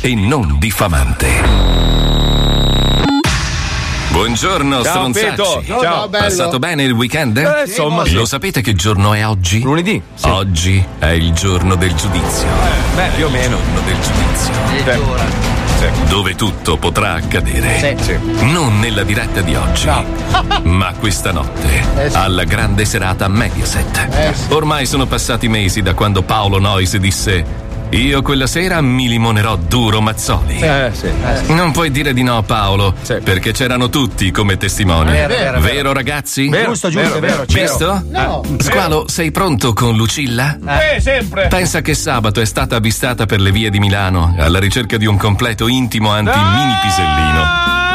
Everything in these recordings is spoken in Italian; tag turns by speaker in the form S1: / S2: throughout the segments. S1: e non diffamante. Buongiorno,
S2: Ciao,
S1: stronzacci.
S2: Beto. Ciao. Ciao, bello.
S1: Passato bene il weekend?
S2: Eh, insomma, sì.
S1: Lo sapete che giorno è oggi? Lunedì. Oggi è il giorno del giudizio.
S2: Eh, Beh, più o meno.
S1: del giudizio. Dove tutto potrà accadere. Non nella diretta di oggi, ma questa notte,
S3: Eh
S1: alla grande serata a Mediaset. Ormai sono passati mesi da quando Paolo Nois disse. Io quella sera mi limonerò duro Mazzoli.
S2: Eh, sì.
S1: Non puoi dire di no, Paolo, perché c'erano tutti come testimoni.
S2: Vero, vero, vero.
S1: ragazzi?
S2: Vero, Giusto, giusto, vero, vero, vero.
S1: Visto?
S2: No.
S1: Eh, Squalo, sei pronto con Lucilla?
S2: Eh, sempre.
S1: Pensa che sabato è stata avvistata per le vie di Milano alla ricerca di un completo intimo anti-mini pisellino.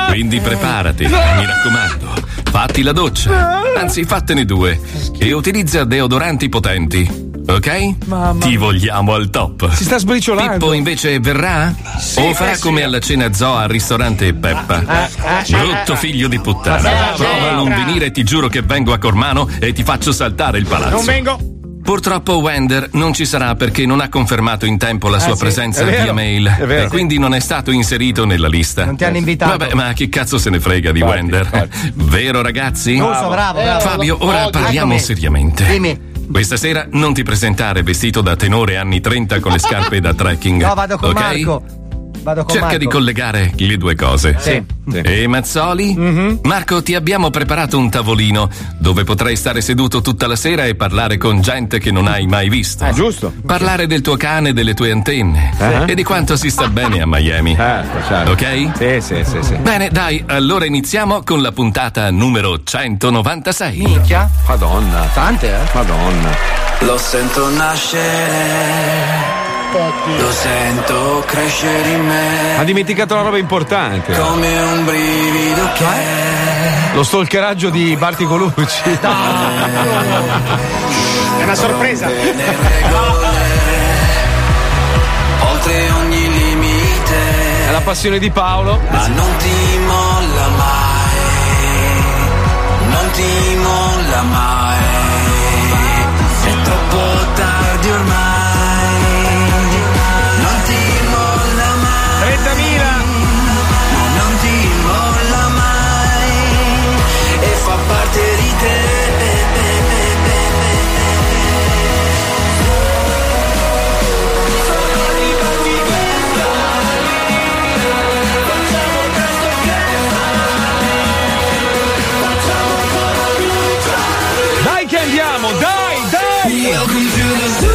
S1: Quindi preparati, mi raccomando, fatti la doccia, anzi fattene due e utilizza deodoranti potenti. Ok? Ti vogliamo al top.
S4: Si sta sbriciolando.
S1: Pippo invece verrà? o farà
S4: eh, sì.
S1: come alla cena zoo al ristorante Peppa?
S5: Ah,
S1: Brutto figlio di puttana.
S4: Bravo,
S1: Prova a
S4: bravo.
S1: non venire e ti giuro che vengo a Cormano e ti faccio saltare il palazzo.
S4: Non vengo.
S1: Purtroppo Wender non ci sarà perché non ha confermato in tempo la
S5: Ah,
S1: sua
S5: sì.
S1: presenza
S5: È vero.
S1: via mail
S5: È vero.
S1: e quindi non è stato inserito nella lista.
S5: Non ti hanno invitato.
S1: Vabbè, ma chi cazzo se ne frega di Wender? Vero ragazzi?
S5: Giusto, bravo, bravo.
S1: Fabio, ora
S5: Oh,
S1: parliamo
S5: eccomi.
S1: seriamente. Questa sera non ti presentare vestito da tenore anni 30 con le scarpe da trekking.
S5: No, vado con
S1: ok?
S5: Marco. Vado con
S1: Cerca
S5: Marco.
S1: di collegare le due cose.
S5: Sì. Mm-hmm.
S1: E Mazzoli? Marco, ti abbiamo preparato un tavolino dove potrai stare seduto tutta la sera e parlare con gente che non hai mai visto. giusto. Parlare del tuo cane e delle tue antenne.
S2: Eh.
S1: E di quanto si sta bene a Miami. Ok?
S2: Sì, sì, sì, sì.
S1: Bene, dai, allora iniziamo con la puntata numero 196.
S5: Minchia.
S1: Madonna.
S5: Tante, eh?
S1: Madonna.
S6: Lo sento nascere, lo sento crescere in me,
S2: Ha dimenticato una roba importante.
S6: come un brivido che
S2: Lo stalkeraggio di Barti Colucci.
S6: È una sorpresa. Oltre ogni limite,
S2: È la passione di Paolo.
S6: ma non ti molla mai, non ti molla mai. È troppo tardi ormai, non ti molla mai. 30.000. Non ti molla mai e fa parte di te.
S2: Dai che andiamo, dai, dai!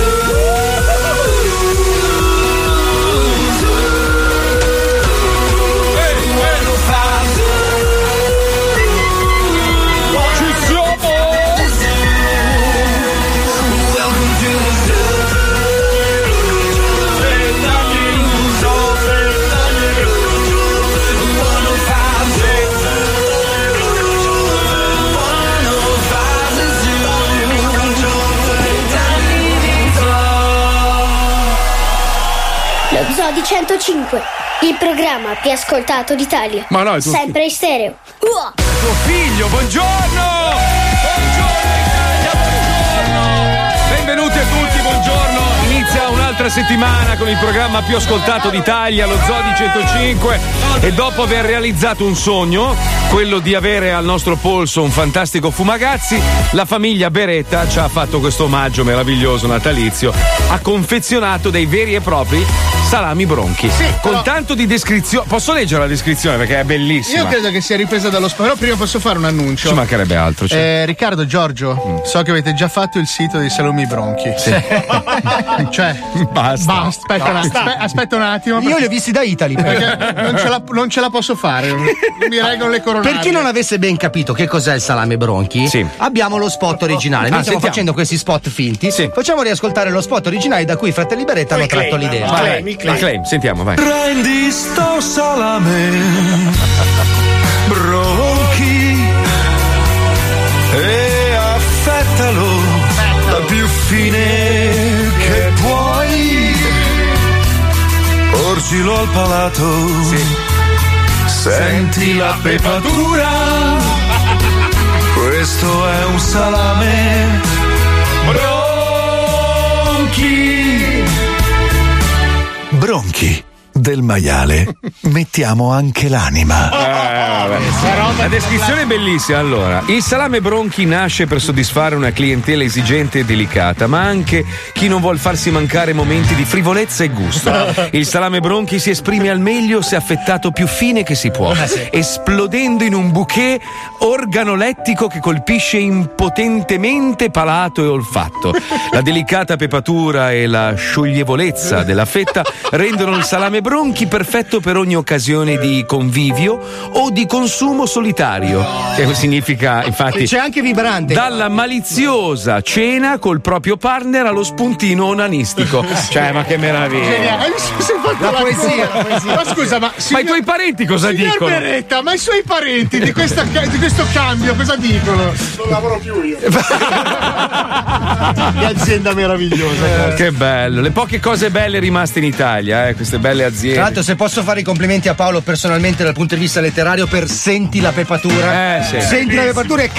S2: Ci siamo!
S7: Lo zoo di 105, il programma più ascoltato d'Italia.
S2: Ma no, è tuo-
S7: Sempre in stereo. Uah!
S2: Tuo figlio, buongiorno! Buongiorno Italia, buongiorno! Benvenuti a tutti, buongiorno! Inizia un'altra settimana con il programma più ascoltato d'Italia, lo Zodi 105 e dopo aver realizzato un sogno, quello di avere al nostro polso un fantastico Fumagazzi, la famiglia Beretta ci ha fatto questo omaggio meraviglioso natalizio, ha confezionato dei veri e propri salami bronchi. con tanto di descrizione, posso leggere la descrizione perché è bellissima.
S3: Io credo che sia ripresa dallo spazio, però prima posso fare un annuncio.
S2: Ci mancherebbe altro. cioè.
S3: Eh, Riccardo, Giorgio, so che avete già fatto il sito dei salumi bronchi.
S2: Mm. Sì.
S3: cioè,
S2: basta.
S3: aspetta, un,
S2: Basta.
S3: aspe- aspetta un attimo.
S8: Io li ho visti da Italy.
S3: Perché non ce, la, non ce la posso fare. Mi reggono le coronate.
S8: Per chi non avesse ben capito che cos'è il salame bronchi, abbiamo lo spot originale. Noi
S3: Ah,
S8: stiamo
S3: sentiamo.
S8: facendo questi spot finti. Facciamo riascoltare lo spot originale da cui i fratelli Beretta hanno tratto l'idea.
S9: Vai, mi
S2: claim. Il claim, sentiamo, vai.
S8: Prendi sto salame, bronchi e affettalo la più fine che puoi. Porgilo al palato, senti la pepatura. Questo è un salame, bronchi.
S10: Bronchi del maiale. Mettiamo anche l'anima.
S2: Eh, La descrizione è bellissima. Allora, il salame bronchi nasce per soddisfare una clientela esigente e delicata, ma anche chi non vuol farsi mancare momenti di frivolezza e gusto. Il salame bronchi si esprime al meglio se affettato più fine che si
S3: Ah,
S2: può, esplodendo in un bouquet organolettico che colpisce impotentemente palato e olfatto. La delicata pepatura e la scioglievolezza della fetta rendono il salame bronchi perfetto per ogni occasione di convivio o di consumo solitario. Che significa, infatti.
S6: C'è anche vibrante.
S2: Dalla maliziosa cena col proprio partner allo spuntino onanistico. Cioè, ma che meraviglia!
S3: Geniale, mi sono fatto
S2: Eh. La
S3: la
S2: poesia,
S3: cura.
S2: la poesia.
S3: Ma scusa, ma.
S2: i tuoi parenti cosa
S3: signor
S2: dicono?
S3: Beretta, ma i suoi parenti di, questa ca- di questo cambio cosa dicono? Non lavoro più io. che azienda meravigliosa.
S2: Che bello, le poche cose belle rimaste in Italia, eh, queste belle aziende.
S6: Tra l'altro, se posso fare i complimenti a Paolo personalmente dal punto di vista letterario per Senti la pepatura.
S2: Eh, sì.
S6: Senti la pepatura e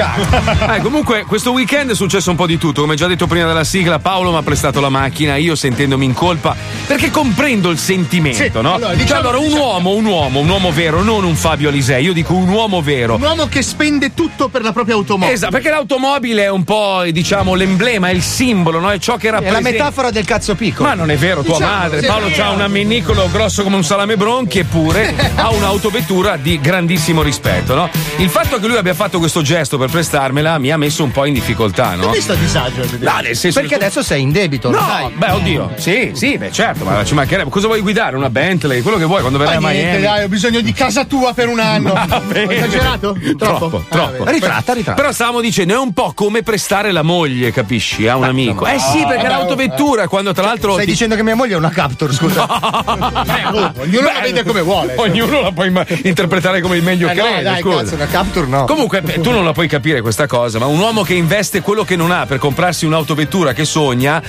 S6: Carducciano.
S2: Eh, comunque, questo weekend è successo un po' di tutto. Come già detto prima della sigla, Paolo mi ha prestato la macchina, io sentendomi in colpa, perché comprendo il sentimento,
S3: Sì,
S2: no?
S3: allora,
S2: Cioè,
S3: diciamo-
S2: allora, un
S3: diciamo-
S2: uomo, un uomo, un uomo vero, non un Fabio Alisei, io dico un uomo vero.
S3: Un uomo che spende tutto per la propria automobile.
S2: Esatto, perché l'automobile è un po', eh, diciamo, l'emblema, è il simbolo, no? È ciò che
S6: È la
S2: rappresenta.
S6: metafora del cazzo piccolo.
S2: Ma non è vero, tua
S6: Diciamo,
S2: madre.
S6: sì,
S2: Paolo
S6: è
S2: ha
S6: vero.
S2: un amminicolo grosso come un salame bronchi, eppure ha un'autovettura di grandissimo rispetto, no? Il fatto che lui abbia fatto questo gesto per prestarmela mi ha messo un po' in difficoltà, no?
S3: Ho visto a disagio. vedete?
S2: No, Ah, nel senso
S6: Perché adesso sei in debito.
S2: No,
S6: lo sai.
S2: beh, oddio. Sì, sì, beh, certo, ma ci mancherebbe. Cosa vuoi guidare? Una Bentley? Quello che vuoi quando verrai
S3: Ah,
S2: a
S3: niente,
S2: Miami.
S3: dai, ho bisogno di casa tua per un anno.
S2: Va bene.
S3: Ho esagerato? Troppo.
S2: Troppo,
S3: Ah,
S2: troppo.
S3: bene.
S6: Ritratta, ritratta.
S2: Però stavamo dicendo, è un po' come prestare la moglie, capisci? A un
S3: Ah,
S2: amico. Eh sì, perché l'autovettura, quando tra l'altro.
S6: Stai
S2: ti-
S6: dicendo che mia moglie è una captor, scusa.
S3: Ognuno la vede come vuole.
S2: Ognuno la puoi ma- interpretare come il meglio
S3: Eh,
S2: che
S3: no,
S2: crede.
S3: dai,
S2: scusa.
S3: cazzo, una capture no.
S2: Comunque, beh, tu non la puoi capire questa cosa, ma un uomo che investe quello che non ha per comprarsi un'autovettura che sogna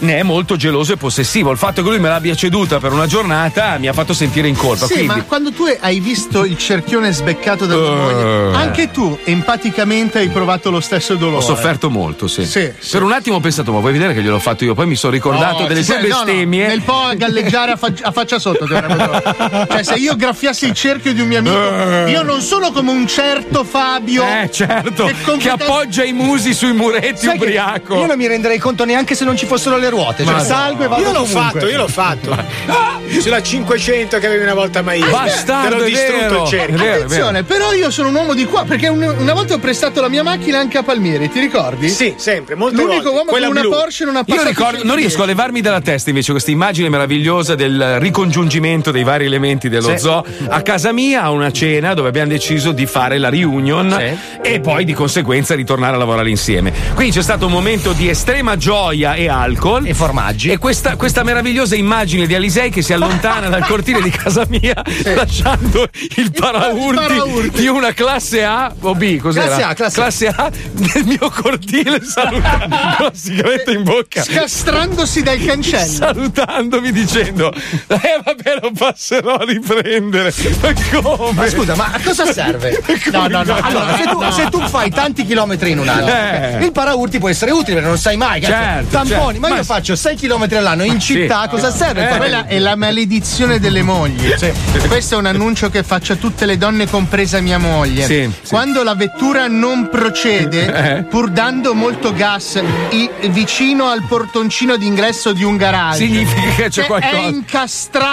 S2: ne è molto geloso e possessivo. Il fatto che lui me l'abbia ceduta per una giornata mi ha fatto sentire in colpa.
S3: Sì,
S2: quindi,
S3: ma quando tu hai visto il cerchione sbeccato da tua moglie, anche tu empaticamente hai provato lo stesso
S2: Eh.
S3: dolore.
S2: Ho sofferto molto, sì.
S3: Sì,
S2: per
S3: sì.
S2: un attimo ho pensato, ma vuoi vedere che gliel'ho fatto io? Poi mi sono ricordato
S3: No,
S2: delle
S3: ci
S2: sue
S3: sei- no, no,
S2: bestemmie.
S3: nel po' a galleggiare a, fac- a faccia sotto. ti avrebbe trovato. cioè, se io graffiassi il cerchio di un mio amico, io non sono come un certo Fabio.
S2: Eh, certo,
S3: Che
S2: che,
S3: competenza-
S2: appoggia i musi sui muretti
S6: Sai che
S2: ubriaco.
S6: Io non mi renderei conto neanche se non ci fossero le ruote. Cioè,
S3: Ma-
S6: salgo e vado
S11: Io l'ho
S6: comunque.
S11: fatto, io l'ho fatto. Ah! Sulla 500 che avevi una volta mai io.
S2: Bastardo,
S11: Te l'ho
S2: è
S11: distrutto
S2: vero.
S11: il cerchio.
S2: È vero, è vero.
S3: Attenzione, però io sono un uomo di qua perché un- una volta ho prestato la mia macchina anche a Palmieri, ti ricordi?
S11: Sì, sempre, molte
S3: L'unico
S11: volte.
S3: uomo
S11: Quella
S3: con una
S11: blu.
S3: Porsche non ha
S2: Io
S3: passato
S2: ricordo-
S3: i
S2: non riesco a levarmi dalla testa invece questa immagine meravigliosa del ricongiungimento dei vari elementi dello zoo a casa mia a una cena dove abbiamo deciso di fare la reunion e poi di conseguenza ritornare a lavorare insieme. Quindi c'è stato un momento di estrema gioia e alcol
S6: E formaggi.
S2: e questa, questa meravigliosa immagine di Alisei che si allontana dal cortile di casa mia lasciando il paraurti,
S3: paraurti.
S2: di una classe A o B, cos'era?
S6: Classe A, classe A.
S2: A nel mio cortile salutando con la sigaretta in bocca
S3: Castrandosi dal cancello.
S2: salutandomi dicendo eh vabbè lo passerò a riprendere ma come
S6: Ma scusa, ma a cosa serve? No, no, no. Allora, se tu, se tu fai tanti chilometri in un anno,
S2: Eh.
S6: ok, il paraurti può essere utile perché non sai mai. cazzo.
S2: Certo,
S6: Tamponi,
S2: certo.
S6: ma io
S2: Ma-
S6: faccio 6 chilometri all'anno in
S2: Ah, sì. Eh.
S6: città, cosa serve? il
S3: Ma
S6: paraurti?
S3: Eh. Quella è la maledizione delle mogli. cioè, Questo è un annuncio che faccio a tutte le donne, compresa mia moglie.
S2: Sì, Eh. sì.
S3: Quando la vettura non procede, pur dando molto gas i- vicino al portoncino d'ingresso di un garage.
S2: significa che c'è
S3: che è
S2: qualcosa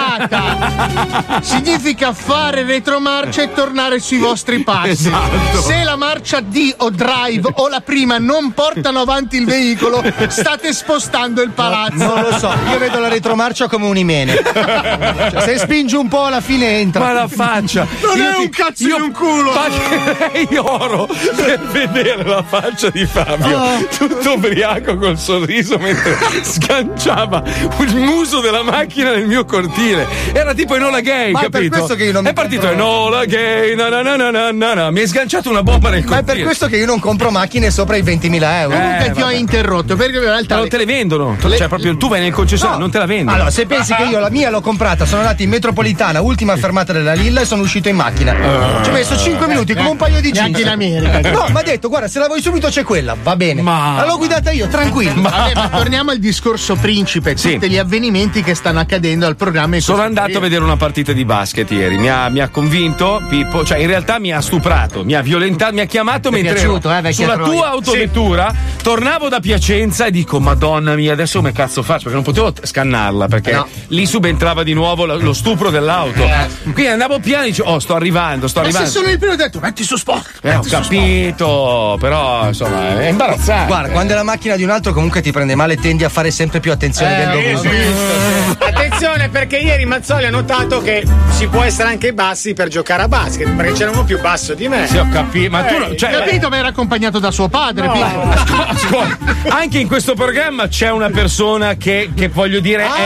S3: incastrata significa fare retromarcia e tornare sui vostri passi
S2: Esatto.
S3: se la marcia D o drive o la prima non portano avanti il veicolo state spostando il palazzo
S6: Non lo so, io vedo la retromarcia come un imene. Cioè, se spingi un po' alla fine entra.
S2: ma la faccia
S3: Non
S2: Io
S3: è
S2: ti-
S3: un cazzo
S2: io
S3: in un culo!
S2: pagherei oro per vedere la faccia di Fabio
S3: Oh.
S2: tutto ubriaco col sorriso mentre sganciava il muso della macchina nel mio mio cortile. Era tipo Enola Gay,
S6: Ma è per
S2: capito?
S6: questo che io non mi
S2: È partito
S6: compro-
S2: Enola Gay, na na na na na na na. Mi hai sganciato una bomba nel
S6: Ma
S2: cortile. Eh,
S6: è per questo che io non compro macchine sopra i 20.000 euro.
S3: Comunque ti ho interrotto perché in realtà.
S2: Ma non te le vendono. Cioè, proprio tu vai nel concessionario, non te la vendono.
S6: Allora, se pensi che io la mia l'ho comprata, sono andato in metropolitana, ultima fermata della Lilla e sono uscito in macchina. Ci ho messo 5 minuti come un paio di jeans.
S3: Neanche in America.
S6: No, mi ha detto, guarda, se la vuoi subito c'è quella, va bene.
S2: Ah,
S6: Ma l'ho guidata io, tranquillo.
S3: Vabbè, ma torniamo al discorso principe,
S2: Sì.
S3: tutti gli avvenimenti che stanno accadendo al programma. in
S2: Sono
S3: questo
S2: andato a
S3: periodo.
S2: vedere una partita di basket ieri, mi ha, mi ha convinto Pippo, cioè in realtà mi ha stuprato, mi ha violentato, mi ha chiamato
S6: Ti è
S2: mentre
S6: piaciuto,
S2: ero
S6: eh, vecchia
S2: sulla
S6: troia?
S2: tua autovettura, tornavo da Piacenza e dico madonna mia adesso come cazzo faccio? Perché non potevo t- scannarla perché
S3: No.
S2: lì subentrava di nuovo lo, lo stupro dell'auto.
S6: Eh.
S2: Quindi andavo piano e dicevo oh sto arrivando, sto
S3: Ma se
S2: arrivando.
S3: sono il primo ho detto, metti su sport.
S2: Eh, ho
S3: metti su sport.
S2: capito, però insomma è imbarazzante.
S6: Guarda, quando è la macchina di un altro comunque ti prende male, tendi a fare sempre più
S3: Eh.
S6: attenzione
S2: Eh,
S6: del dovuto.
S11: Attenzione perché ieri Mazzoli ha notato che si può essere anche bassi per giocare a basket, perché Eh, c'era uno più basso di me.
S2: Sì, ho capito, ma tu no- cioè,
S3: Capito, ma era accompagnato da suo padre. Pippo.
S2: Ascolta, anche in questo programma c'è una persona che, che voglio dire
S6: Ah.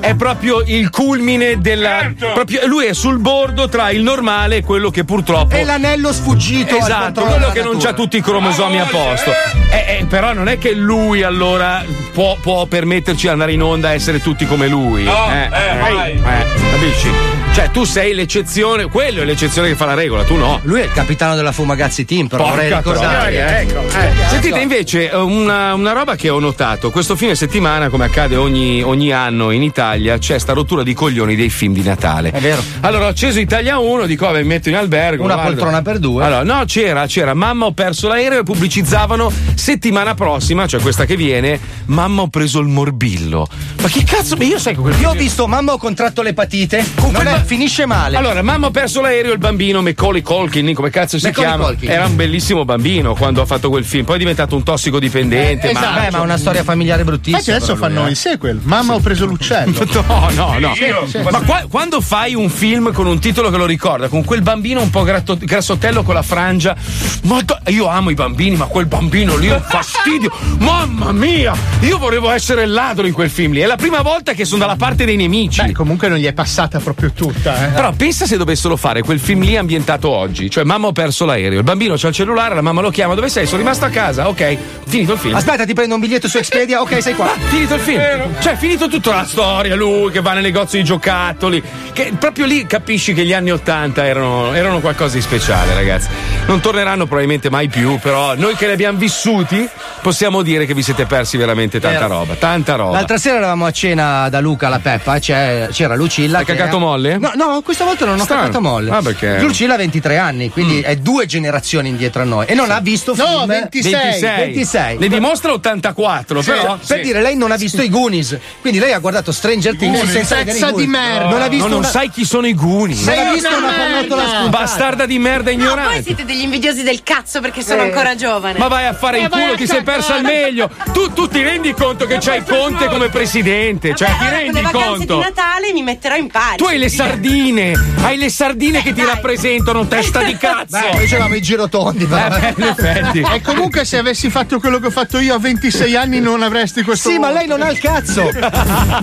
S2: è, è proprio il culmine della. proprio- lui è sul bordo tra il normale e quello che purtroppo.
S6: E l'anello sfuggito. al
S2: Esatto,
S6: Eh, controllo
S2: quello
S6: della
S2: che non
S6: natura.
S2: ha tutti i cromosomi a posto. Ah, Eh, eh, però non è che lui allora può, può permetterci di andare in onda e essere tutti come lui. eh, eh, eh, capisci? Cioè, tu sei l'eccezione, quello è l'eccezione che fa la regola, tu no.
S6: Lui è il capitano della Fumagazzi Team, però
S2: Porca
S6: vorrei ricordare.
S11: Signori, ecco, eh.
S2: Sentite invece eh, una, una roba che ho notato, questo fine settimana, come accade ogni, ogni anno in Italia, c'è sta rottura di coglioni dei film di Natale.
S8: Eh,
S6: È vero.
S2: Allora ho acceso Italia 1, dico vabbè mi metto in albergo.
S6: Una
S2: guardo.
S6: poltrona per due.
S2: Allora no c'era, c'era, mamma ho perso l'aereo e pubblicizzavano settimana prossima, cioè questa che viene, mamma ho preso il morbillo. Ma che cazzo, ma io sai che quel
S6: Io ho visto mamma ho contratto l'epatite. Non è, finisce male.
S2: allora, mamma ha perso l'aereo, il bambino Macaulay Colkin, come cazzo si
S6: Macaulay
S2: chiama?
S6: Culkin.
S2: Era un bellissimo bambino quando ha fatto quel film, poi è diventato un tossicodipendente. ma...
S6: Esatto, eh, ma è una storia familiare bruttissima.
S3: Infatti adesso
S6: però lui,
S3: fanno
S6: eh.
S3: il sequel. Mamma ho preso l'uccello.
S2: eh. No, no, no. Cioè, Ma qua- quando fai un film con un titolo che lo ricorda, con quel bambino un po' gratto- grassottello con la frangia, maddo- io amo i bambini, ma quel bambino lì è un fastidio. Mamma mia! Io volevo essere il ladro in quel film lì. È la prima volta che sono dalla parte dei nemici.
S3: Beh, comunque non gli è passata proprio tutta, eh.
S2: Però pensa se dovessero fare quel film lì ambientato oggi. Cioè, mamma ho perso l'aereo, il bambino c'ha il cellulare, la mamma lo chiama, dove sei? Sono rimasto a casa, ok, finito il film.
S6: Aspetta, ti prendo un biglietto su Expedia. Ok, sei qua.
S2: Ah, finito il film. Cioè, finito tutta la storia, lui che va nel negozio di giocattoli. Che proprio lì capisci che gli anni Ottanta erano, erano qualcosa di speciale, ragazzi. Non torneranno probabilmente mai più, però noi che li abbiamo vissuti possiamo dire che vi siete persi veramente tanta
S6: Vero.
S2: roba, tanta roba.
S6: Certo. L'altra sera eravamo a cena da Luca alla Peppa, c'è- c'era Lucilla.
S2: Hai
S6: che
S2: cagato molle?
S6: No, no, questa volta non ho
S2: Strano.
S6: cagato molle.
S2: Ah, perché? Mm.
S6: Lucilla ha 23 anni, quindi è due generazioni indietro a noi e non ha visto
S3: No,
S6: film.
S3: 26.
S6: 26.
S2: Ne dimostra 84, però.
S6: Per dire, lei non ha visto i Goonies, quindi lei ha guardato Stranger Things
S3: Goonies,
S6: senza vedere i
S3: pezza
S6: Goonies.
S3: di merda.
S6: Non ha
S2: No,
S6: visto
S2: non
S6: una-
S2: sai chi sono i Guni.
S6: non ha
S3: Sei
S6: visto
S3: una
S6: una
S3: merda.
S6: pallottola spuntata.
S2: Bastarda di merda
S12: No, voi
S2: ignorante.
S12: siete degli invidiosi del cazzo perché sono
S6: Eh.
S3: Eh.
S12: ancora giovane. Eh,
S2: Ma vai a fare il culo, ti sei persa al meglio. Tu, tu ti rendi conto che c'hai Conte come presidente? Cioè,
S12: Vabbè,
S2: ti
S12: ora
S2: rendi
S12: con le Eh, vacanze di
S2: conto?
S12: Natale mi metterò in pari.
S2: Tu hai le sardine, hai le sardine che ti
S12: Eh, dai.
S2: rappresentano, testa di cazzo.
S6: Beh, noi c'eravamo i girotondi, però.
S2: Eh, beh, in effetti.
S3: E comunque se avessi fatto quello che ho fatto io a 26 anni non avresti questo
S6: Sì, ma
S3: mondo.
S6: lei non ha il cazzo.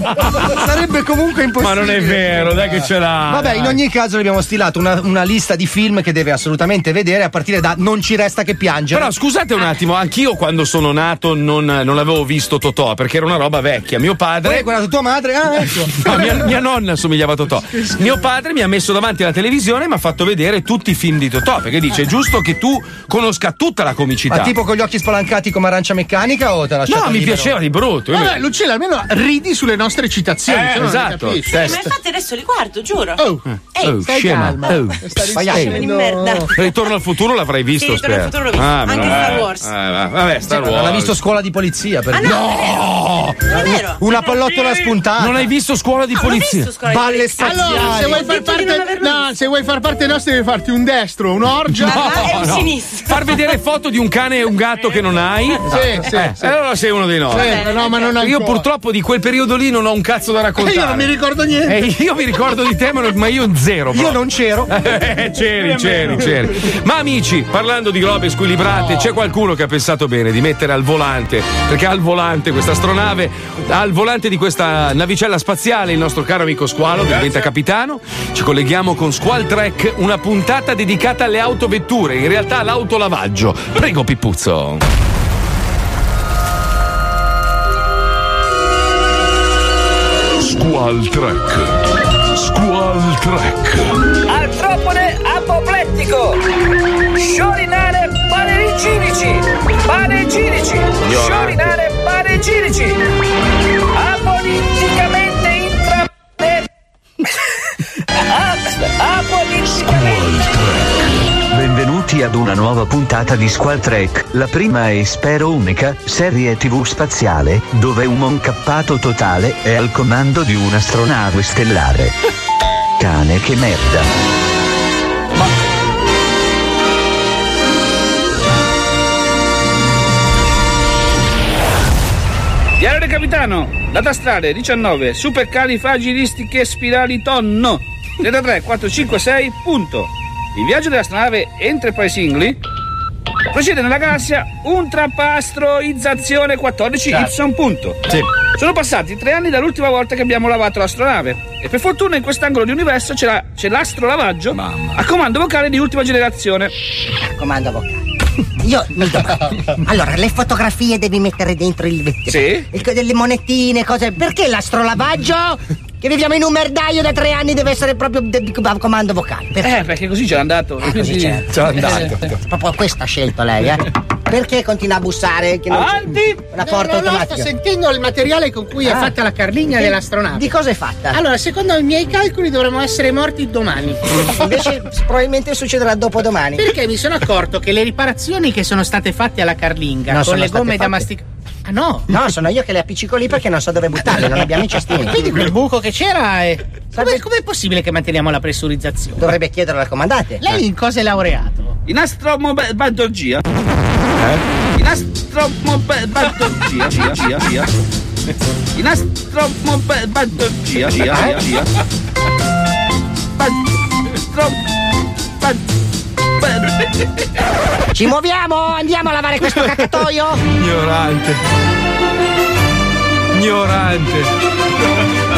S6: Sarebbe comunque
S2: Ma
S6: impossibile.
S2: non è vero, dai che ce l'ha.
S6: Vabbè, in
S2: dai.
S6: ogni caso abbiamo stilato una, una lista di film che deve assolutamente vedere a partire da Non ci resta che piangere.
S2: Però scusate un attimo, anch'io quando sono nato non, non avevo visto Totò perché era una roba vecchia. Mio
S6: Poi
S2: padre
S6: hai guardato tua madre, ah, ecco.
S2: No, mia, mia nonna somigliava a Totò. Mio padre mi ha messo davanti alla televisione e mi ha fatto vedere tutti i film di Totò. Perché dice: è giusto che tu conosca tutta la comicità.
S6: Ma tipo con gli occhi spalancati come arancia meccanica o te la
S2: no, mi piaceva di brutto. Io mi-
S3: Vabbè, Lucilla, almeno ridi sulle nostre citazioni.
S2: Eh,
S3: se no non le
S2: esatto.
S3: capisci.
S12: Eh, ma infatti adesso li guardo, giuro.
S3: Oh,
S12: Ehi,
S2: Oh, scema. Oh.
S12: scema di merda.
S2: Ritorno al futuro l'avrai visto.
S12: Sì, Ritorno al
S2: spero.
S12: futuro l'ho visto. Anche
S2: meno male.
S12: Star Wars.
S2: Ah, va- vabbè, Star Wars.
S6: Non ha visto scuola di polizia per
S12: Ah no,
S6: dire.
S12: non è vero. Non è vero.
S6: Una pallottola spuntata.
S2: Non hai visto scuola di
S12: No, l'ho
S2: polizia?
S12: Ah, visto, scusa,
S6: Balle
S12: di polizia.
S6: spaziali.
S3: se vuoi far parte, no, se vuoi far parte nostra, devi farti un destro, un'orgia
S2: No, no. Far vedere foto di un cane e un gatto che non hai.
S3: Sì, sì,
S2: Eh,
S3: sì.
S2: Allora sei uno dei nostri.
S3: Sì, no, ma non
S2: Io
S3: ancora.
S2: purtroppo di quel periodo lì non ho un cazzo da raccontare.
S3: Eh, io non mi ricordo niente.
S2: Eh, io mi ricordo di te, ma non- ma io zero.
S6: Io non c'ero.
S2: Eh, c'eri, c'eri, c'eri. Ma amici, parlando di globe squilibrate, c'è qualcuno che ha pensato bene di mettere al volante, perché al volante questa astronave, al volante di questa navicella spaziale, il nostro caro amico Squalo, che diventa capitano, ci colleghiamo con Squal Trek, una puntata dedicata alle autovetture, in realtà all'autolavaggio. Prego Pippuzzo.
S13: Squall Trek. Squall Trek.
S8: Altropone apoplettico! Sciorinare panegirici! Panegirici! Sciorinare panegirici! Apoliticamente intra... eh, a- Apoliticamente...
S14: Benvenuti ad una nuova puntata di Squall Trek, la prima e spero unica serie TV spaziale, dove un moncappato totale è al comando di un'astronave stellare. Cane che merda.
S15: Diario del capitano, data strade 19, supercalifragilistiche spirali tonno. Data 3, 4, 5, 6, punto. Il viaggio dell'astronave Enterprise Ingley procede nella galassia Untrapastroizzazione 14 Y. Punto. Sono passati tre anni dall'ultima volta che abbiamo lavato l'astronave e per fortuna in quest'angolo di universo c'è, la- c'è l'astrolavaggio a comando vocale di ultima generazione.
S16: Comando vocale. Io mi domando. Allora, le fotografie devi mettere dentro il vetro.
S15: Sì?
S16: Il- delle monettine, cose. Perché l'astrolavaggio? Che viviamo in un merdaio da tre anni deve essere proprio de- di- a comando vocale. Perché?
S15: Eh, perché così c'è andato.
S16: Ah, così c'è.
S15: C'è andato.
S16: Proprio questa ha scelto lei, eh? Perché continua a bussare? Che non c'è- Una
S17: no,
S16: porta
S17: no, sto
S16: automatica.
S17: sentendo il materiale con cui è
S16: Ah.
S17: fatta la carligna
S16: Di-
S17: dell'astronave.
S16: Di cosa è fatta?
S17: Allora, secondo i miei calcoli dovremmo essere morti domani.
S16: Invece probabilmente succederà dopodomani.
S17: Perché mi sono accorto che le riparazioni che sono state fatte alla carlinga
S16: Non
S17: con
S16: sono
S17: le
S16: state
S17: gomme da
S16: fatte.
S17: masticare. Ah no!
S16: No, sono io che le appiccico lì perché non so dove buttarle, non abbiamo i cestini.
S17: Quindi quel buco che c'era è. Come, com'è possibile che manteniamo la pressurizzazione?
S16: Dovrebbe chiederlo al comandante.
S17: Lei in cosa è laureato?
S15: In astromobaldorgia. Eh? In astromobaldorgia. Gia, gia, gia. In astromobaldorgia. Gia, gia, gia.
S16: Ci muoviamo! Andiamo a lavare questo caccatoio!
S2: Ignorante. Ignorante.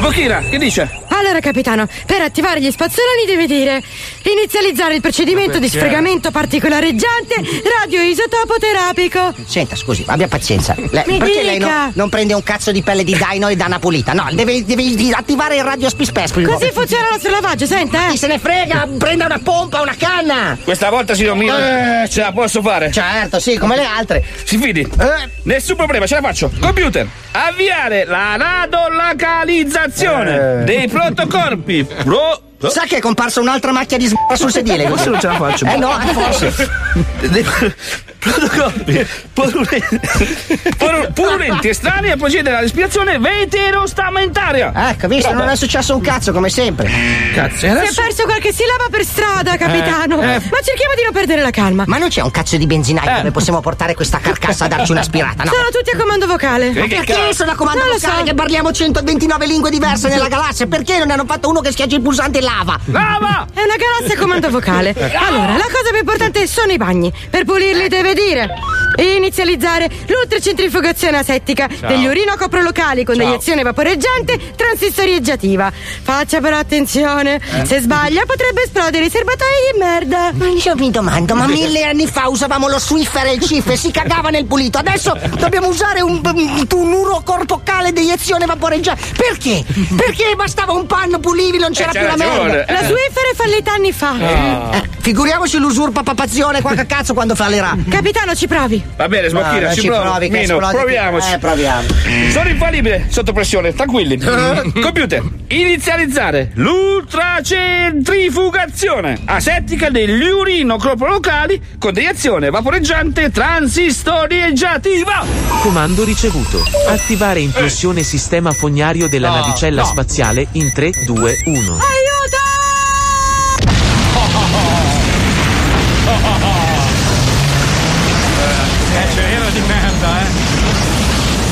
S15: Bokira, che dice?
S18: Allora, capitano, per attivare gli spazzoloni deve dire inizializzare il procedimento di
S16: Perché?
S18: sfregamento particolareggiante radioisotopo terapico.
S16: Senta, scusi, abbia pazienza. Lei-
S18: Mi
S16: perché lei
S18: dica.
S16: non, non prende un cazzo di pelle di dino e dana pulita? No, deve, deve attivare il radio spispes.
S18: Così funziona il nostro lavaggio, senta, eh?
S16: Chi se ne frega? Prenda una pompa, una canna!
S15: Questa volta si domina. Eh, ce la posso fare.
S16: Certo, sì, come le altre. Eh.
S15: Si fidi. Nessun problema, ce la faccio. Computer, avviare la
S16: Eh.
S15: radolocalizzazione dei protocorpi. Pro.
S16: Sa che è comparsa un'altra macchia di sbarra sul sedile?
S15: Forse non ce la faccio.
S16: Eh no, eh, forse.
S15: Dei protocorpi purulenti- pur- purulenti estranei a procedere alla respirazione veterostamentaria.
S16: Ecco, visto, non è successo un cazzo, come sempre.
S15: Cazzo,
S18: Si è perso qualche sillaba per strada, capitano.
S16: eh.
S18: Ma cerchiamo di non perdere la calma.
S16: Ma non c'è un cazzo di benzinaio dove possiamo portare questa carcassa a darci un'aspirata, no?
S18: Sono tutti a comando vocale.
S16: Ma perché sono a comando
S18: Non lo
S16: vocale
S18: so.
S16: che parliamo 129 lingue diverse nella galassia? Perché non ne hanno fatto uno che schiaccia il pulsante e lava?
S15: Lava!
S18: È una galassia a comando vocale. Allora, la cosa più importante sono i bagni. Per pulirli deve dire inizializzare l'ultracentrifugazione asettica
S12: Ciao.
S18: degli urinocoprolocali con
S12: Ciao.
S18: deiezione vaporeggiante transistorieggiativa. Faccia però attenzione,
S16: Eh?
S18: se sbaglia potrebbe esplodere i serbatoi di merda.
S16: Ma eh, io mi domando, ma mille anni fa usavamo lo Swiffer e il Cif e si cagava nel pulito. Adesso dobbiamo usare un, un, un urocorpocale di iniezione vaporeggiante. Perché? Perché bastava un panno, pulivi, non c'era
S15: Eh,
S18: c'ha
S15: certo,
S16: più la
S18: ragione,
S16: merda.
S15: Ah.
S18: eh. La Swiffer è fallita anni fa.
S16: Eh, Figuriamoci l'usurpa papazione qua che cazzo quando fallerà.
S12: Capitano, ci provi.
S15: Va bene, Smocchina,
S16: No,
S15: ci,
S16: Ah, ci
S15: provo.
S16: provi che
S15: Mino,
S16: esplode-
S15: proviamoci.
S16: Eh, proviamo.
S15: Sono infallibile, sotto pressione, tranquilli. Computer, inizializzare l'ultracentrifugazione asettica degli urinocropolocali con deiezione vaporeggiante transistorieggiativa.
S14: Comando ricevuto. Attivare impulsione sistema fognario della
S15: No,
S14: navicella
S15: no.
S14: spaziale in 3, 2, 1.
S15: Oh,
S2: Eh, cioè, era di merda, eh.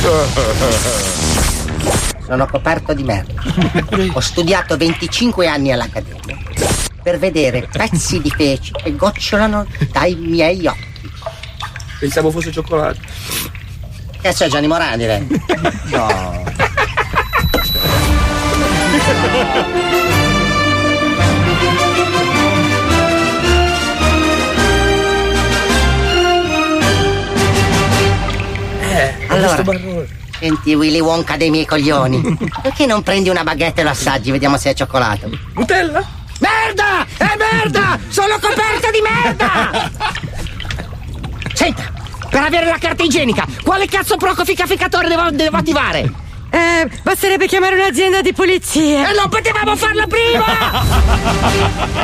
S19: Sono coperto di merda. Ho studiato 25 anni all'Accademia per vedere pezzi di feci che gocciolano dai miei occhi.
S15: Pensavo fosse cioccolato.
S19: Che c'è Gianni Morandi lei? No. Allora, senti Willy Wonka dei miei coglioni. Perché non prendi una baguette e lo assaggi? Vediamo se è cioccolato.
S15: Nutella?
S16: Merda! È merda! Sono coperta di merda! Senta, per avere la carta igienica, quale cazzo procoficaficatore devo, devo attivare?
S12: Eh, basterebbe chiamare un'azienda di pulizia.
S16: E non potevamo farlo prima!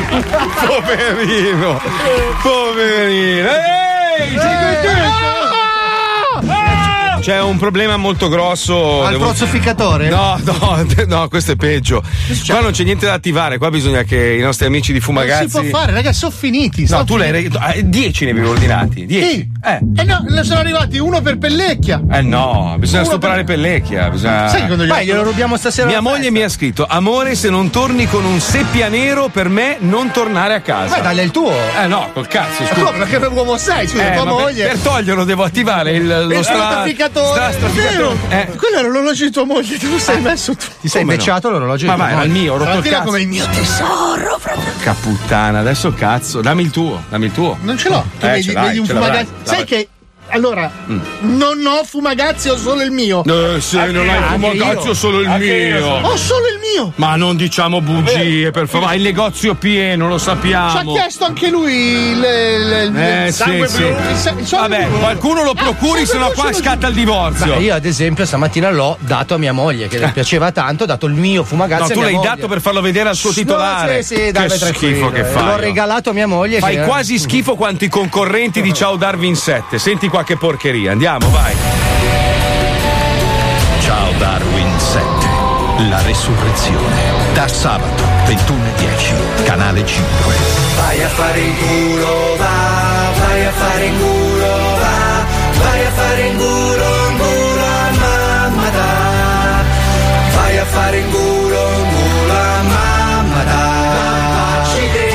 S16: Eh.
S2: Poverino, poverino. Ehi, sei
S16: Ah!
S2: contento? C'è un problema molto grosso.
S3: Al
S2: prozzoficatore? No, no, no, questo è peggio. Qua non c'è niente da attivare, qua bisogna che i nostri amici di Fumagazzi. Eh,
S3: Si può fare, ragazzi, sono finiti.
S2: No, tu l'hai. 10 ne avevo ordinati. 10.
S3: Sì. Eh. no, ne sono arrivati uno per pellecchia.
S2: Eh no, bisogna
S3: Uno
S2: stuprare Pellecchia. Bisogna...
S3: Sai quando glielo- Vai, glielo
S8: rubiamo stasera
S2: Mia
S8: alla
S2: moglie mi ha scritto: Amore, se non torni con un seppia nero, per me non tornare a casa.
S8: Ma dalle il tuo.
S2: Eh no, col cazzo,
S3: Ma
S2: scusa.
S3: come? Ma che uomo sei? Scusa,
S2: Eh,
S3: tua
S2: ma per-
S3: moglie.
S2: Per, toglierlo devo attivare il, lo
S3: Il
S2: stra...
S3: stratificatore.
S2: stra-
S3: Vero?
S2: stratificatore. Eh. Ah.
S3: Quello era l'orologio di tua moglie, te lo sei messo tu.
S8: Ti sei
S2: Come
S8: becciato l'orologio
S2: Ma
S8: di tua
S2: vai, era il
S8: moglie.
S2: mio, ho rotto il
S3: Stamattina
S2: cazzo.
S3: come il mio tesoro, fratello.
S2: Porca puttana, adesso cazzo, dammi il tuo, dammi il tuo.
S3: Non ce l'ho. Tu
S2: Eh,
S3: vedi,
S2: ce l'hai,
S3: vedi un
S2: ce l'avrai,
S3: fumagazzi. Sai
S2: l'avrai.
S3: che. Allora,
S2: Mm.
S3: non ho fumagazzi, ho solo il mio.
S2: Eh, se
S3: Anche
S2: non hai
S3: io,
S2: il
S3: anche
S2: fumagazzi,
S3: io.
S2: ho solo il
S3: Anche
S2: mio.
S3: io Ho solo il mio.
S2: Ma non diciamo bugie, per favore. Il negozio è pieno, lo
S3: Ci ha
S2: sappiamo.
S3: chiesto anche lui il, il- il-
S2: Eh,
S3: il
S2: sì,
S3: sangue
S2: sì.
S3: blu. Il sa- il sangue
S2: Vabbè,
S3: blu. Eh,
S2: qualcuno lo procuri,
S3: sangue
S2: se no
S3: blu,
S2: qua
S3: sangue blu.
S2: scatta il divorzio. Eh.
S8: Beh, io ad esempio stamattina l'ho dato a mia moglie che le piaceva tanto, ho dato il mio
S2: No, tu
S8: fumagazzi a mia
S2: l'hai
S8: moglie.
S2: dato per farlo vedere al suo
S8: No,
S2: titolare.
S8: sì, sì, dai,
S2: che
S8: vai
S2: schifo
S8: tranquillo. eh.
S2: che
S8: L'ho
S2: fai.
S8: regalato a mia moglie.
S2: Fai
S8: che-
S2: quasi schifo quanto i concorrenti di Ciao Darwin 7. Senti qua che porcheria. Andiamo, vai.
S20: Ciao Darwin 7, la resurrezione. Da sabato 21.10, canale 5.
S21: Vai a fare in culo, va, vai a fare in culo, va, vai a fare in culo, in culo a mamma da, vai a fare in culo, in culo a mamma da. Ci te,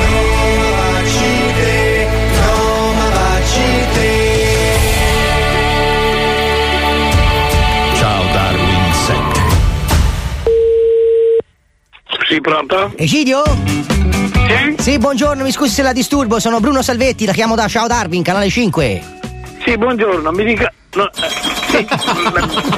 S21: ma ci te, no ma baci
S2: eh.
S20: Ciao Darwin 7.
S22: Sì, pronto?
S16: Egidio? Sì? Sì, buongiorno, mi scusi se la disturbo, sono Bruno Salvetti, la chiamo da Ciao Darwin, canale 5.
S22: Sì, buongiorno, mi dica. no, eh,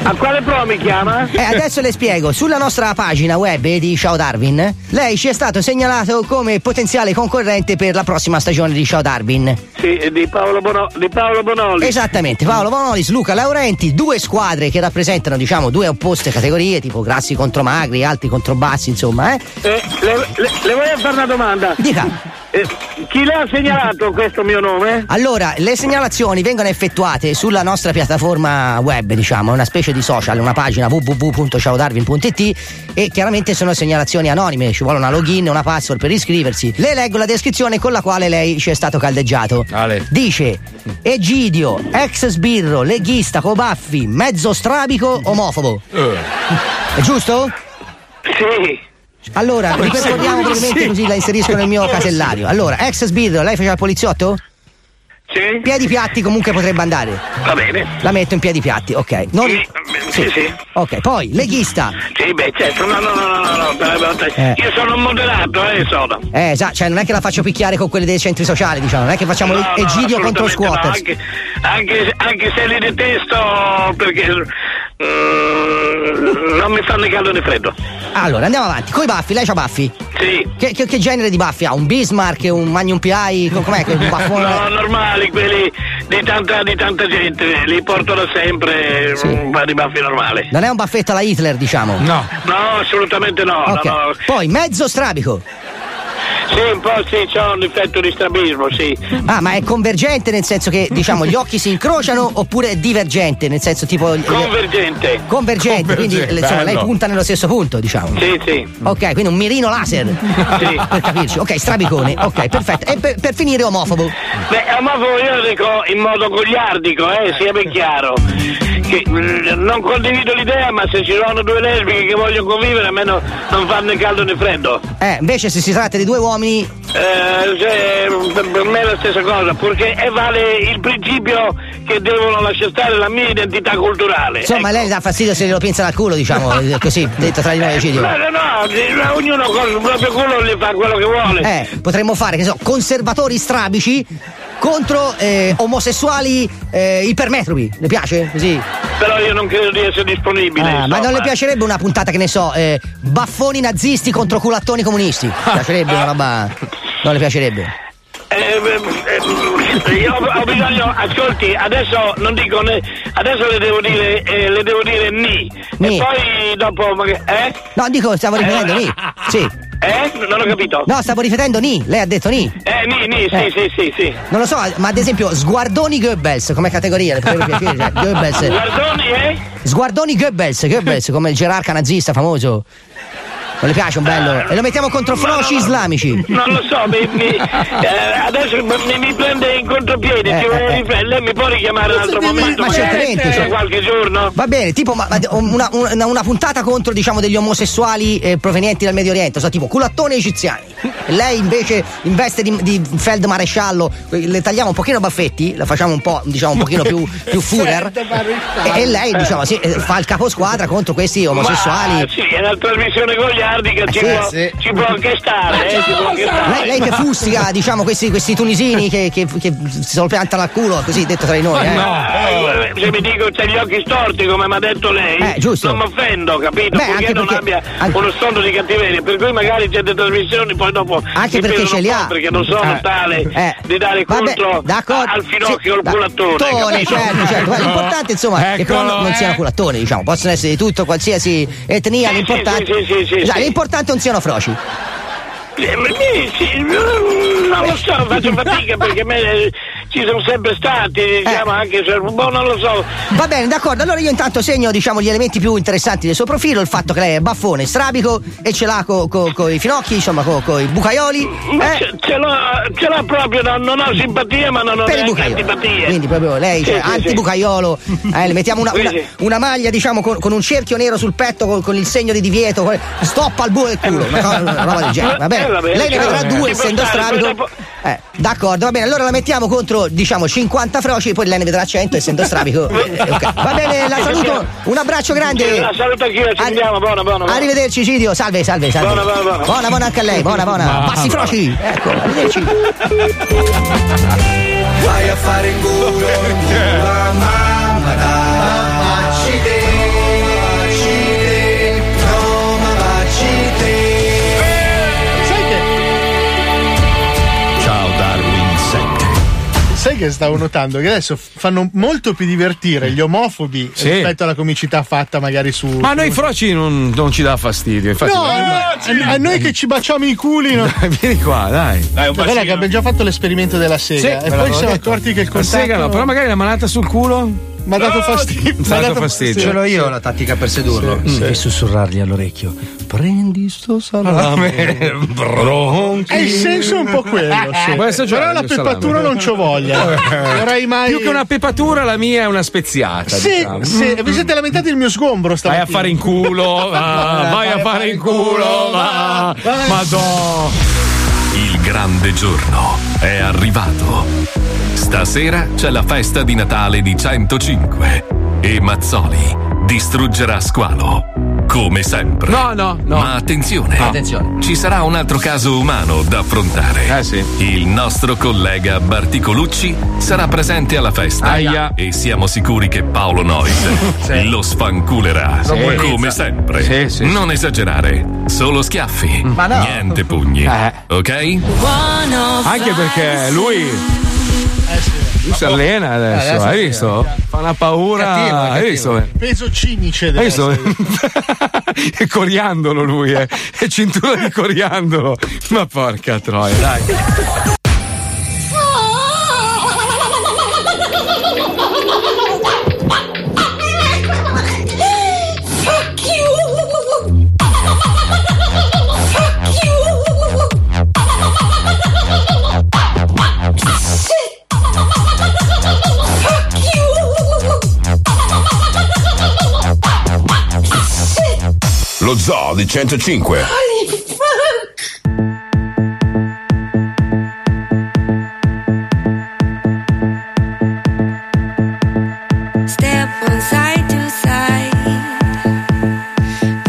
S22: a quale pro mi chiama?
S16: Eh, adesso le spiego, sulla nostra pagina web di Ciao Darwin, lei ci è stato segnalato come potenziale concorrente per la prossima stagione di Ciao Darwin.
S22: Sì, di Paolo, Bono- di Paolo Bonoli.
S16: Esattamente, Paolo Bonolis, Luca Laurenti, due squadre che rappresentano diciamo due opposte categorie, tipo grassi contro magri, alti contro bassi, insomma, eh.
S22: Eh, le, le- le voglio fare una domanda.
S16: Dica.
S22: Eh, chi le ha segnalato questo mio nome?
S16: Allora, le segnalazioni vengono effettuate sulla nostra piattaforma web, diciamo, è una specie di social, una pagina www.ciaodarwin.it e chiaramente sono segnalazioni anonime, ci vuole una login, una password per iscriversi. Le leggo la descrizione con la quale lei ci è stato caldeggiato. Dice Egidio, ex sbirro, leghista, cobaffi, mezzo strabico, omofobo.
S20: Eh.
S16: È giusto?
S22: Sì.
S16: Allora,
S22: Come sì,
S16: ripercorriamo
S22: come
S16: brevemente
S22: sì.
S16: così la inserisco nel mio
S22: Come sì.
S16: casellario. Allora, ex sbirro, lei faceva il poliziotto?
S22: Sì.
S16: Piedi piatti comunque potrebbe andare.
S22: Va bene.
S16: La metto in piedi piatti, ok. Non-
S22: Sì, sì, sì.
S16: Ok, poi leghista.
S22: Sì, beh, certo. No, no, no, no, no, no, per- per- per-
S16: Eh.
S22: Io sono moderato, eh, sono.
S16: Eh, esatto, cioè non è che la faccio picchiare con quelle dei centri sociali, diciamo, non è che facciamo
S22: No,
S16: e-
S22: no,
S16: egidio contro
S22: assolutamente no,
S16: squatters.
S22: anche, anche, anche se li detesto perché mm, non mi fanno né caldo né freddo.
S16: Allora, andiamo avanti. Coi baffi, lei ha baffi?
S22: Sì.
S16: Che, che- che genere di baffi ha? Un Bismarck, un Magnum PI? Co- Com'è quel baffone?
S22: No, normali quelli di tanta, di tanta gente, li portano sempre mm, ma di baffi normali.
S16: Non è un baffetto alla Hitler, diciamo. No.
S22: No, assolutamente no,
S16: Ok.
S22: no, no.
S16: Poi mezzo strabico.
S22: Sì, un po' sì, c'è un effetto di strabismo, sì.
S16: Ah, ma è convergente nel senso che diciamo gli occhi si incrociano oppure è divergente, nel senso tipo
S22: Convergente.
S16: convergente, quindi
S22: Convergente,
S16: insomma lei
S22: bello.
S16: punta nello stesso punto, diciamo.
S22: Sì, sì.
S16: Ok, quindi un mirino laser.
S22: Sì.
S16: Per capirci. Ok, strabicone. Ok, perfetto. E per, per finire omofobo.
S22: Beh, a Mavo io lo dico in modo gogliardico, eh, sia ben chiaro. Che, mm, non condivido l'idea, ma se ci sono due lesbiche che vogliono convivere, a me no- non fa né caldo né freddo.
S16: Eh, invece se si tratta di due uomini
S22: Eh, cioè, per- per me è la stessa cosa, perché eh, vale il principio che devono lasciare stare la mia identità culturale. Ecco,
S16: Insomma, lei dà fastidio se glielo pinza dal culo, diciamo, eh, così, detto tra di noi
S22: Eh,
S16: Egidio.
S22: No, no, no, sì, ma ognuno con il proprio culo gli fa quello che vuole.
S16: Eh, potremmo fare, che so, conservatori strabici contro eh, omosessuali eh, ipermetropi. Le piace? Così.
S22: Però io non credo di essere disponibile.
S16: Ah, ma
S22: insomma.
S16: non le piacerebbe una puntata, che ne so, eh, baffoni nazisti contro culattoni comunisti? Le piacerebbe una roba. Non le piacerebbe.
S22: Eh, eh, eh, io ho, ho bisogno, ascolti, adesso non dico né, adesso le devo dire, eh, le devo dire ni.
S16: Ni.
S22: E poi dopo magari. Eh?
S16: No, dico, stavo ripetendo ni. Sì.
S22: Eh? Non ho capito.
S16: No, stavo ripetendo ni. Lei ha detto ni.
S22: Eh, ni, ni, sì,
S16: Eh.
S22: sì, sì, sì.
S16: Non lo so, ma ad esempio, sguardoni Goebbels come categoria, le potrebbe piacere, cioè, Goebbels.
S22: Guardoni, eh?
S16: Sguardoni Goebbels, Goebbels come il gerarca nazista famoso. Non le piace un bello? E lo mettiamo contro froci islamici.
S22: Non lo so, mi, mi- eh, adesso mi, mi prende in contropiede,
S16: Eh,
S22: ci vuole
S16: eh,
S22: riprendere, lei mi può richiamare un altro momento?
S16: Ma certamente,
S22: Tra
S16: cioè.
S22: qualche giorno?
S16: Va bene, tipo ma- ma una, una- una puntata contro diciamo degli omosessuali eh, provenienti dal Medio Oriente, so, tipo culattoni egiziani. E Lei invece in veste di, di feldmaresciallo, le tagliamo un pochino i baffetti, la facciamo un po', diciamo, un pochino più, più Führer.
S22: Certo,
S16: E, e lei diciamo sì, eh, fa il caposquadra contro questi omosessuali.
S22: Ma, sì, è una trasmissione goliardica, ci,
S16: Eh, sì,
S22: può,
S16: sì.
S22: ci può anche stare, eh, ci può anche stare.
S16: Lei, lei che fustiga, diciamo, questi, questi tunisini che, che- che si sono piantano al culo, così detto tra di noi, eh.
S22: Eh, Se mi dico c'è gli occhi storti, come mi ha detto lei, non mi offendo, capito?
S16: Eh, Beh,
S22: perché
S16: anche
S22: non
S16: perché-
S22: abbia uno sfondo di cattiveria, per cui magari c'è delle trasmissioni, poi dopo
S16: Anche
S22: mi
S16: perché
S22: vedono
S16: ce li
S22: un po'
S16: ha.
S22: Perché non sono
S16: Eh.
S22: tale
S16: Eh.
S22: di dare
S16: Vabbè,
S22: contro
S16: d'accordo.
S22: al
S16: Sì,
S22: finocchio o al
S16: da-
S22: culatone.
S16: Culattone,
S22: capito? Eh.
S16: certo, certo. Guarda, L'importante insomma è che
S22: Eccolo,
S16: quando non
S22: eh.
S16: siano culattoni, diciamo, possono essere di tutto, qualsiasi etnia,
S22: Sì,
S16: l'importante.
S22: sì, sì, sì, sì,
S16: Già,
S22: sì.
S16: l'importante non siano froci.
S22: Eh, ma mi- sì, Non lo so, faccio fatica perché a me eh, ci sono sempre stati,
S16: Eh.
S22: diciamo anche se boh, non lo so.
S16: Va bene, d'accordo. Allora io intanto segno diciamo, gli elementi più interessanti del suo profilo, il fatto che lei è baffone, strabico e ce l'ha con i finocchi, insomma, con i bucaioli.
S22: Ma
S16: eh.
S22: ce, ce l'ho, ce l'ho proprio, non, non ho simpatia ma non ho
S16: per i
S22: neanche
S16: bucaioli.
S22: antipatia.
S16: Quindi proprio lei,
S22: Sì,
S16: cioè,
S22: sì, sì.
S16: anti-bucaiolo. Eh, le mettiamo una,
S22: Sì,
S16: una-
S22: sì.
S16: una maglia, diciamo, con, con un cerchio nero sul petto, con, con il segno di divieto. con- Stop al buco del culo. Una cosa- una roba del genere. Va bene.
S22: Eh, va bene,
S16: lei ne
S22: certo.
S16: vedrà due,
S22: Ci
S16: essendo
S22: può stare, poi
S16: strabico. Eh, d'accordo, va bene. Allora la mettiamo contro, diciamo, 50 froci, poi lei ne vedrà 100, essendo strabico. Eh, ok. Va bene, la saluto. Un abbraccio grande.
S22: La saluto anch'io, ci
S16: Arri-
S22: vediamo, buona, buona. buona.
S16: Arrivederci, Cidio. Salve, salve, salve.
S22: Buona, buona, buona.
S16: buona, buona anche a lei. Buona, buona.
S22: Buona,
S16: Passi
S22: buona.
S16: froci. Ecco, arrivederci.
S21: Vai a fare in culo in culo a mamma da Baci te, baci te, no ma baci te
S3: Sai che.
S20: Ciao Darwin 7.
S3: Sai che stavo notando? Che adesso fanno molto più divertire gli omofobi
S2: Sì.
S3: rispetto alla comicità fatta magari su.
S2: Ma a noi froci non, non ci dà fastidio, infatti.
S3: No, a, a- a noi che ci baciamo i culi. No?
S2: Vieni qua, dai. Dai,
S3: Guarda che abbiamo già fatto l'esperimento della
S2: Sì, me
S3: sega e poi
S2: l'avevo
S3: ci siamo
S2: detto.
S3: accorti che il
S2: La
S3: contatto.
S2: sega no, però magari la manata sul culo.
S3: Mi ha dato fastidio.
S2: Mi ha dato fastidio. Mm.
S3: Ce
S2: Ce
S3: l'ho
S2: l'ho
S3: io
S8: la tattica per sedurlo.
S2: Sì, sì.
S8: E sussurrargli all'orecchio. Prendi sto salame. Eh,
S3: È Eh, il senso è un po' quello. sì.
S2: Questo c'è
S3: Però la
S2: il eh, salame.
S3: peppatura non ci voglia. Vorrei mai.
S2: Più che una pepatura, la mia è una speziata.
S3: Sì,
S2: diciamo.
S3: sì, vi siete lamentati del mio sgombro
S2: Vai
S3: stamattina.
S2: a fare in culo, va, vai a fare in culo, va. Madonna.
S1: Il grande giorno è arrivato. Stasera c'è la festa di Natale di 105 e Mazzoli distruggerà Squalo. Come sempre. No, no, no. Ma attenzione.
S2: Ah.
S1: Attenzione. Ci sarà un altro caso umano da affrontare. Eh sì. Il nostro collega Barticolucci sarà presente alla festa.
S2: Aia.
S1: E siamo sicuri che Paolo Nois lo sfanculerà.
S2: Lo buonizza.
S1: Come sempre.
S2: Sì, sì,
S1: non esagerare. Solo schiaffi.
S2: Ma no. Eh.
S1: Niente pugni. Ok?
S2: Anche
S3: Ah,
S2: perché lui. Lui si allena adesso,
S3: Eh, adesso
S2: hai
S3: sì, eh, certo.
S2: visto? Fa una paura.
S3: Cattivo,
S2: Ah, hai
S3: cattivo.
S2: visto?
S3: Peso cimice
S2: Hai
S3: deve
S2: visto?
S3: essere.
S2: è coriandolo lui, eh. è cintura di coriandolo. Ma porca troia, dai.
S5: Lo zoo di 105.
S23: Step from side to side,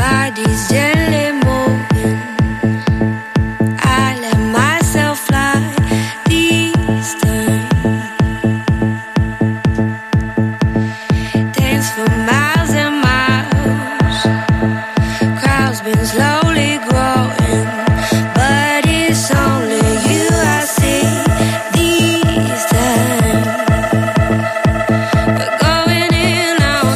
S23: bodies gently moving. I let myself fly this time. Dance for miles and miles. Crowds been slowly growing, but it's only you I see this time. Going in out,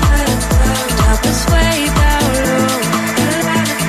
S23: drop us way down low.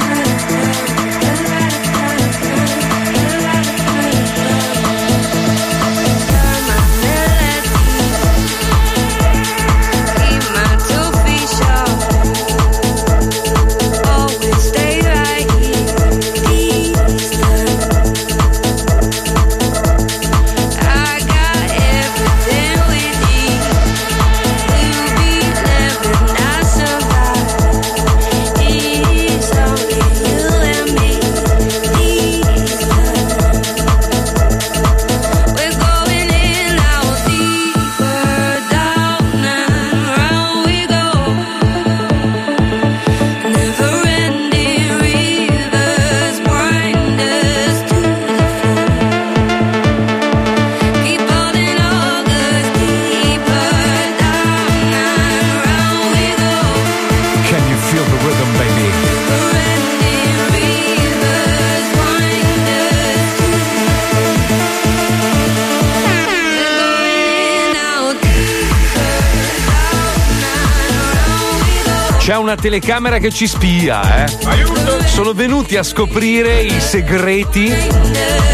S2: Can you feel the rhythm, baby? C'è una telecamera che ci spia, eh. Sono venuti a scoprire i segreti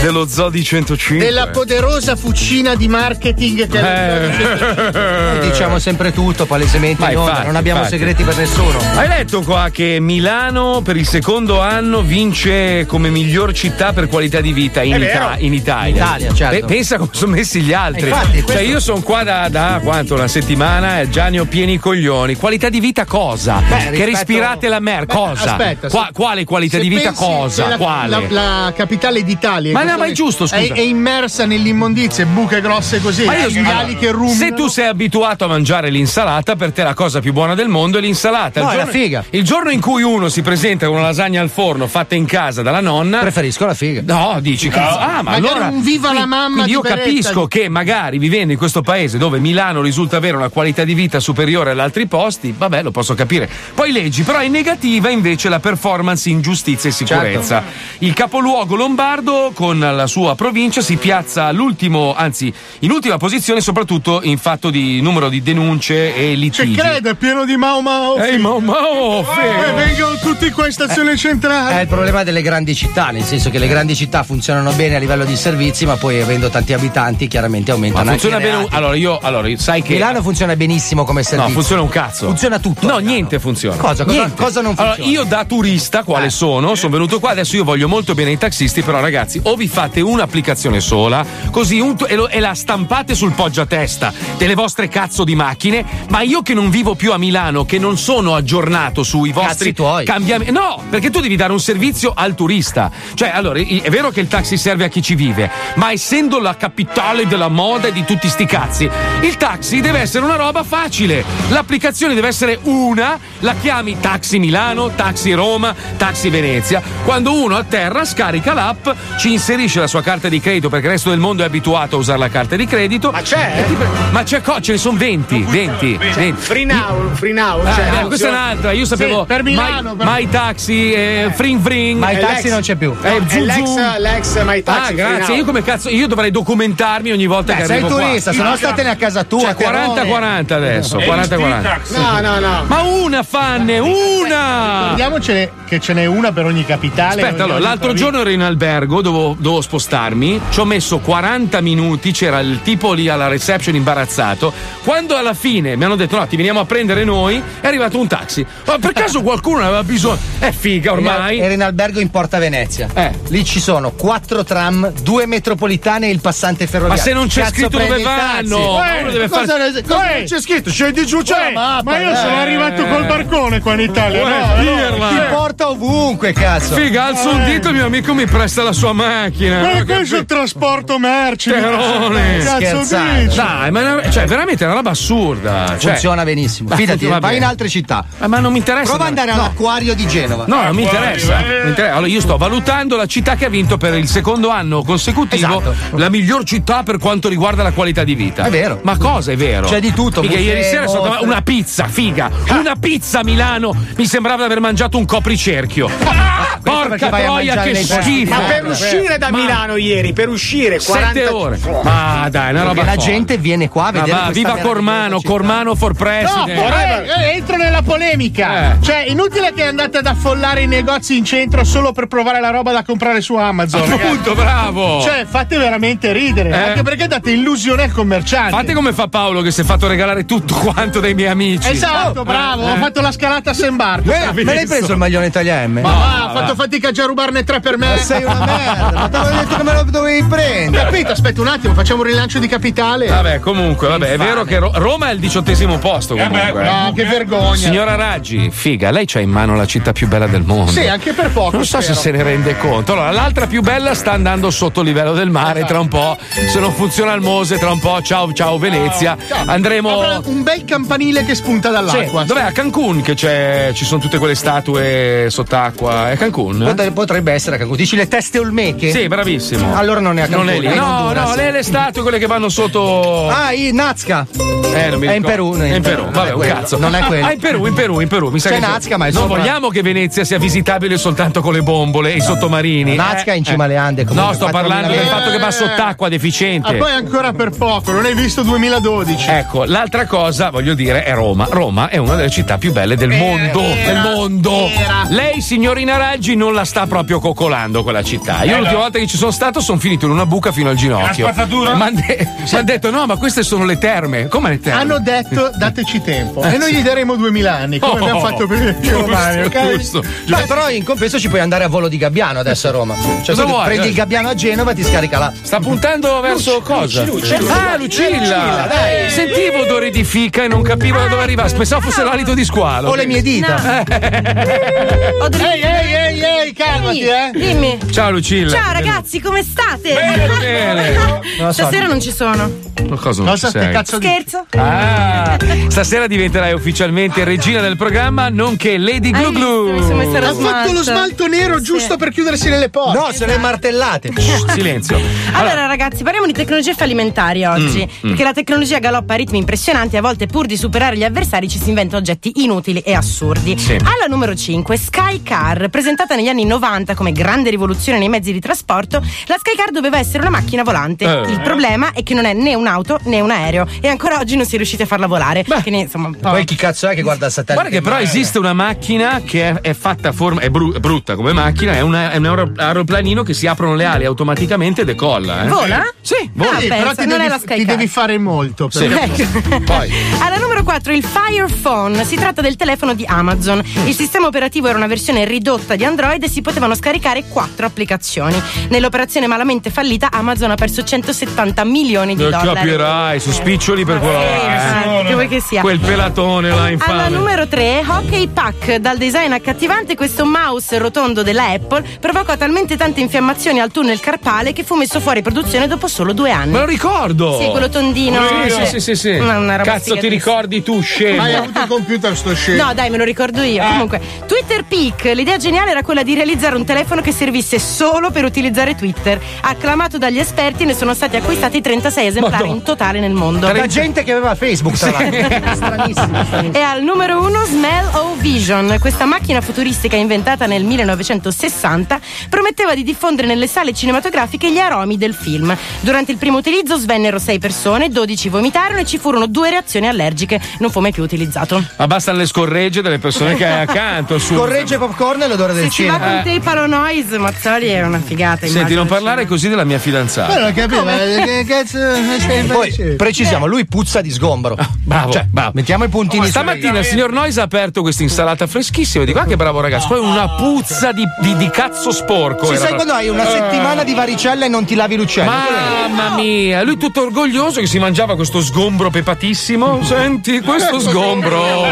S2: dello Zoo di 105.
S3: Della poderosa fucina di marketing che
S2: Eh.
S8: Noi diciamo sempre tutto, palesemente
S2: Ma
S8: in onda,
S2: infatti,
S8: non abbiamo
S2: infatti.
S8: segreti per nessuno.
S2: Hai letto qua che Milano per il secondo anno vince come miglior città per qualità di vita in,
S8: È
S2: Ita-
S8: vero.
S2: in Italia.
S8: In Italia, certo.
S2: Pe- pensa come sono messi gli altri.
S8: Eh, infatti,
S2: cioè,
S8: questo-
S2: io sono qua da, da quanto? Una settimana e già ne ho pieni i coglioni. Qualità di vita cosa? che
S3: rispetto-
S2: respirate la mer,
S3: Beh,
S2: cosa?
S3: aspetta,
S2: Qua-
S3: se-
S2: quale qualità
S3: se
S2: di vita
S3: pensi
S2: cosa?
S3: che La,
S2: quale?
S3: La, la capitale d'Italia.
S2: Ma no,
S3: questo
S2: ma è giusto, scusa.
S3: È, è immersa nell'immondizie, buche grosse così,
S2: Ma io-
S3: gli ali che
S2: allora,
S3: ruminano.
S2: se tu sei abituato a mangiare l'insalata, per te la cosa più buona del mondo è l'insalata.
S8: No,
S2: il
S8: è
S2: giorno,
S8: la figa.
S2: Il giorno in cui uno si presenta con una lasagna al forno fatta in casa dalla nonna.
S8: Preferisco la figa.
S2: No, dici cazzo. Ah, ma
S3: Cioè, Magari
S2: allora.
S3: un viva la mamma
S2: Quindi
S3: di
S2: io
S3: Beretta.
S2: capisco che magari vivendo in questo paese dove Milano risulta avere una qualità di vita superiore ad altri posti, vabbè, lo posso capire. Poi leggi, però è negativa invece la performance in giustizia e sicurezza.
S6: Certo.
S2: Il capoluogo lombardo con la sua provincia si piazza all'ultimo, anzi, in ultima posizione soprattutto in fatto di numero di denunce e litigi.
S3: Ci credo, è pieno di Mau Mau.
S2: Ehi, Mau Mau,
S3: Eh, vengono tutti qua in stazione centrale.
S8: È Eh, il problema delle grandi città, nel senso che le grandi città funzionano bene a livello di servizi, ma poi avendo tanti abitanti chiaramente
S2: Ma
S8: aumentano
S2: funziona
S8: anche i
S2: bene. un-
S8: reati.
S2: Allora, io, allora, io- sai che.
S8: Milano funziona benissimo come
S2: No,
S8: servizio.
S2: funziona un cazzo.
S8: Funziona tutto.
S2: No, niente funziona.
S8: Cosa- cosa-
S2: Niente.
S8: cosa non funziona? Eh.
S2: Allora, io da turista, quale sono, sono venuto qua, adesso io voglio molto bene i taxisti, però ragazzi, o vi fate un'applicazione sola, così un- e, lo- e la stampate sul poggiatesta delle vostre cazzo di macchine, ma io che non vivo più a Milano, che non sono aggiornato sui vostri cambiamenti. No, perché tu devi dare un servizio al turista. Cioè, allora, i- è vero che il taxi serve a chi ci vive, ma essendo la capitale della moda e di tutti sti cazzi, il taxi deve essere una roba facile. L'applicazione deve essere una, la chiami Taxi Milano, Taxi Roma, Taxi Venezia. Quando uno a terra scarica l'app, ci inserisce la sua carta di credito perché il resto del mondo è abituato a usare la carta di credito. Ma c'è? Ma c'è co- ce ne sono 20, 20, 20.
S9: Free now, free now. cioè,
S2: Ah, beh,
S9: funziona.
S2: questa è un'altra, io sapevo
S9: Sì, per Milano.
S2: My,
S9: per-
S2: My Taxi, eh, Fring Fring.
S9: My È Taxi l'ex- non c'è più.
S2: Eh,
S9: no, è
S2: Zuzu.
S9: l'ex- l'ex My Taxi,
S2: Ah,
S9: Free
S2: grazie.
S9: Now.
S2: Io come cazzo, io dovrei documentarmi ogni volta
S8: Beh,
S2: che
S8: sei
S2: arrivo
S8: turista, se
S2: qua.
S8: no statene a casa tua.
S2: Cioè, 40-40 adesso, 40-40.
S9: No, no, no.
S2: Ma una fanne, una!
S3: Ricordiamocene Eh, che ce n'è una per ogni capitale.
S2: Aspetta, allora,
S3: Ogni-
S2: l'altro
S3: ogni-
S2: giorno ero in albergo, dovevo, dovevo spostarmi, ci ho messo 40 minuti, c'era il tipo lì alla reception imbarazzato. Quando alla fine mi hanno detto no, ti veniamo a prendere noi, è arrivato un taxi. Ma per caso qualcuno ne aveva bisogno? È figa ormai. Eh.
S8: Era in albergo in Porta Venezia. Lì ci sono quattro tram, due metropolitane e il passante ferroviario.
S2: Ma se non c'è
S8: Cazzo,
S2: scritto dove
S8: prendi il taxi.
S2: vanno,
S8: Eh,
S2: uno deve
S8: cosa
S2: fare. Eh.
S8: ne- cosa non c'è scritto? Scendi giù, c'è la mappa.
S3: Ma io sono
S8: eh.
S3: arrivato col barcone qua in Italia.
S2: Uè,
S3: no, allora,
S2: dirla.
S3: ti
S8: Ti porta ovunque, cazzo.
S2: Figa, alzo un dito, il mio amico mi presta la sua macchina.
S3: Eh. Ma
S2: Ho
S3: questo è
S2: capito?
S3: il trasporto merci.
S2: Terone.
S3: Cazzo
S8: Scherzate.
S3: dici?
S2: Dai, ma è una- cioè, veramente è una roba assurda. Cioè-
S8: Funziona benissimo.
S2: Ma
S8: Fidati,
S2: funziona
S8: vai in
S2: bene.
S8: altre città.
S2: Ma non mi interessa.
S8: Prova ad andare
S2: No.
S8: all'acquario di Genova.
S2: No, non mi interessa.
S8: eh.
S3: eh.
S2: Non mi interessa. Allora, io sto valutando la città che ha vinto per il secondo anno consecutivo la miglior città per quanto riguarda la qualità di vita.
S8: Esatto. È vero.
S2: Ma cosa è vero?
S8: C'è di tutto,
S2: Mica,
S8: buffet,
S2: ieri sera sono
S8: mostre.
S2: andato a una pizza, figa. Una pizza a Milano. Mi sembrava di aver mangiato un copricerchio. Porca
S8: Ah,
S9: perché vai a
S2: troia,
S9: mangiare
S2: che
S9: nei
S2: schifo.
S9: Ma per uscire da Milano ieri, per uscire 40
S2: Sette ore. Ma dai, è una roba
S8: Perché la
S2: folle.
S8: gente viene qua
S2: Ma
S8: a vedere.
S2: va,
S8: questa
S2: viva
S8: meravigliosa
S2: Cormano,
S8: città.
S2: Cormano for
S3: No,
S2: president.
S3: eh, eh, entro nella polemica.
S2: Eh.
S3: Cioè, inutile che andate ad affollare i negozi in centro solo per provare la roba da comprare su Amazon.
S2: Appunto,
S3: ragazzi.
S2: bravo.
S3: Cioè, fate veramente ridere.
S2: Eh.
S3: Anche perché date illusione al commerciante.
S2: Fate come fa Paolo che si è fatto regalare tutto quanto dai miei amici.
S3: Esatto,
S2: Oh,
S3: bravo.
S2: eh,
S3: Ho fatto la scalata a Sembarco.
S8: Eh, me l'hai preso il maglione Italia M?
S3: Ma va, ho
S2: eh.
S3: fatto fatica già a rubarne tre per me.
S8: Sei una merda, ma te l'avevo detto che me lo dovevi prendere.
S3: Capito? Aspetta un attimo, facciamo un rilancio di capitale.
S2: Vabbè, comunque, vabbè, è vero che Ro- Roma è il diciottesimo
S3: Eh
S2: posto. Comunque. eh.
S3: No, che vergogna.
S2: Signora Raggi, figa, lei c'ha in mano la città più bella del mondo.
S3: Sì, anche per poco.
S2: Non so se
S3: spero.
S2: se ne rende conto. Allora, l'altra più bella sta andando sotto il livello del mare tra un po'. Se non funziona il Mose, tra un po', ciao, ciao Venezia. Andremo.
S3: Avrà un bel campanile che spunta
S2: Sì,
S3: dall'acqua.
S2: dov'è? A Cancun che c'è, ci sono tutte quelle statue sott'acqua. È Cancun? eh?
S8: Potre- Potrebbe essere a Cancun. Dici le teste olmeche?
S2: Sì, bravissimo.
S8: Allora non è a Cancun.
S2: Non è lì.
S8: in
S2: No,
S8: Honduras.
S2: no, lei le statue quelle che vanno sotto.
S8: Ah, i Nazca.
S2: Eh, non mi
S8: è in
S2: ricordo.
S8: Perù. no,
S2: È in Perù,
S8: Non
S2: vabbè,
S8: è
S2: un
S8: quello,
S2: cazzo.
S8: Non è quello.
S2: Ah, in Perù, in Perù, in Perù. Mi sa
S8: C'è
S2: che-
S8: Nazca, ma è
S2: Non
S8: sopra.
S2: vogliamo che Venezia sia visitabile soltanto con le bombole e i sottomarini.
S8: Nazca
S2: Eh,
S8: è in cima
S2: eh.
S8: alle Ande. comunque,
S2: No, sto
S8: 4.000
S2: parlando del
S8: metri.
S2: fatto che va sott'acqua
S3: Ah,
S2: deficiente.
S3: poi ancora per poco, Ecco, non hai visto 2012.
S2: Ecco, l'altra cosa, voglio dire, è Roma. Roma è una delle città più belle del mondo. del mondo. Lei, signorina Raggi, non la sta proprio coccolando quella città. Io l'ultima volta che ci sono stato sono finito in una buca fino al ginocchio.
S6: La spazzatura?
S2: Mi hanno detto, no, ma queste sono le terme. Come le terme?
S3: Hanno detto dateci tempo
S2: Eh,
S3: e noi
S2: sì.
S3: gli daremo 2000 anni, come
S2: Oh,
S3: abbiamo fatto per i
S2: giusto,
S3: romani, ok?
S2: giusto.
S8: Beh, però in compenso ci puoi andare a volo di Gabbiano adesso a Roma. Cioè,
S2: Cosa
S8: tu
S2: vuoi?
S8: prendi il Gabbiano a Genova e ti scarica là.
S2: Sta puntando verso cosa? Ah, Lucilla! dai. Sentivo odori di fica e non capivo da dove arrivasse. Pensavo fosse l'alito di squalo.
S8: O le mie dita.
S2: Eh,
S3: Ehi, ehi, ehi, ehi, calma, Fermati, eh.
S12: Dimmi.
S2: Ciao, Lucilla.
S12: Ciao ragazzi, come state?
S2: Bene, bene.
S12: Stasera non ci sono.
S2: Ma Cosa non ci sei?
S12: Scherzo.
S2: Ah, stasera diventerai ufficialmente regina del programma, nonché Lady Glu Glu.
S3: Ha fatto lo smalto nero giusto per chiudersi nelle porte.
S8: No, se le
S12: Esatto.
S8: martellate.
S2: Silenzio.
S12: Allora, ragazzi, parliamo di tecnologie fallimentari oggi.
S2: Mm, mm.
S12: Perché la tecnologia galoppa a ritmi impressionanti e a volte, pur di superare gli avversari, ci si inventa oggetti inutili e assurdi.
S6: Sì.
S12: Alla numero 5, Skycar, presentata negli anni 90 come grande rivoluzione nei mezzi di trasporto, la Skycar doveva essere una macchina volante.
S6: Eh.
S12: Il problema è che non è né un'auto né un aereo. E ancora oggi non si è riusciti a farla volare. Quindi, insomma, un po'.
S8: Poi chi cazzo è che guarda il satellite?
S2: Guarda che però esiste una macchina che è, è fatta a forma, è, bru- è brutta come macchina, è, una- è un aero- aeroplanino che si aprono le ali automaticamente e decolla. eh. Sì, vola.
S3: Sì, però ti
S12: Ah, non
S3: devi,
S12: è la
S3: ti
S12: Skycar.
S3: devi fare molto.
S2: Sì.
S3: perché-
S12: Alla numero 4 il Fire Phone. Si tratta del telefono di Amazon. Il sistema operativo era una versione ridotta di Android e si potevano scaricare 4 applicazioni. Nell'operazione malamente fallita Amazon ha perso 170 milioni di
S2: Lo
S12: dollari.
S2: capirai, su spiccioli per quello là,
S12: sì,
S2: eh.
S12: che vuoi che sia.
S2: Quel pelatone là
S12: Alla
S2: infame.
S12: numero 3, Hockey Pack. Dal design accattivante, questo mouse rotondo della Apple provocò talmente tante infiammazioni al tunnel carpale che fu messo fuori produzione dopo solo due anni.
S2: Me lo ricordo!
S12: Sì, quello
S6: Ah,
S12: tondino.
S2: Sì, sì, sì, sì, sì.
S12: Una- una roba
S2: Cazzo, ti
S12: sfigatissima.
S2: ricordi tu, scemo?
S3: Ma hai avuto il computer sto scemo.
S12: No, dai, me lo ricordo io. Comunque, Twitter Peak. L'idea geniale era quella di realizzare un telefono che servisse solo per utilizzare Twitter. Acclamato dagli esperti, ne sono stati acquistati 36 esemplari in totale nel mondo.
S8: La gente che aveva Facebook, tra l'altro.
S12: E al numero uno Smell O Vision. Questa macchina futuristica inventata nel 1960 prometteva di diffondere nelle sale cinematografiche gli aromi del film. Durante il primo utilizzo svennero 6 persone, 12 vomitarono e ci furono due reazioni allergiche. Non fu mai più utilizzato.
S2: Ma bastano le scorregge delle persone che hai accanto. Su.
S8: Corregge popcorn e l'odore del
S12: Se si
S8: cinema.
S12: va con te i Palonoise, Mazzoli è una figata.
S2: Senti,
S12: immagino.
S2: non parlare così della mia
S3: Ma
S2: fidanzata.
S3: non capivo.
S12: Come?
S3: eh, Che cazzo.
S8: Poi Cioè, precisiamo, lui puzza di sgombro.
S2: Ah, Bravo,
S8: Cioè,
S2: bravo.
S8: Mettiamo i puntini sulle
S2: Stamattina il
S8: i.
S2: signor Nois ha aperto questa insalata freschissima. Dico, ah, che bravo ragazzo. Poi una puzza di, di- di cazzo sporco. era
S8: Ci
S2: Eh.
S8: sai
S2: proprio.
S8: quando hai una settimana di varicella e non ti lavi l'uccello?
S2: Mamma mia, lui tutto orgoglioso che si mangiava questo sgombro pepatissimo. Senti, questo sgombro.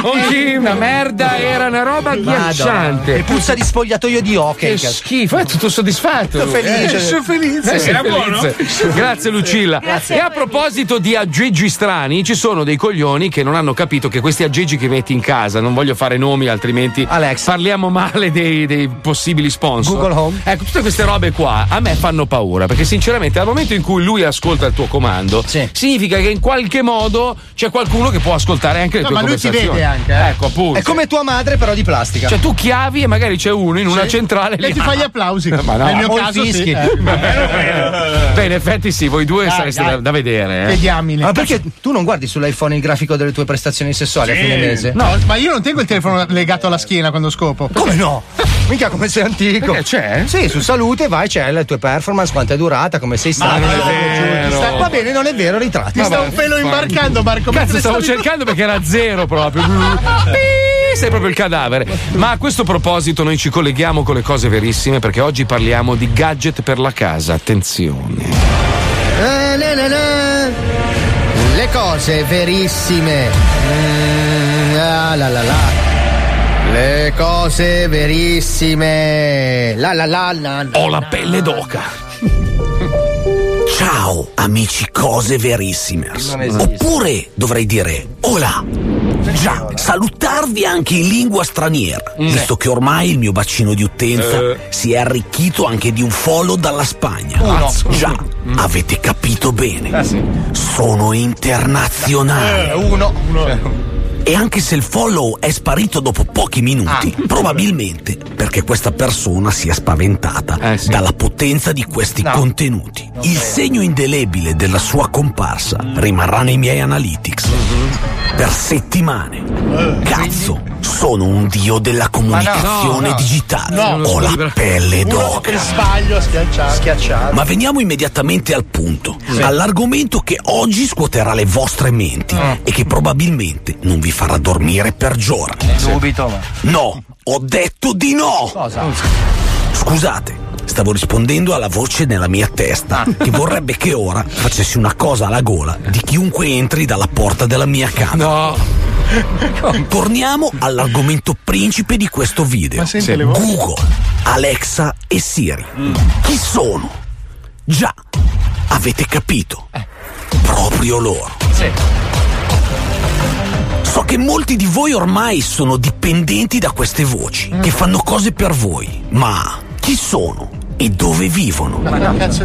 S2: Conchi, una merda, era una roba
S8: Madonna.
S2: agghiacciante.
S8: E puzza di spogliatoio di
S2: Che
S8: hockey.
S2: schifo, è tutto soddisfatto.
S8: Sono felice.
S2: Eh, sono felice.
S8: Eh, sì, era
S2: felice. Grazie Lucilla.
S8: Grazie
S2: e a proposito di aggeggi strani, ci sono dei coglioni che non hanno capito che questi aggeggi che metti in casa, non voglio fare nomi altrimenti parliamo male dei, dei possibili sponsor.
S8: Google Home.
S2: Ecco, tutte queste robe qua a me fanno paura, perché sinceramente al momento in cui lui ascolta il tuo comando, significa che in qualche modo c'è qualcuno che può ascoltare anche le
S8: No,
S2: tue
S8: ma lui ti
S2: Eh, conversazioni.
S8: vede anche, eh.
S2: Ecco, appunto.
S8: È come tua madre, però di plastica.
S2: Cioè, tu chiavi e magari c'è uno in una
S8: Sì.
S2: centrale
S8: E
S2: lì.
S8: ti fa gli
S3: applausi.
S2: Ma no.
S8: Nel mio O i caso sì, fischi. eh.
S2: Beh, in effetti sì, voi due sareste da, da vedere. Eh.
S8: Ma perché tu non guardi sull'iPhone il grafico delle tue prestazioni sessuali a fine mese?
S3: No, ma io non tengo il telefono legato alla schiena quando scopo.
S8: Come no? Mica come sei antico.
S3: Perché
S2: c'è?
S8: Sì, su salute vai, c'è le tue performance, quanto è durata, come sei
S3: Ma
S8: stato.
S3: non è
S8: Ti sta-
S2: vero.
S8: Va bene, non è vero, ritratti.
S3: Ti sta un pelo imbarcando, Marco.
S2: Cazzo,
S3: mentre
S2: stavo
S3: stavi-
S2: cercando perché era zero proprio. Pi, Sei proprio il cadavere. Ma a questo proposito, noi ci colleghiamo con le cose verissime perché oggi parliamo di gadget per la casa. Attenzione.
S8: Eh, na, na, na. Le cose verissime. Mm, ah, la, la, la. Le cose verissime. La la la la. la.
S20: Ho la pelle d'oca. Ciao amici cose verissimers. Oppure dovrei dire hola. Già, salutarvi anche in lingua straniera, visto che ormai il mio bacino di utenza si è arricchito anche di un follow dalla Spagna.
S7: Uno.
S20: Già, avete capito bene. Sono internazionale. E anche se il follow è sparito dopo pochi
S3: Ah.
S20: minuti, probabilmente perché questa persona sia spaventata
S3: Eh,
S20: dalla potenza di questi contenuti. Il segno indelebile della sua comparsa rimarrà nei miei analytics
S3: Mm-hmm.
S20: per settimane. Cazzo, sono un dio della comunicazione
S3: no, no.
S20: digitale.
S3: No.
S20: Ho la pelle
S3: Uno
S20: d'oca.
S3: per sbaglio schiacciato.
S20: Ma veniamo immediatamente al punto,
S3: Sì.
S20: all'argomento che oggi scuoterà le vostre menti
S3: Mm.
S20: e che probabilmente non vi farà dormire per giorni.
S3: Eh,
S8: Subito, ma.
S20: No, ho detto di no! Scusate. Stavo rispondendo alla voce nella mia
S3: Ah.
S20: testa che vorrebbe che ora facessi una cosa alla gola di chiunque entri dalla porta della mia camera.
S2: No.
S20: Torniamo all'argomento principe di questo video.
S3: Ma senti
S20: Sì.
S3: le voci.
S20: Google. Alexa e Siri. Chi sono? Già, avete capito. Proprio loro. So che molti di voi ormai sono dipendenti da queste voci, che fanno cose per voi, ma chi sono e dove vivono?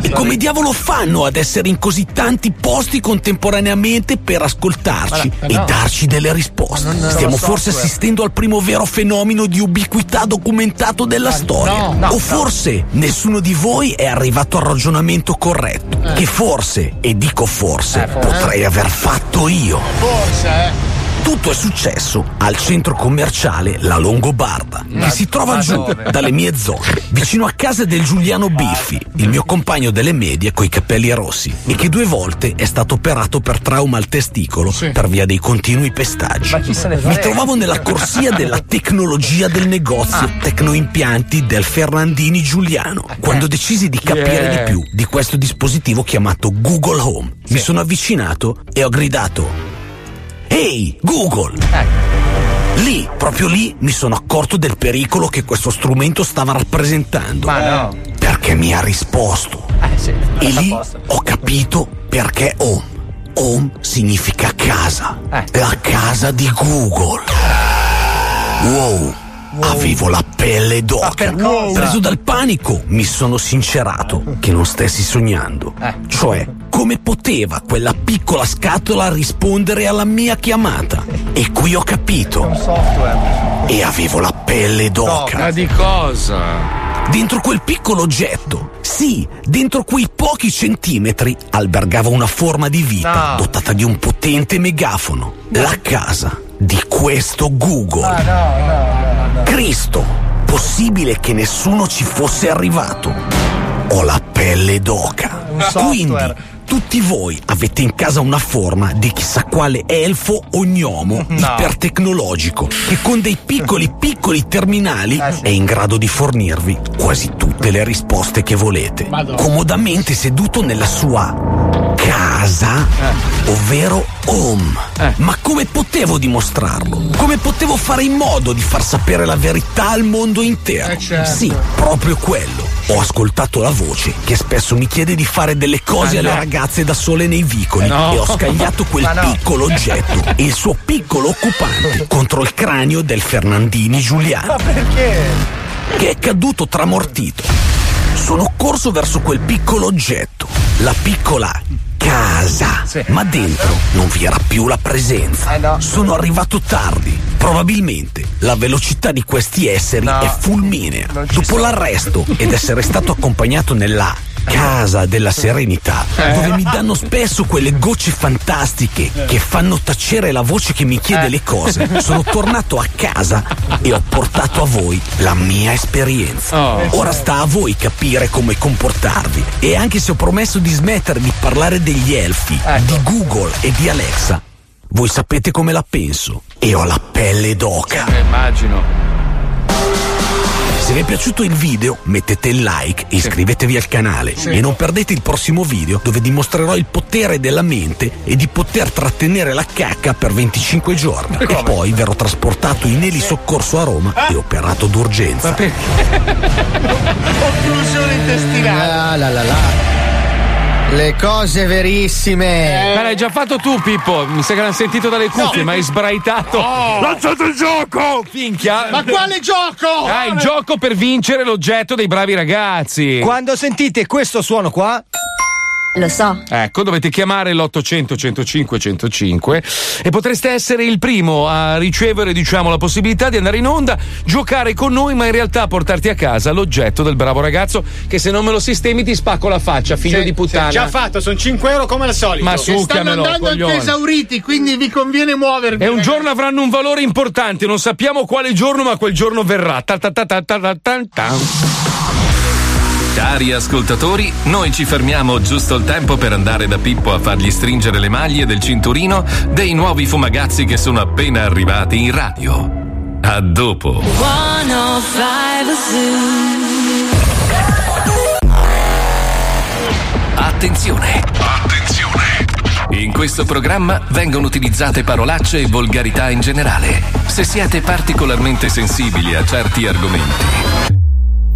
S20: E come diavolo fanno ad essere in così tanti posti contemporaneamente per ascoltarci
S21: Ma no,
S20: e
S21: no.
S20: darci delle risposte?
S21: Ma non- non
S20: Stiamo
S21: lo
S20: forse
S21: software.
S20: assistendo al primo vero fenomeno di ubiquità documentato della storia?
S21: no, no,
S20: o
S21: no.
S20: forse nessuno di voi è arrivato al ragionamento corretto,
S21: Eh.
S20: che forse, e dico forse, potrei aver fatto io.
S3: Forse, eh.
S20: Tutto è successo al centro commerciale La Longobarda, che si trova
S21: ma
S20: giù
S21: dove?
S20: dalle mie zone, vicino a casa del Giuliano Biffi, il mio compagno delle medie coi capelli rossi, e che due volte è stato operato per trauma al testicolo per via dei continui pestaggi. Mi trovavo nella corsia della tecnologia del negozio
S21: Ah.
S20: Tecnoimpianti del Ferrandini Giuliano,
S21: Eh.
S20: quando decisi di capire
S21: Yeah.
S20: di più di questo dispositivo chiamato Google Home. Mi sono avvicinato e ho gridato Ehi, Google!
S21: Eh.
S20: Lì, proprio lì, mi sono accorto del pericolo che questo strumento stava rappresentando.
S21: Ma no.
S20: Perché mi ha risposto.
S6: Eh,
S20: E lì ho capito perché home. Home significa casa. La casa di Google. Wow. Avevo la pelle d'oca. Preso dal panico, mi sono sincerato che non stessi sognando. Cioè, come poteva quella piccola scatola rispondere alla mia chiamata? E qui ho capito. E avevo la pelle d'oca.
S21: Ma
S20: di cosa? Dentro quel piccolo oggetto, sì, dentro quei pochi centimetri, albergava una forma di vita dotata di un potente megafono. La casa di questo Google. Cristo, possibile che nessuno ci fosse arrivato. Ho la pelle d'oca. Ah, Quindi, tutti voi avete in casa una forma di chissà quale elfo o gnomo ipertecnologico che con dei piccoli piccoli terminali è in grado di fornirvi quasi tutte le risposte che volete. Comodamente seduto nella sua casa,
S21: Eh.
S20: ovvero home. Ma come potevo dimostrarlo? Come potevo fare in modo di far sapere la verità al mondo
S21: Eh,
S20: intero?
S21: certo.
S20: Sì, proprio quello. Ho ascoltato la voce che spesso mi chiede di fare delle cose
S21: Ma
S20: alle
S21: Ah, no. Eh,
S20: ragazze da sole nei vicoli
S21: No.
S20: e ho scagliato quel
S21: Ma no.
S20: piccolo oggetto e il suo piccolo occupante contro il cranio del Fernandini Giuliano
S21: perché?
S20: che è caduto tramortito. Sono corso verso quel piccolo oggetto, la piccola casa, ma dentro non vi era più la presenza. Sono arrivato tardi. Probabilmente la velocità di questi esseri è fulminea. Dopo l'arresto ed essere stato accompagnato nella casa della serenità, dove mi danno spesso quelle gocce fantastiche che fanno tacere la voce che mi chiede le cose, sono tornato a casa e ho portato a voi la mia esperienza.
S21: Oh.
S20: Ora sta a voi capire come comportarvi e anche se ho promesso di smettere di parlare degli elfi, di Google e di Alexa, voi sapete come la penso e ho la pelle d'oca.
S2: Immagino.
S20: Se vi è piaciuto il video mettete il like e iscrivetevi al canale e non perdete il prossimo video dove dimostrerò il potere della mente e di poter trattenere la cacca per 25 giorni e poi verrò trasportato in elisoccorso a Roma e operato d'urgenza.
S3: Occlusione intestinale.
S8: La, la, la, la. Le cose verissime.
S3: Eh,
S2: Ma Eh, l'hai già fatto tu, Pippo. Mi sa che l'hanno sentito dalle cuffie, ma hai sbraitato.
S3: No.
S2: Lanciate il gioco! Finchia!
S3: Oh. Ma quale gioco?
S2: Ah, il gioco per vincere l'oggetto dei bravi ragazzi.
S6: Quando sentite questo suono qua,
S2: Lo so. Ecco, dovete chiamare l'800 105 105 e potreste essere il primo a ricevere, diciamo, la possibilità di andare in onda, giocare con noi, ma in realtà portarti a casa l'oggetto del bravo ragazzo che se non me lo sistemi ti spacco la faccia, figlio
S9: Sì,
S2: di
S9: sì,
S2: puttana.
S9: Già fatto, sono 5 euro come al solito.
S2: Ma
S9: Che
S3: Stanno
S2: succhiamelo,
S3: andando anche
S2: coglione.
S3: esauriti, quindi vi conviene muovervi.
S2: E un
S3: ragazzi.
S2: giorno avranno un valore importante, non sappiamo quale giorno, ma quel giorno verrà. Ta ta ta ta ta ta ta ta.
S1: Cari ascoltatori, noi ci fermiamo giusto il tempo per andare da Pippo a fargli stringere le maglie del cinturino dei nuovi fumagazzi che sono appena arrivati in radio. A dopo.
S23: 105 Zoo.
S1: Attenzione! Attenzione! In questo programma vengono utilizzate parolacce e volgarità in generale. Se siete particolarmente sensibili a certi argomenti,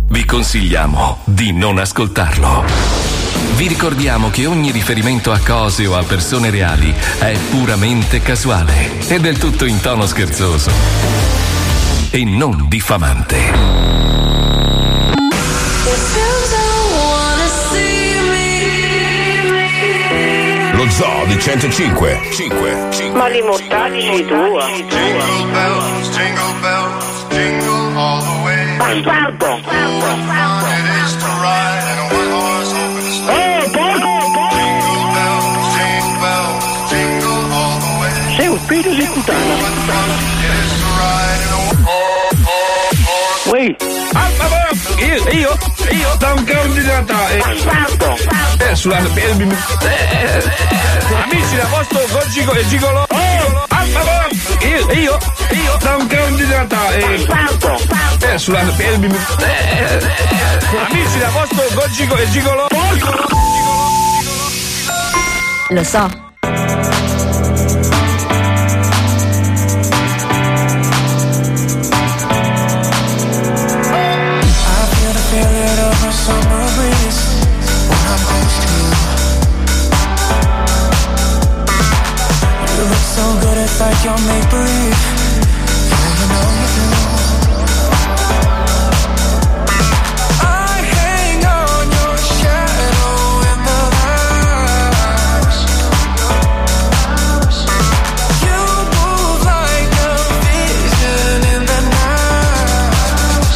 S1: Vi consigliamo di non ascoltarlo. Vi ricordiamo che ogni riferimento a cose o a persone reali è puramente casuale e del tutto in tono scherzoso e non diffamante.
S5: Lo zoo di 105. 5, 5.
S4: Ma li mortacci tua. Bastardo! Eh, porco! Sei un figlio di puttana.
S15: Ui! Ah, ma va- io, io, io da un candidato! Eh, eh, sulla, eh, mi- eh, eh, eh, amici da vostro con gigo- eh, gigolo! gigolo. Ah, ma va- Io, io, io da un candidato! Eh, eh, sulla, eh, mi- eh, eh, eh, amici da vostro con gigo- eh, gigolo!
S7: Lo so.
S23: I feel the period of a summer breeze when I'm close to you. You look so good, it's like you're make believe. You even know you do. I hang on your shadow in the lights. You move like a vision in the night.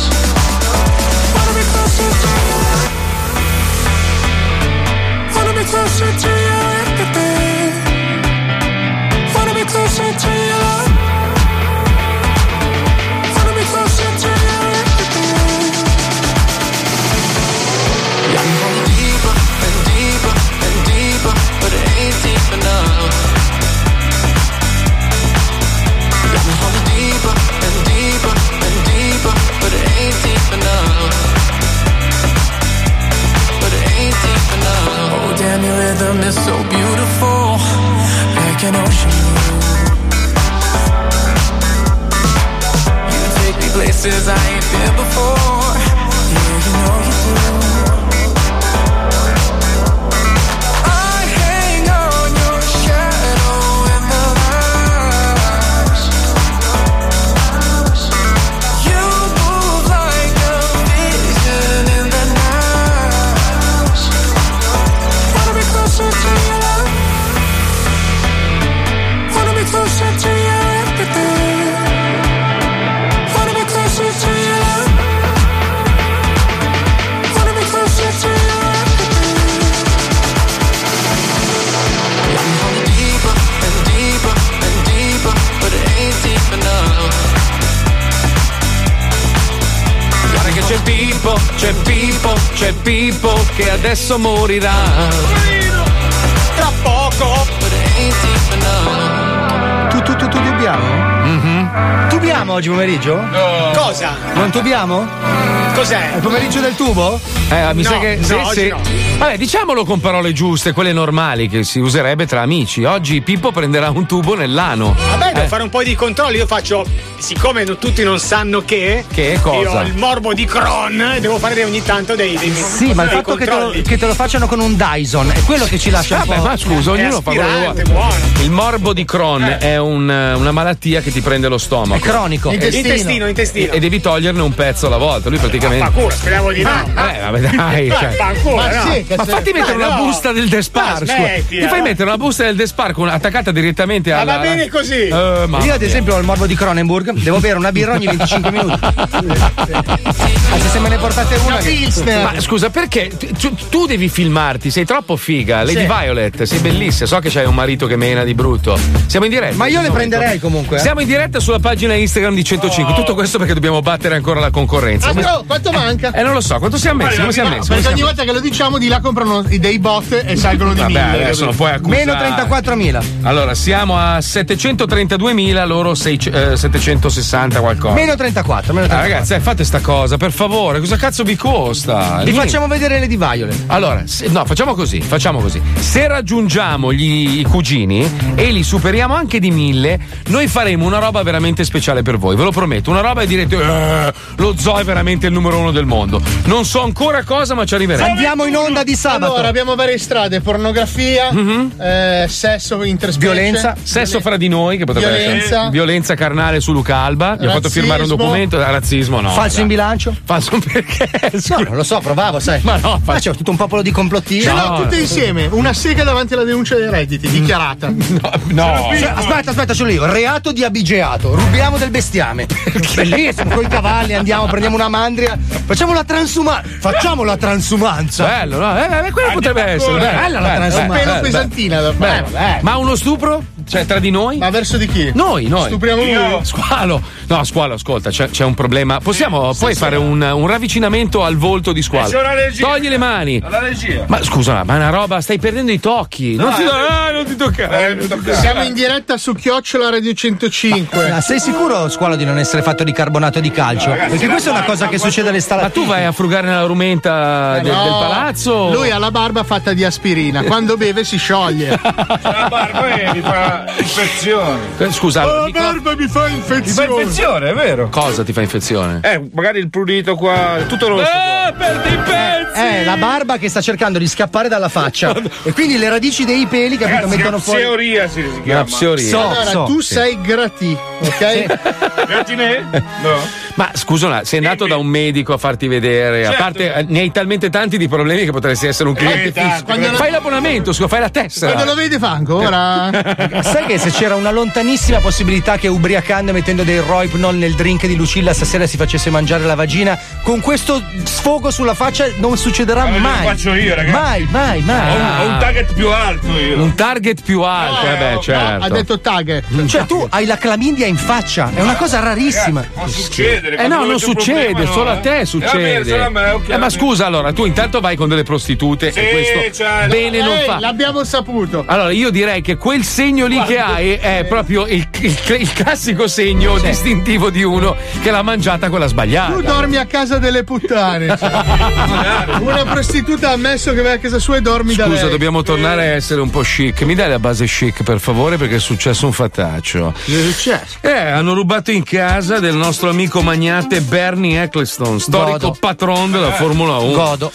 S23: Wanna be closer to you. Wanna be closer to you every day. Wanna be closer to you. Wanna be closer to you every day. Yeah, I'm going deeper and deeper and deeper, but it ain't deep enough. Yeah, I'm going deeper and deeper and deeper, but it ain't deep enough but it ain't deep enough. Oh, damn, your rhythm is so beautiful, like an ocean blue. You take me places I ain't been before. Yeah, you know you do. I hang on your shadow in the lights. You move like a vision in the night. Wanna be closer to you, love. Wanna be closer to you every day. Wanna be closer to you, love. Wanna be closer to you every day. I'm going deeper and deeper and deeper, but it ain't deep enough.
S2: Guarda che c'è Pippo, c'è Pippo, c'è Pippo che adesso morirà.
S4: Tra poco. But it ain't deep enough.
S6: Tu, tu, tu, tu tubiamo?
S2: Mhm.
S6: Tubiamo oggi pomeriggio? No.
S9: Cosa?
S6: Non tubiamo?
S9: Cos'è?
S6: È il pomeriggio del tubo?
S2: Eh, mi sa
S6: No,
S2: che
S6: no,
S2: se,
S6: oggi
S2: se-
S6: no.
S2: Vabbè, diciamolo con parole giuste, quelle normali che si userebbe tra amici. Oggi Pippo prenderà un tubo nell'ano.
S9: Vabbè, devo
S2: Eh.
S9: fare un po' di controlli. Io faccio, siccome no- tutti non sanno che,
S2: Che
S9: io
S2: cosa?
S9: ho il morbo di Cron e devo fare ogni tanto dei, dei
S6: Sì, ma il
S9: dei
S6: fatto che te, lo,
S9: controlli.
S6: che te lo facciano con un Dyson è quello che ci lascia
S2: Vabbè,
S6: un po'.
S2: ma scusa, ognuno fa quello che vuole. Il morbo di Crohn è un, eh, una malattia che ti prende lo stomaco.
S6: È cronico.
S9: Intestino. Intestino, intestino.
S2: E, e devi toglierne un pezzo alla volta. Lui
S9: Fa
S2: praticamente.
S9: cura, speriamo di no.
S2: Eh, vabbè, dai.
S9: Ah, Ma
S2: cioè.
S9: ancora,
S2: Ma
S9: no?
S2: sì, che Ma se- fatti mettere
S9: Ma
S2: una
S9: no.
S2: busta del Despar.
S9: Ma eh.
S2: scusa.
S9: smettila,
S2: Ti fai
S9: no?
S2: mettere una busta del Despar con- attaccata direttamente alla. Eh, mamma
S6: Io ad
S2: mia.
S6: esempio ho il morbo di Cronenburg, devo bere una birra ogni 25 minuti. Anzi, se me ne portate una. che-
S2: Ma scusa, perché tu- tu, tu devi filmarti? Sei troppo figa, Lady
S6: Sì.
S2: Violet, sei bellissima. So che c'hai un marito che mena di brutto. Siamo in diretta.
S6: Ma
S2: in
S6: io le
S2: questo
S6: prenderei
S2: momento.
S6: comunque, eh.
S2: Siamo in diretta sulla pagina Instagram di 105. Tutto questo perché dobbiamo battere ancora la concorrenza.
S3: Ah,
S2: Come-
S3: però quanto manca?
S2: Eh, non lo so, quanto siamo messi? Come siamo messi? Come
S3: Perché ogni
S2: siamo
S3: volta che lo diciamo di là comprano i- dei bot e salgono di
S2: Vabbè,
S3: mille.
S2: adesso non puoi accusare.
S6: Meno 34.000.
S2: Allora, siamo a 732.000, loro sei- eh, 760 qualcosa.
S6: Meno 34, meno 34.
S2: Ah, ragazzi, eh, fate sta cosa, per favore, cosa cazzo vi costa?
S6: Vi
S2: Niente.
S6: facciamo vedere le di Violet.
S2: Allora, se- no, facciamo così, facciamo così. Se raggiungiamo gli, i cugini e li superiamo anche di mille, noi faremo una roba veramente speciale per voi, ve lo prometto. Una roba e direte: "Eh, Lo zoo è veramente il numero uno del mondo. Non so ancora cosa, ma ci arriveremo.
S3: in onda di sabato. Allora, abbiamo varie strade: pornografia,
S2: Mhm.
S3: eh, sesso interspecie,
S2: Sesso fra di noi, che potrebbe
S3: Violenza.
S2: essere. Violenza carnale su Luca Alba. Gli ho fatto
S3: Razzismo.
S2: firmare un documento. Ah, Razzismo, no.
S6: Falso
S2: dai.
S6: in bilancio?
S2: Falso perché?
S6: No, non lo so, provavo, sai.
S2: Ma no, Cioè,
S6: ma c'è tutto un popolo di complottieri.
S3: Ce l'ho tutte insieme, una sega davanti alla denuncia dei
S2: Mm.
S3: redditi, dichiarata.
S6: No. Cioè, aspetta, aspetta, ce l'ho io. Reato di abigeato. Rubiamo del bestiame. Bellissimo, con i cavalli andiamo, prendiamo una mandria. Facciamo la transumanza. Facciamo la transumanza.
S2: Bello, no? Eh, eh, quella potrebbe essere. bello,
S6: Bella la
S2: bello,
S6: transumanza.
S2: bello, bello. Bello. Eh. Ma uno stupro? Cioè, tra di noi? Ma
S3: verso di chi?
S2: Noi, noi.
S3: Stupriamo uno?
S2: Squalo. No, squalo, ascolta, c'è, c'è un problema. Possiamo poi
S15: sì,
S2: fare
S15: no.
S2: un, un ravvicinamento al volto di
S15: Eh, c'è una
S2: squalo.
S15: regia.
S2: Togli le mani.
S15: Alla regia.
S2: Ma scusa, ma è una roba, stai perdendo i tocchi. Non ti do- ah, non ti eh. toccare. non ti toccare.
S3: eh, Siamo in diretta su Chiocciola Radio 105.
S6: Ma sei sicuro, squalo, di non essere fatto di carbonato di calcio? Perché questa è una cosa che succede alle
S2: Ma
S6: stalatine.
S2: tu vai a frugare nella rumenta Ah, del,
S3: No,
S2: del palazzo?
S3: Lui ha la barba fatta di aspirina, quando beve si scioglie.
S2: mi fa infezione. Eh, Scusa,
S3: Oh,
S2: Nicola-
S3: barba mi fa infezione.
S15: infezione, è vero.
S2: Cosa ti fa infezione?
S15: Eh, magari il prurito qua, tutto rosso.
S2: Eh, perdi i pezzi!
S6: È Eh, la barba che sta cercando di scappare dalla faccia. E quindi le radici dei peli, capito,
S15: Ragazzi,
S6: mettono fuori.
S15: pseoria si si
S2: La
S15: chiama.
S2: pseoria.
S3: allora, tu sei grati, ok?
S15: Gratinè? No.
S2: Ma scusa, una- sei andato da un medico a farti vedere, a
S15: Certo. Eh,
S2: parte eh, ne hai talmente tanti di problemi che potresti essere un cliente
S3: tanti,
S2: fisso.
S3: quando lo-
S2: Fai l'abbonamento, scusa, fai la tessera.
S3: Quando lo vedi fa ancora.
S6: Ma Eh, sai che se c'era una lontanissima possibilità che ubriacando e mettendo dei roipnol nel drink di Lucilla stasera si facesse mangiare la vagina, con questo sfogo sulla faccia non succederà
S2: Ma ve lo
S6: mai.
S2: faccio io, ragazzi.
S6: Mai, mai, mai.
S2: target più alto io. Un target più alto, eh beh, certo.
S6: ha detto
S3: target.
S6: Cioè tu hai la clamindia in faccia, è una cosa rarissima.
S15: Non succede.
S2: Eh
S15: quando
S2: no,
S15: avete
S2: non
S15: un
S2: succede,
S15: problema, no,
S2: solo a
S15: eh.
S2: te
S15: Eh, vabbè,
S2: succede.
S15: solo a me, ok.
S2: Eh, ma scusa, allora, tu intanto vai con delle prostitute e Eh, questo
S3: cioè,
S2: bene non
S3: eh,
S2: fa.
S3: L'abbiamo saputo.
S2: Allora, io direi che quel segno lì che hai è proprio il, il- il classico segno distintivo di uno che l'ha mangiata quella sbagliata.
S3: Tu dormi a casa delle puttane. cioè. Una prostituta ha ammesso che vai a casa sua e dormi da
S2: Scusa,
S3: lei.
S2: dobbiamo tornare a essere un po' chic. Mi dai la base chic, per favore, perché è successo un fattaccio. Eh, hanno rubato in casa del nostro amico magnate Bernie Eccleston, storico
S6: Godo. Eh,
S2: patron della Formula 1.
S6: Godo.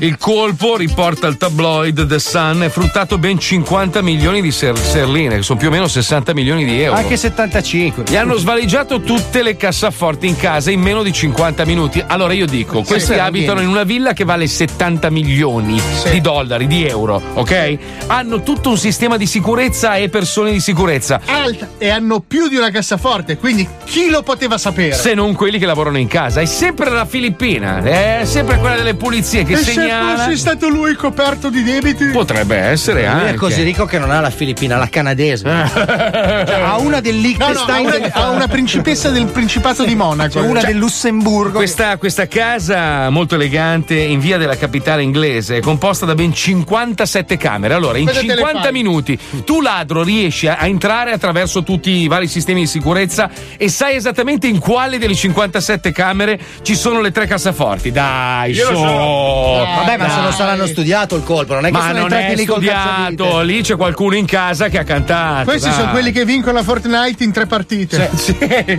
S2: Il colpo, riporta il tabloid The Sun, è fruttato ben 50 milioni di ser- serline, che sono più o meno 60 milioni di euro.
S6: Anche 75.
S2: Gli hanno svaligiato tutte le cassaforti in casa in meno di 50 minuti. Allora io dico, questi
S6: sì,
S2: abitano
S6: vieni.
S2: in una villa che vale 70 milioni di dollari, di euro, ok? Hanno tutto un sistema di sicurezza e persone di sicurezza.
S3: Alta. E hanno più di una cassaforte, quindi chi lo poteva sapere?
S2: Se non quelli che lavorano in casa. È sempre la Filippina, è sempre quella delle pulizie che
S3: e se
S2: segnala.
S3: fosse stato lui coperto di debiti?
S2: Potrebbe essere
S6: Lui
S2: anche. Eh.
S6: è così ricco che non ha la filippina, la canadese. Cioè, ha una del
S3: No, no, ha
S6: Liechtenstein.
S3: una, ha una principessa del Principato di Monaco. Cioè,
S6: C'è una del Lussemburgo.
S2: Questa, questa casa molto elegante in via della capitale inglese è composta da ben 57 camere. Allora, in
S15: Cosa te ne
S2: 50
S15: fai?
S2: minuti tu ladro riesci a, a entrare attraverso tutti i vari sistemi di sicurezza e sai esattamente in quale delle 57 camere ci sono le tre cassaforti. Dai,
S6: Io
S2: so. Eh,
S6: lo so. Vabbè, ma se lo saranno studiato il colpo, non è che
S2: Ma
S6: sono
S2: non
S6: entrati
S2: è
S6: lì col
S2: studiato,
S6: calzavite.
S2: lì c'è qualcuno in casa che ha cantato.
S3: Questi
S2: dai.
S3: sono quelli che vincono a Fortnite in tre partite.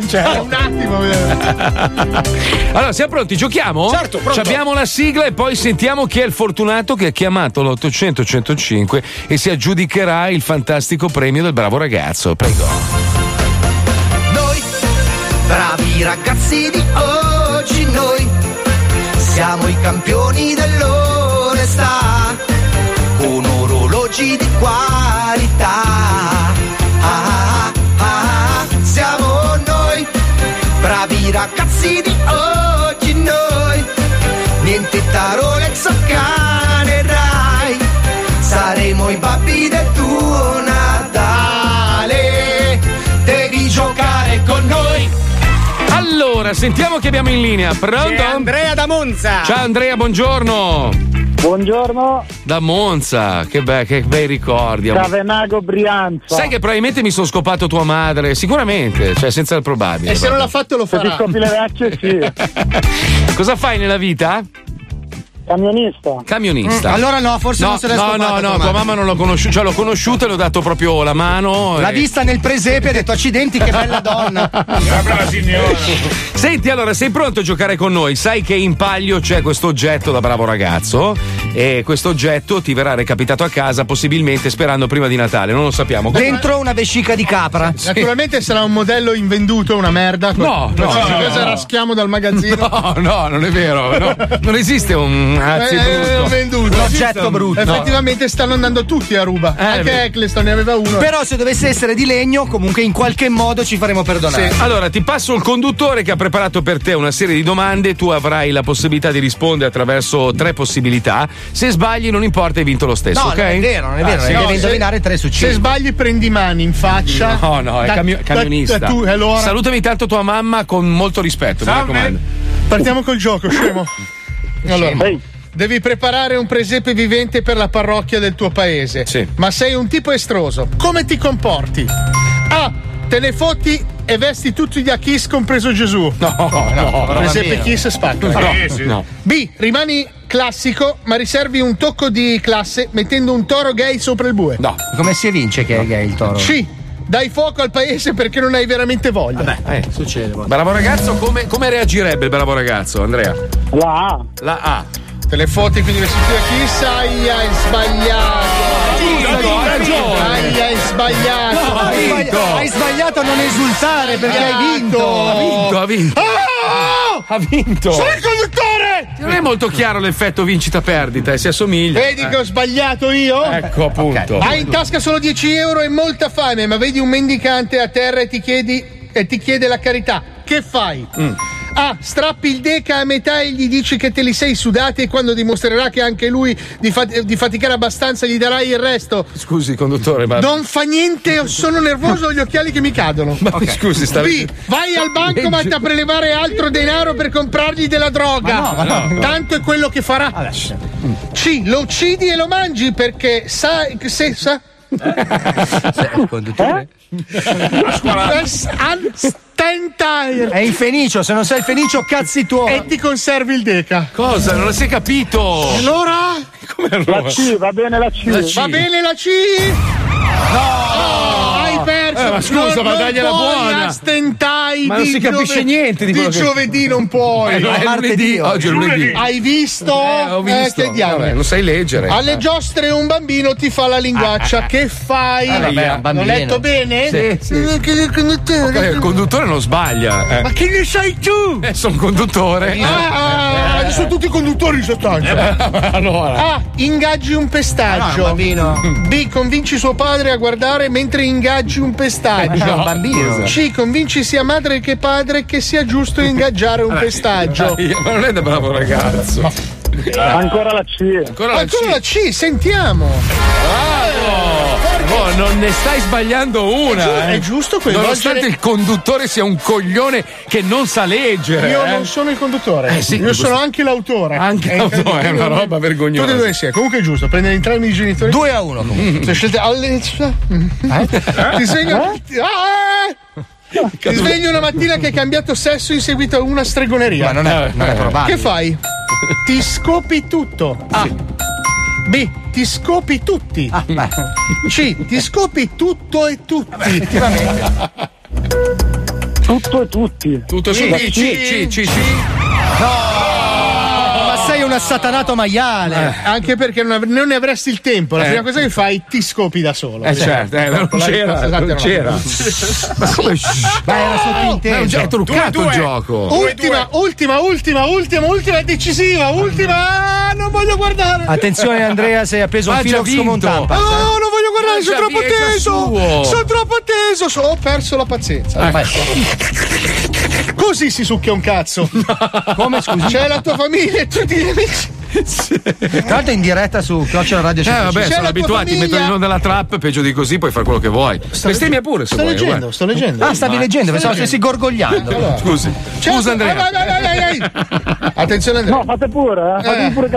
S2: certo.
S3: Un attimo, eh.
S2: Allora, siamo pronti? Giochiamo? Certo,
S3: pronto.
S2: Abbiamo la sigla e poi sentiamo chi è il fortunato che ha chiamato l'800-105 e si aggiudicherà il fantastico premio del bravo ragazzo. Prego.
S4: Noi, bravi ragazzi di oggi, noi siamo i campioni dell'onestà, con orologi di qualità. Ah, ah, ah, siamo noi, bravi ragazzi di oggi, noi, niente tarole, cane Rai, saremo i babbi del tuo Natale, devi giocare con noi.
S2: Allora, sentiamo chi abbiamo in linea. Pronto?
S9: C'è Andrea da Monza.
S2: Ciao Andrea, buongiorno. Buongiorno. Da Monza, che, be- che bei ricordi. amore.
S24: Cavenago Brianza.
S2: Sai che probabilmente mi sono scopato tua madre, sicuramente, cioè senza il probabile.
S3: E se non l'ha fatto lo
S24: Se ti
S3: farà.
S24: scopi le vecchie, sì.
S2: Cosa fai nella vita?
S22: Camionista.
S2: Camionista.
S6: Mm, allora no, forse non se l'è
S2: No,
S6: scopata
S2: no, no,
S6: tua
S2: tua
S6: mamma.
S2: mamma non l'ho conosciuta, cioè l'ho conosciuta e le ho dato proprio la mano.
S6: L'ha
S2: e-
S6: vista nel presepe e ha detto accidenti che bella donna.
S2: Senti, allora, sei pronto a giocare con noi? Sai che in palio c'è questo oggetto da bravo ragazzo e questo oggetto ti verrà recapitato a casa, possibilmente sperando prima di Natale, non lo sappiamo.
S6: Dentro una vescica di capra.
S3: Naturalmente sarà un modello invenduto, una merda.
S2: No, no,
S3: Qualsiasi
S2: no,
S3: cosa
S2: no.
S3: raschiamo dal magazzino.
S2: No, no, non è vero. no. Non esiste un
S3: Eh,
S2: azzi
S3: eh,
S2: brutto.
S3: venduto.
S2: Un
S3: Esiste
S2: oggetto
S3: un-
S2: brutto. No.
S3: Effettivamente stanno andando tutti a ruba. Anche
S2: beh.
S3: Eccleston ne aveva uno.
S6: Eh, Però se dovesse essere di legno, comunque in qualche modo ci faremo perdonare.
S2: Allora, ti passo il conduttore che ha preparato per te una serie di domande. Tu avrai la possibilità di rispondere attraverso tre possibilità. Se sbagli, non importa, hai vinto lo stesso,
S3: No,
S2: ok? Ah,
S3: non è vero, non è vero,
S2: sì.
S3: no,
S6: Deve
S3: se-
S6: indovinare 3 su 5.
S3: Se sbagli prendi mani in faccia.
S2: No, no, è
S3: Da-
S2: camio-
S3: da-
S2: camionista.
S3: da tu, e allora?
S2: Salutami tanto tua mamma con molto rispetto, mi raccomando.
S3: Partiamo col gioco, scemo. Allora, devi preparare un presepe vivente per la parrocchia del tuo paese.
S2: Sì.
S3: Ma sei un tipo estroso. Come ti comporti? A. Te ne fotti e vesti tutti gli Achis, compreso Gesù.
S2: No, no,
S3: Per esempio,
S2: no.
S3: Kiss spacca.
S2: No, no.
S3: B. Rimani classico, ma riservi un tocco di classe mettendo un toro gay sopra il bue.
S2: No.
S6: Come si evince che è gay il toro?
S3: C. Dai fuoco al paese perché non hai veramente voglia.
S2: Eh, succede. Bravo ragazzo, come, come reagirebbe il bravo ragazzo, Andrea? La A. La A.
S3: Te le fotti quindi vestiti da Kiss, ai, hai sbagliato.
S2: Giusto, hai ragione.
S3: Ai, hai sbagliato.
S6: No, hai sbagliato. Hai sbagliato a non esultare perché hai vinto.
S2: Oh, Ha vinto, ha vinto. Ha vinto.
S3: Sono Ah! il conduttore!
S2: Non è molto chiaro l'effetto vincita-perdita, eh, si assomiglia.
S3: Vedi che ho sbagliato io?
S2: Ecco appunto.
S3: Hai in tasca solo 10 euro e molta fame, ma vedi un mendicante a terra e ti, chiedi, e ti chiede la carità. Che fai?
S2: Mm.
S3: A. Strappi il deca a metà e gli dici che te li sei sudati e quando dimostrerà che anche lui di, fat- di faticare abbastanza gli darai il resto.
S2: Scusi, conduttore, ma.
S3: Non fa niente, sono nervoso, ho gli occhiali che mi cadono.
S2: Ma scusi, stavi-
S3: B. Vai al bancomat a prelevare altro denaro per comprargli della droga.
S2: Ma no, ma no, no.
S3: Tanto è quello che farà. C. Lo uccidi e lo mangi perché sai. Se, sa,
S6: Eh.
S2: Eh?
S6: È in fenicio, se non sei fenicio, cazzi tuoi. E
S3: ti conservi il deca.
S2: Cosa? Non lo sei capito?
S3: Allora?
S2: Oh. Come allora?
S3: La C,
S2: va bene la C.
S3: Va bene la C? No! Hai perso!
S2: Eh, ma scusa,
S3: Non-
S2: ma
S3: non
S2: dagliela
S3: puoi
S2: buona.
S3: astentai
S2: Ma non
S3: di
S2: si capisce
S3: giove-
S2: niente di
S3: Di
S2: quello che-
S3: giovedì non puoi!
S2: Eh, no, è lunedì, oggi è lunedì.
S3: Hai visto?
S2: Eh, ho visto.
S3: che diavolo.
S2: Vabbè, non sai leggere.
S3: Alle giostre un bambino ti fa la linguaccia. Che fai?
S2: Ah, vabbè, un
S3: L'ho
S2: bambino.
S3: letto bene?
S2: Sì, sì.
S3: Che-
S2: Ok, il conduttore non sbaglia. eh.
S3: Ma che ne sai tu?
S2: Eh, sono un conduttore. Eh,
S3: Ah, ah, sono tutti conduttori Ah, in sostanza.
S2: allora.
S3: A.
S2: Ah,
S3: Ingaggi un pestaggio. B. Convinci suo padre a guardare mentre ingaggi un
S2: Eh,
S3: pestaggio.
S6: Ma no, un bambino.
S3: C. Convinci sia madre che padre che sia giusto ingaggiare un pestaggio.
S2: Dai, Ma non è da bravo ragazzo.
S22: Ancora la C.
S2: Ancora la C.
S3: Ancora la C, sentiamo.
S2: Oh, oh, non ne stai sbagliando una.
S3: È giu-
S2: eh.
S3: è giusto coinvolgere-
S2: Nonostante il conduttore sia un coglione che non sa leggere.
S3: Io
S2: eh.
S3: non sono il conduttore,
S2: Eh, sì,
S3: io sono
S2: questo-
S3: anche l'autore.
S2: Anche l'autore, è una roba vergognosa.
S3: Tutti e due insieme. Comunque è giusto, prendere entrambi i genitori.
S6: 2 a 1 comunque.
S3: Se scelte alle...
S2: Eh?
S3: Eh? Ti sveglio. Ah! Ti svegli una mattina che hai cambiato sesso in seguito a una stregoneria.
S6: Ma non è- non è probabile.
S3: Che fai? Ti scopi tutto. A. B. Ti scopi tutti. C. Ti scopi tutto e tutti.
S22: Tutto e tutti.
S2: Tutto
S6: Sì,
S2: su
S6: sì,
S2: C, C, C, C.
S6: Ma sei un assatanato maiale.
S3: Eh. Anche perché non, av- non ne avresti il tempo. La
S6: Eh.
S3: prima cosa che fai, ti scopi da solo.
S2: Eh certo, eh, non c'era,
S3: Esatto,
S2: non
S3: no.
S2: c'era. Ma come?
S6: Ma era sottinteso.
S2: Ma è un gioco truccato
S3: Due,
S2: il
S3: due.
S2: gioco.
S3: Ultima, ultima, ultima, ultima, ultima, decisiva, ultima. Ah, non voglio guardare.
S6: Attenzione Andrea, sei appeso un
S2: Ma
S6: filo
S2: già vinto.
S6: scomontampa.
S3: Ah, non voglio guardare,
S2: Ma
S3: sono
S2: Xavi,
S3: troppo
S2: è già suo.
S3: teso. Sono troppo teso. so- ho perso la pazienza. Così si succhia un cazzo.
S6: Come scusi?
S3: C'è la tua famiglia e tutti gli amici.
S6: Tra l'altro in diretta su Chiocciola Radio
S2: Eh
S6: 105.
S2: vabbè,
S3: C'è
S2: sono
S3: la tua
S2: abituati,
S3: famiglia?
S2: mettono in onda la trap, peggio di così puoi fare quello che vuoi. Bestemmia pure se
S3: Sto
S2: vuoi.
S3: leggendo,
S2: guarda.
S3: sto leggendo.
S6: Ah, stavi leggendo, pensavo stessi gorgogliando.
S2: Scusi. Scusa Andrea.
S3: Ah, vai, vai, vai, vai. Attenzione Andrea. No, fate pure, eh. Fate pure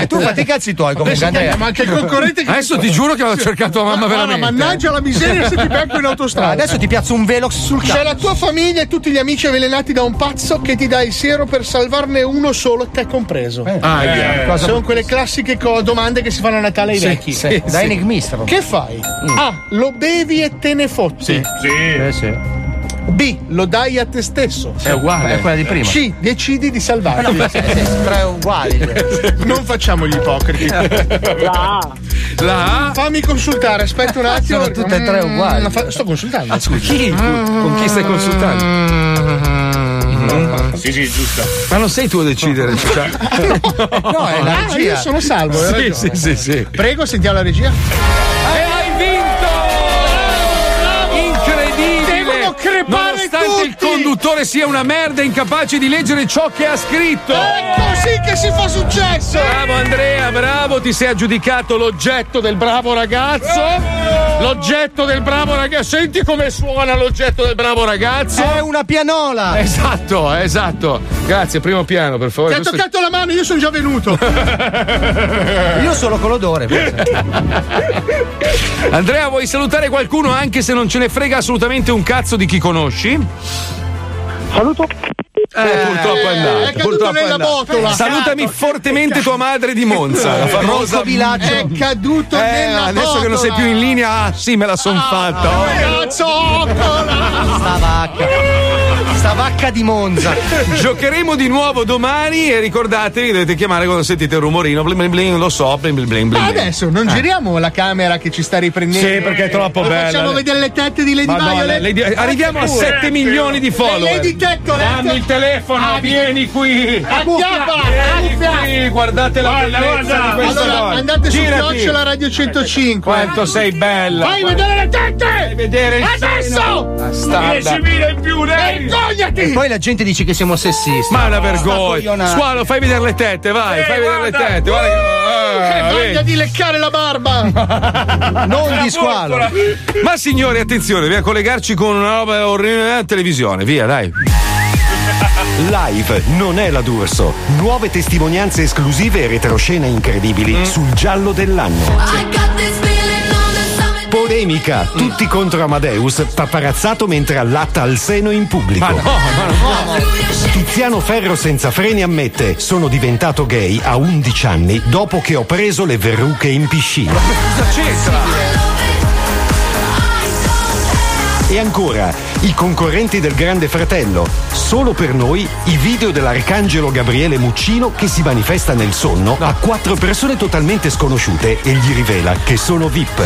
S6: Eh, tu fate i cazzi tuoi comunque, Andrea.
S3: Ma anche il concorrente che
S2: Adesso ti giuro che vado a cercare tua mamma
S3: Guarda,
S2: veramente.
S3: ah, mannaggia la miseria se ti becco in
S6: Ah,
S3: autostrada.
S6: Adesso ti piazzo un velo sul
S3: C'è
S6: cazzo.
S3: la tua famiglia e tutti gli amici avvelenati da un pazzo che ti dà il siero per salvarne uno solo, te compreso. Ah,
S2: Aia.
S6: Eh. Cosa-
S3: Sono quelle classiche co- domande che si fanno a Natale ai
S6: Sì,
S3: vecchi.
S6: sì, da enigmista proprio.
S3: Che fai?
S6: Mm.
S3: A. Lo bevi e te ne fotti.
S6: Eh, sì.
S3: B. Lo dai a te stesso.
S6: È uguale. È quella di prima.
S3: C. Decidi di salvarlo.
S6: No, sì, sì,
S3: però è uguale. non facciamo gli ipocriti.
S6: La
S3: A. Ah, Fammi consultare, aspetta un attimo.
S6: Sono tutte e tre
S3: Mm,
S6: uguali.
S3: fa- sto consultando. Mm.
S6: Ah, scusi. Chi? Con chi stai consultando?
S2: Mm.
S24: Sì, sì, giusta. Ma non sei tu a decidere. cioè.
S3: Eh, No, è
S2: Ah,
S3: la regia. Ah, io sono salvo. hai
S24: Sì,
S3: ragione. Eh,
S24: sì, sì, sì.
S3: Prego, sentiamo la regia.
S2: Incredibile! Nonostante il conduttore sia una merda incapace di leggere ciò che ha scritto.
S3: Così che si fa successo!
S2: Bravo Andrea, bravo, ti sei aggiudicato l'oggetto del bravo ragazzo. L'oggetto del bravo ragazzo, senti come suona l'oggetto del bravo ragazzo.
S6: È una pianola!
S2: Esatto, esatto. Grazie, primo piano, per favore.
S3: Ti ha
S2: Questo-
S3: toccato la mano, io sono già venuto.
S6: Io solo con l'odore.
S2: Andrea, vuoi salutare qualcuno anche se non ce ne frega assolutamente un cazzo di chi conosci? Saluto. purtroppo è andato.
S3: Eh, è caduto
S2: purtroppo è
S3: nella
S2: andato.
S3: botola.
S2: Salutami fortemente tua madre di Monza, la famosa
S3: Eh, È caduto
S2: Eh,
S3: nella
S2: adesso che non sei più in linea, ah, sì, me la son fatta. oh.
S6: Sta vacca. Sta vacca di Monza.
S2: Giocheremo di nuovo domani e ricordatevi, dovete chiamare quando sentite il rumorino, bling bling bling, lo so, bling bling bling. bling.
S3: Ma Eh, adesso non
S2: Ah.
S3: giriamo la camera che ci sta riprendendo.
S2: Sì, perché è troppo
S3: Lo
S2: bella.
S3: Facciamo vedere le tette di Lady
S2: Madonna,
S3: Violet.
S2: Lady- arriviamo a
S3: Pure.
S2: 7 milioni di follower.
S3: Le Lady Ah, Tettolet.
S2: Dammi il telefono, vieni qui.
S3: Andiamo,
S2: Sì, guardate la
S3: Guarda,
S2: bellezza
S3: guarda.
S2: di questa
S3: Allora,
S2: donna.
S3: andate su
S2: Girati.
S3: Chiocciola Radio 105.
S2: Quanto sei bella.
S3: Fai vedere le tette! Fai
S2: vedere il
S3: Adesso!
S2: seno. Bastarda.
S3: 10.000 in più, dai!
S6: E
S3: Vergognati!
S6: poi la gente dice che siamo sessisti.
S2: Ma è una
S6: Sta
S2: vergogna. Squalo, fai vedere le tette, vai,
S6: Eh,
S2: fai vedere
S6: guarda. Eh,
S2: le tette. Guarda che...
S3: Che
S2: Ah,
S3: voglia
S2: vedi.
S3: di leccare la barba!
S2: La porcola. Ma signori, attenzione, via collegarci con una roba orribile eh, televisione, via, dai.
S11: Live non è la D'Urso. Nuove testimonianze esclusive e retroscene
S9: Mm.
S11: incredibili sul giallo dell'anno. Polemica.
S9: Mm.
S11: Tutti contro Amadeus, paparazzato mentre allatta al seno in
S6: Ah,
S11: pubblico. Tiziano Ferro senza freni ammette: Sono diventato gay a 11 anni dopo che ho preso le verruche in piscina.
S2: Cosa c'entra?
S11: E ancora, i concorrenti del Grande Fratello. Solo per noi i video dell'arcangelo Gabriele Muccino che si manifesta nel sonno a quattro persone totalmente sconosciute e gli rivela che sono VIP.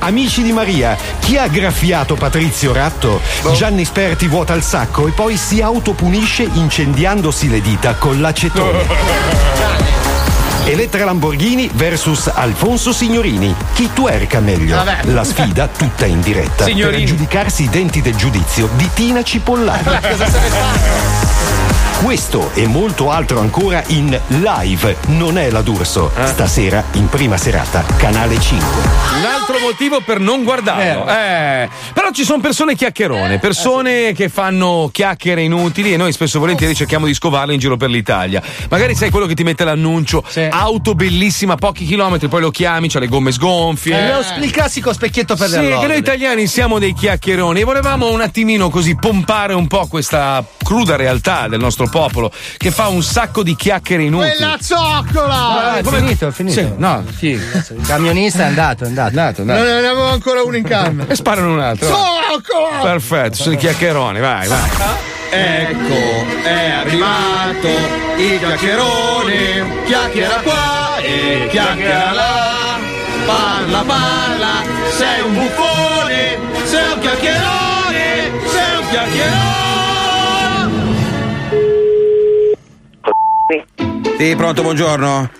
S11: Amici di Maria, chi ha graffiato Patrizio Ratto? Gianni Sperti vuota il sacco e poi si autopunisce incendiandosi le dita con l'acetone. Elettra Lamborghini versus Alfonso Signorini. Chi tuerca meglio? Vabbè. La sfida tutta in diretta Signorini. per giudicarsi i denti del giudizio di Tina Cipollari. Questo e molto altro ancora in live, non è la D'Urso. Stasera in prima serata, canale 5.
S2: Un altro motivo per non guardarlo. Eh, Però ci sono persone
S11: Eh,
S2: chiacchierone, persone che fanno chiacchiere inutili e noi spesso e volentieri cerchiamo di scovarle in giro per l'Italia. Magari sei quello che ti mette l'annuncio, auto bellissima, pochi chilometri, poi lo chiami, c'ha le gomme sgonfie.
S11: Eh.
S6: Lo sp- il classico specchietto per
S2: sì,
S6: le
S2: che noi
S6: allodole.
S2: italiani siamo dei chiacchieroni e volevamo un attimino così pompare un po' questa cruda realtà del nostro popolo che fa un sacco di chiacchiere inutili. Ah,
S3: Quella zoccola!
S6: Ah, è finito, è finito.
S2: Sì, no, chi?
S6: Il camionista è andato, è andato.
S3: Non ne avevo ancora uno in canna.
S2: E sparano un altro.
S3: Zoccola!
S2: Perfetto, sono i chiacchieroni, vai, vai.
S21: Ecco, è arrivato il chiacchierone, chiacchiera qua e chiacchiera là, parla parla, sei un buffone, sei un chiacchierone, sei un chiacchierone.
S24: Sì, pronto, buongiorno.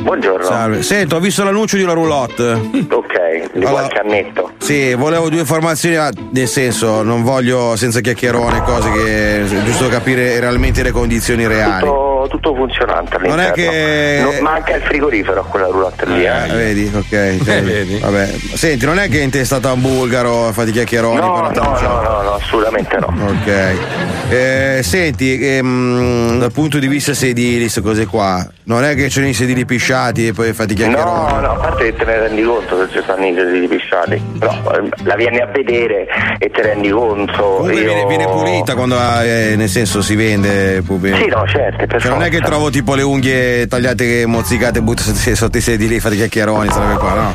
S24: Buongiorno. Salve. Sento, ho visto l'annuncio di una roulotte.
S25: Ok, Oh, di qualche annetto.
S24: Sì, volevo due informazioni, ah, nel senso, non voglio senza chiacchierone cose che giusto capire realmente le condizioni reali.
S25: Tutto, tutto funzionante all'interno.
S24: Non è che-
S25: Non- manca il frigorifero a quella roulotte lì,
S24: Eh,
S25: eh.
S24: vedi, ok.
S25: Eh,
S24: cioè,
S25: vedi.
S24: Vabbè. Senti, non è che è intestata a un bulgaro, fate i chiacchieroni per
S25: No,
S24: la
S25: no,
S24: tavola.
S25: no, no, no, assolutamente no.
S24: Ok. Eh, senti, ehm, dal punto di vista sedili, queste cose qua, non è che c'è i sedili pisciati e poi fate i chiacchieroni.
S25: No, no, a parte che te ne rendi conto se ci stanno i sedili pisciati, però eh, la vieni a vedere e te rendi conto.
S24: Comunque
S25: io-
S24: viene, viene pulita quando ha, eh, nel senso si vende. pu-
S25: Sì, no, certo, per
S24: Cioè, non è
S26: che trovo tipo le unghie tagliate e mozzicate e butto sotto, i- sotto i sedi lì, fate chiacchieroni, sarebbe qua, no?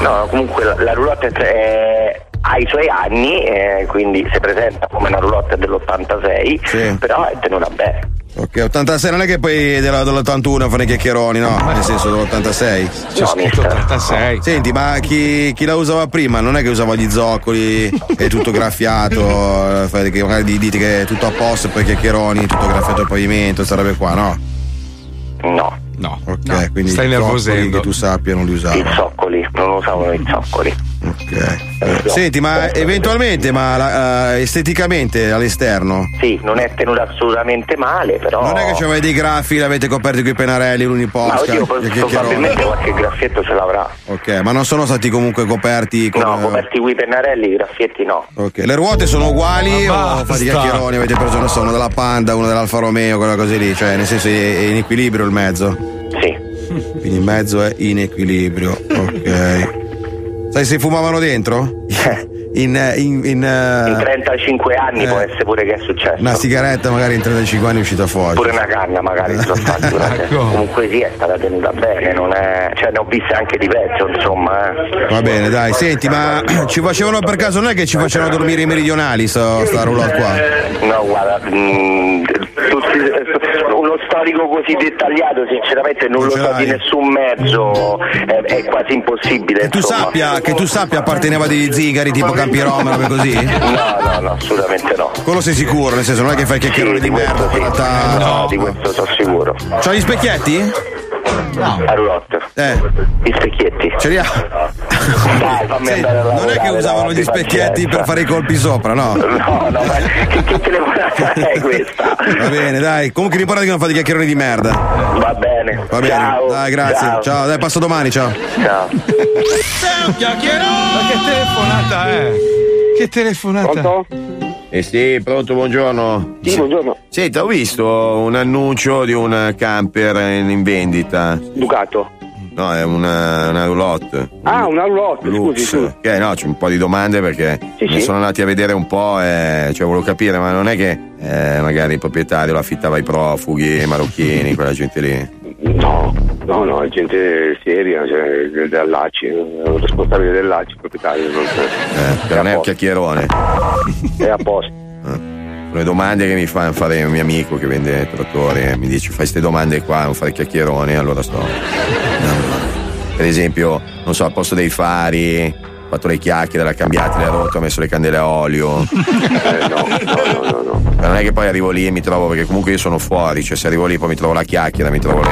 S6: No, comunque la, la roulotte è tre- è- ha i suoi anni, eh, quindi si presenta come una roulotte dell'86, però è tenuta bene.
S26: Ok, 86 non è che poi della- dell'81 fanno i chiacchieroni, no? Nel senso dell'86.
S6: C'è scritto
S8: 86.
S26: Senti, ma chi, chi la usava prima non è che usava gli zoccoli, è tutto graffiato, eh, fai che magari di- dite che è tutto a posto e poi i chiacchieroni, tutto graffiato al pavimento, sarebbe qua, no?
S6: No.
S8: No.
S26: Ok, quindi
S6: Stai
S26: i zoccoli
S6: nervosendo.
S26: che tu sappia non li usava.
S6: I zoccoli, non usavano i zoccoli.
S26: Eh, Senti, ma eventualmente, ma la- eh, esteticamente all'esterno?
S6: Sì, non è tenuta assolutamente male, però.
S26: Non è che c'aveva dei graffi, l'avete coperti con i pennarelli,
S6: Ma
S26: l'uniposca,
S6: oddio,
S26: i
S6: probabilmente
S26: chiacchieroni.
S6: qualche graffietto se l'avrà.
S26: Ok, ma non sono stati comunque coperti con...
S6: No, coperti quei pennarelli, i graffietti no.
S26: Ok, le ruote sono uguali
S6: Ma
S26: o fate
S6: basta.
S26: i chiacchieroni? Avete preso, non so, uno della Panda, uno dell'Alfa Romeo, quella cosa lì, cioè nel senso è è in equilibrio il mezzo?
S6: Sì.
S26: Quindi il mezzo è in equilibrio, ok. Sai se fumavano dentro? In, eh, in, in, eh,
S6: In 35 anni può essere pure che è successo.
S26: una sigaretta magari in 35 anni è uscita fuori.
S6: Pure una canna magari sono fatti durante- Comunque sì, è stata tenuta bene, non è. Cioè ne ho viste anche di peggio, insomma, eh.
S26: Va bene, dai, senti, ma ci facevano per caso non è che ci facevano dormire i meridionali sto, sta roulotte qua?
S6: No, guarda, mm, tutti- eh, uno storico così dettagliato sinceramente non, lo so di nessun mezzo, è, è quasi impossibile.
S26: Tu
S6: insomma.
S26: sappia che tu sappia apparteneva a degli zingari tipo Campiroma, robe così?
S6: No, no, no, assolutamente no.
S26: Quello sei sicuro, nel senso non è che fai chiacchierone di merda per la ta-
S6: No, di questo sono sicuro.
S26: C'ha gli specchietti?
S6: No. A roulotte.
S26: Eh.
S6: Gli specchietti.
S26: Ce li ha?
S6: Dai, fammi andare a
S26: Non è che
S6: lavorare,
S26: usavano
S6: dai,
S26: gli
S6: abbi
S26: specchietti
S6: pazienza.
S26: per fare i colpi sopra, no?
S6: No, no, ma che, che telefonata è questa?
S26: Va bene, dai. Comunque l'importante è che non fate chiacchieroni di merda.
S6: Va bene.
S26: Va bene. dai, grazie. Ciao. dai, passo domani, ciao.
S6: Ciao.
S8: Sei un chiacchierone! Ma che telefonata è? Che telefonata?
S26: Eh sì, pronto, buongiorno.
S2: Sì, buongiorno.
S26: Senti, ho visto un annuncio di un camper in, in vendita.
S2: Ducato.
S26: No, è una, una roulotte.
S2: Ah, una roulotte, scusi,
S26: Lux.
S2: scusi.
S26: Ok, no, c'è un po' di domande perché
S2: Sì,
S26: ne
S2: sì.
S26: sono andati a vedere un po', e, cioè volevo capire, ma non è che eh, magari il proprietario lo affittava ai profughi, ai marocchini, quella gente lì.
S2: No, no, no, è gente seria, cioè del- dell'ACI, eh, responsabile dell'ACI, proprietario. Non,
S26: Eh, non è un chiacchierone.
S2: È a posto.
S26: Le domande che mi fa fare un mio amico che vende trattori, eh, mi dice fai queste domande qua, non fare chiacchieroni, allora sto. Per esempio, non so, al posto dei fari, ho fatto le chiacchiere, l'ha cambiata, le ha rotte, ho messo le candele a olio. Eh, no, no, no, no, no. Ma non è che poi arrivo lì e mi trovo, perché comunque io sono fuori, cioè se arrivo lì poi mi trovo la chiacchiera, mi trovo le.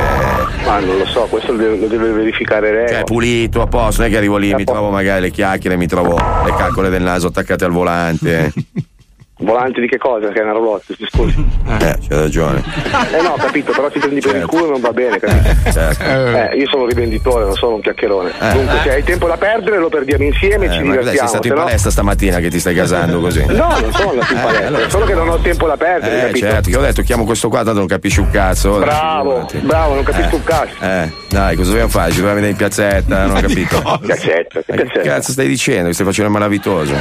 S2: Ma Ah, non lo so, questo lo deve, lo deve verificare lei.
S26: Cioè, pulito a posto, non è che arrivo lì, mi trovo magari le chiacchiere, mi trovo le calcole del naso attaccate al volante.
S2: Volante di che cosa? Che è una roulotte, si scusi.
S26: Eh, c'è ragione.
S2: Eh no, ho capito, però ti prendi per il culo non va bene, capito? Eh, io sono un rivenditore, non sono un chiacchierone.
S26: Eh.
S2: Dunque, se hai tempo da perdere lo perdiamo insieme e
S26: Eh,
S2: ci
S26: ma dai, sei
S2: divertiamo.
S26: stato
S2: se
S26: in
S2: no-
S26: palestra stamattina che ti stai gasando così.
S2: No, non sono andato in
S26: Eh,
S2: palestra,
S26: allora-
S2: solo che non ho tempo da perdere,
S26: Eh,
S2: capito?
S26: certo, che ho detto, chiamo questo qua, tanto non capisci un cazzo.
S2: Bravo, bravo, non capisco un cazzo.
S26: Eh, dai, cosa dobbiamo fare? Ci dobbiamo vedere in piazzetta, non ho capito.
S2: Piazzetta,
S26: Ma che cazzo stai dicendo? Che stai facendo il malavitoso?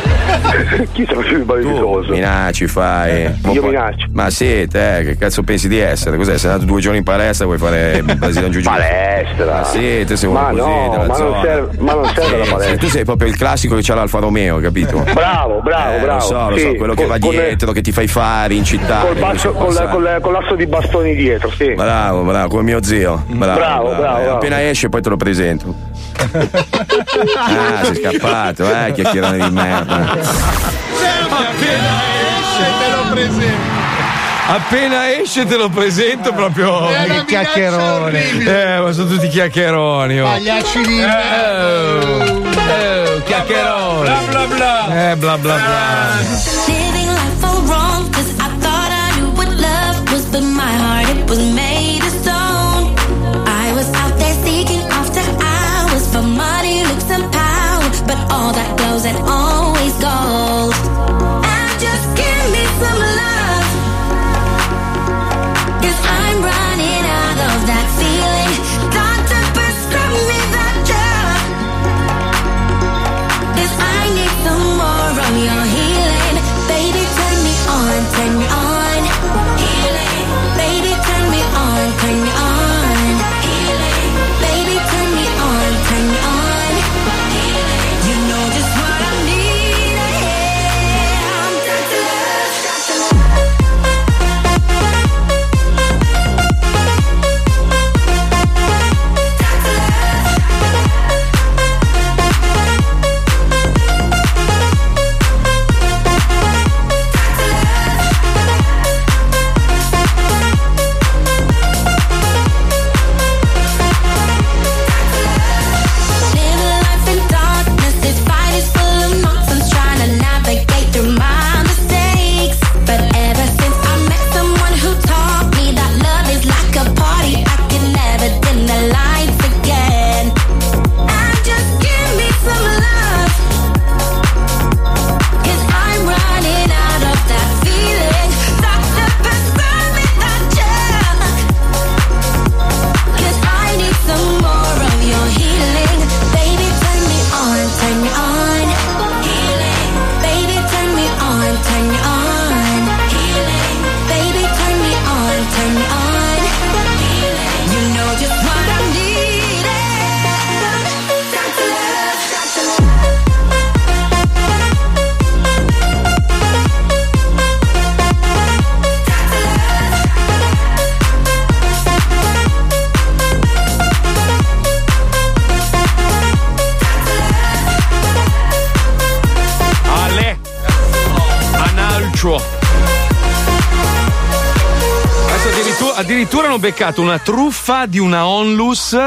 S2: Chi sta facendo il Eh,
S26: malavitoso? Minacci fai. Io minaccio. Ma sì, te, che cazzo pensi di essere? Cos'è? Sei andato due giorni in palestra, vuoi fare Brasilian Jiu Jitsu? Palestra. Ma sì, te sei uno
S2: Ma
S26: così,
S2: no,
S26: della
S2: ma non
S26: zona.
S2: serve- ma non serve la
S26: Sì,
S2: palestra.
S26: sì, Tu sei proprio il classico che c'ha l'Alfa Romeo, capito?
S2: Bravo, bravo,
S26: Eh,
S2: bravo.
S26: Lo so, lo
S2: Sì,
S26: so, quello che
S2: col-
S26: va
S2: con-
S26: dietro, che ti fai fare in città.
S2: Col,
S26: che
S2: basso-
S26: non si può
S2: col-
S26: passare.
S2: col- col lasso di bastoni dietro, sì.
S26: Bravo, bravo, come mio zio. Bravo,
S2: Bravo, bravo,
S26: Eh,
S2: bravo.
S26: Appena esce poi te lo presento. ah, sei scappato, eh, chiacchierone di merda.
S8: Appena esce te lo presento. Appena esce te lo presento proprio.
S3: È una
S8: Che
S3: minaccia orribile.
S8: Eh, ma sono tutti chiacchieroni. oh.
S3: Pagliacci di
S8: Eh, chiacchieroni.
S3: Bla, bla, bla.
S8: Eh, bla bla bla.
S23: Living life all wrong, cause I thought I knew what love was, but my heart it was made of stone. I was out there seeking after hours for money, looks, and power, but all that glows and always gold. And just give me some love, cause I'm running out of that feeling. Doctor prescribe me that drug. Cause I need some more of your healing. Baby, turn me on, turn me on. Healing. Baby, turn me on,
S2: addirittura hanno beccato una truffa di una onlus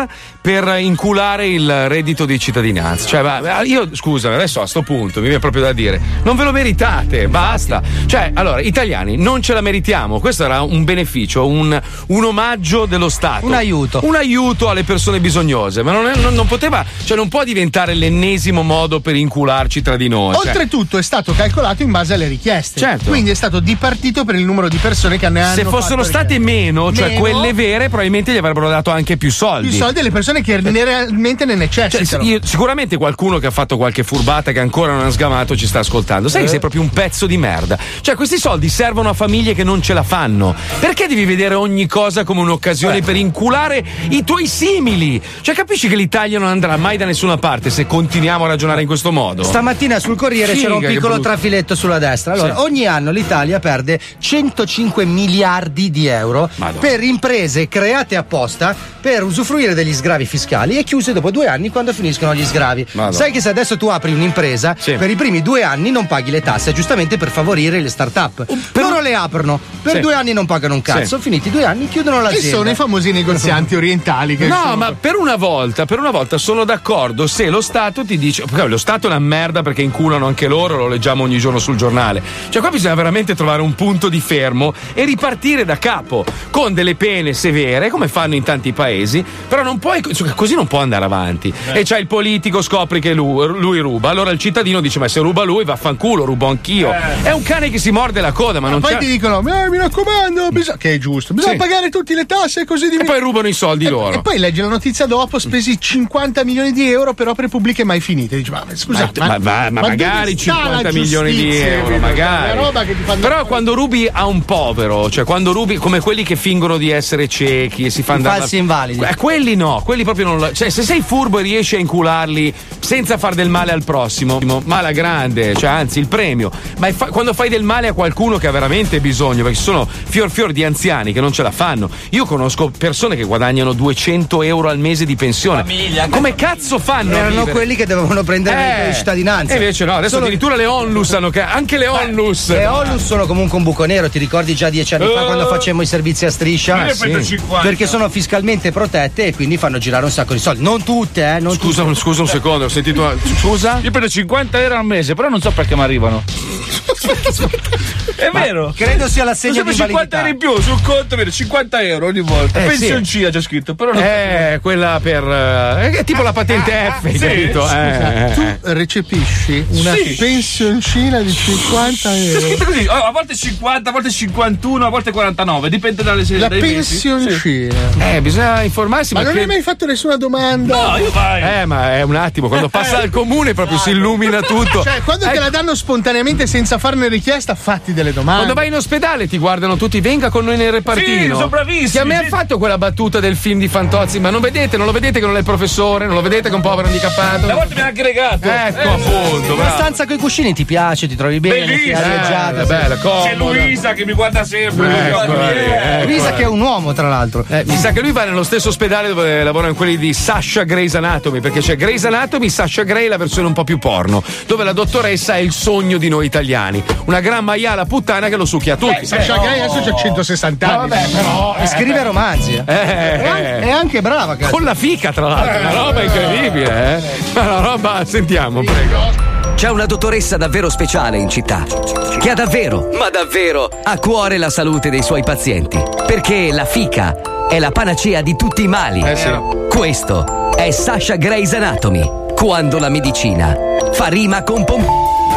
S2: per inculare il reddito di cittadinanza. Cioè, ma- io scusami, adesso a sto punto mi viene proprio da dire: non ve lo meritate, basta. Cioè, allora, italiani, non ce la meritiamo. Questo era un beneficio, un, un omaggio dello Stato.
S6: Un aiuto.
S2: Un aiuto alle persone bisognose, ma non, è- non- non poteva, cioè, non può diventare l'ennesimo modo per incularci tra di noi. cioè. Certo.
S3: Oltretutto è stato calcolato in base alle richieste. Quindi è stato dipartito per il numero di persone che ne hanno
S2: se fossero
S3: fatto
S2: state meno, cioè
S3: Meno.
S2: quelle vere, probabilmente gli avrebbero dato anche più soldi. Eh.
S3: più soldi alle persone che ne realmente ne
S2: Cioè,
S3: necessitano.
S2: io- sicuramente qualcuno che ha fatto qualche furbata che ancora non ha sgamato ci sta ascoltando. Sai che
S3: Eh.
S2: sei proprio un pezzo di merda. Cioè, questi soldi servono a famiglie che non ce la fanno. Perché devi vedere ogni cosa come
S6: Eh.
S2: un'occasione per inculare i tuoi simili? Cioè, capisci che l'Italia non andrà mai da nessuna parte se continuiamo a ragionare in questo modo?
S6: Stamattina sul Corriere
S2: Certo. Figa,
S6: c'era un
S2: che
S6: piccolo
S2: brutto.
S6: trafiletto sulla destra. Allora,
S2: Sì.
S6: ogni anno l'Italia perde 105 miliardi di euro per imprese create apposta per usufruire degli sgravi fiscali e chiuse dopo due anni quando finiscono gli sgravi.
S16: Madonna.
S6: Sai che se adesso tu apri un'impresa, per i primi due anni non paghi le tasse, giustamente per favorire le start-up. Loro le aprono, per
S3: Sì.
S6: due anni non pagano un cazzo,
S3: Sì.
S6: finiti due anni chiudono
S3: Ci
S6: l'azienda.
S3: sono Esatto, i famosi negozianti orientali che
S2: No,
S3: sono-
S2: ma per una volta, per una volta sono d'accordo se lo Stato ti dice. perché Lo Stato è una merda perché inculano anche loro, lo leggiamo ogni giorno sul giornale. Cioè, qua bisogna veramente trovare un punto di fermo e ripartire da capo con delle pene severe, come fanno in tanti paesi, però non puoi. così non può andare avanti.
S3: Eh.
S2: E c'è il politico, scopri che lui, lui ruba. Allora il cittadino dice: Ma se ruba lui, vaffanculo, rubo anch'io. È un cane che si morde la coda, ma non
S3: Eh. Poi
S2: c'è. Mm.
S3: ti dicono, "Eh, mi raccomando, bisogna-" che è giusto, bisogna
S2: Sì.
S3: pagare tutte le tasse così di
S2: E poi rubano i soldi Mm. loro.
S3: E poi leggi la notizia dopo, spesi 50 milioni di euro per opere pubbliche mai finite. Dici, ma scusate,
S2: ma, ma- ma
S3: dove
S2: magari
S3: sta la
S2: 50 milioni di
S3: giustizia,
S2: euro,
S3: capito?
S2: magari.
S3: Una roba che ti fanno-
S2: Però quando rubi a un povero, cioè quando rubi come quelli che fingono di essere ciechi e si fanno andare-
S6: falsi invalidi.
S2: Eh, quelli no, quelli proprio non. la- Cioè, se sei furbo e riesci a incularli senza far del male al prossimo, ma la grande, cioè anzi il premio. Ma è fa- quando fai del male a qualcuno che ha veramente bisogno, perché ci sono fior fior di anziani che non ce la fanno. Io conosco persone che guadagnano 200 euro al mese di pensione. come cazzo fanno? a
S6: Erano
S2: vivere? Eh,
S6: quelli che dovevano prendere il reddito di cittadinanza.
S2: E invece no, adesso
S6: Solo-
S2: addirittura le onlus hanno ca- anche le onlus.
S6: Le onlus sono comunque un buco nero, ti ricordi già dieci anni fa
S2: Eh.
S6: quando facemmo i servizi a striscia?
S2: Eh, sì. 150.
S6: Perché sono fiscalmente protette e quindi fanno girare un sacco di soldi. Non tutte, eh? Non
S2: Scusa,
S6: tutte.
S2: scusa un secondo, ho sentito. Scusa?
S15: Io prendo 50 euro al mese, però non so perché mi arrivano. È vero?
S6: credo sia l'assegno
S15: Sono sempre
S6: di
S15: 50 euro in più sul conto, vedo 50 euro ogni volta.
S2: Eh,
S15: Pensioncina c'è scritto, però non
S2: Eh, quella per. eh, è tipo la patente F,
S3: Sì,
S2: capito?
S3: scusa,
S2: Eh, eh.
S3: tu recepisci una
S15: Sì.
S3: pensioncina di 50
S15: C'è
S3: euro.
S15: scritto così, oh, a volte 50, a volte 51, a volte 49, dipende dalle
S3: La
S15: dai mesi.
S3: pensioncina.
S2: Eh, bisogna informarsi.
S3: Ma non
S2: perché-
S3: hai mai fatto nessuna domanda?
S2: Eh, ma è un attimo, quando passa al comune proprio si illumina tutto. Eh,
S3: Cioè, quando te la danno spontaneamente senza farne richiesta, fatti delle domande.
S2: Quando vai in ospedale ti guardano tutti, venga con noi nel repartino.
S3: Sì, sono
S2: bravissimi. Che a me ha fatto quella battuta del film di Fantozzi, ma non vedete, non lo vedete che non è il professore, non lo vedete che è un povero handicappato. La volta
S15: mi ha aggregato.
S2: Ecco,
S6: Eh.
S2: appunto,
S6: Una
S2: bravo.
S6: stanza con i cuscini ti piace, ti trovi bene, ti
S15: Bellissima.
S2: Eh,
S6: areggiata.
S2: Ecco, bella, comoda.
S15: C'è Luisa che mi guarda sempre. mi
S2: Eccola
S15: guarda
S2: lì,
S15: niente.
S2: eccola
S6: Luisa
S2: lì.
S6: che è un uomo, tra l'altro.
S2: Eh, mi sa che lui va nello stesso ospedale dove lavorano quelli di Sasha Grey's Anatomy, perché c'è Grey's Anatomy, Sasha Grey, la versione un po' più porno, dove la dottoressa è il sogno di noi italiani. Una gran maiala puttana che lo succhia a tutti.
S3: Eh, Sasha Grey adesso c'ha
S2: Ah,
S3: 160 anni.
S6: E scrive romanzi. eh.
S2: Eh.
S6: È an- È anche brava, cazzo.
S2: Con la fica, tra l'altro, una roba incredibile, eh? Una roba, sentiamo, prego.
S14: C'è una dottoressa davvero speciale in città, che ha davvero, ma davvero, a cuore la salute dei suoi pazienti, perché la fica è la panacea di tutti i mali.
S2: Eh
S14: Questo è Sasha Grey's Anatomy, quando la medicina fa rima con pom...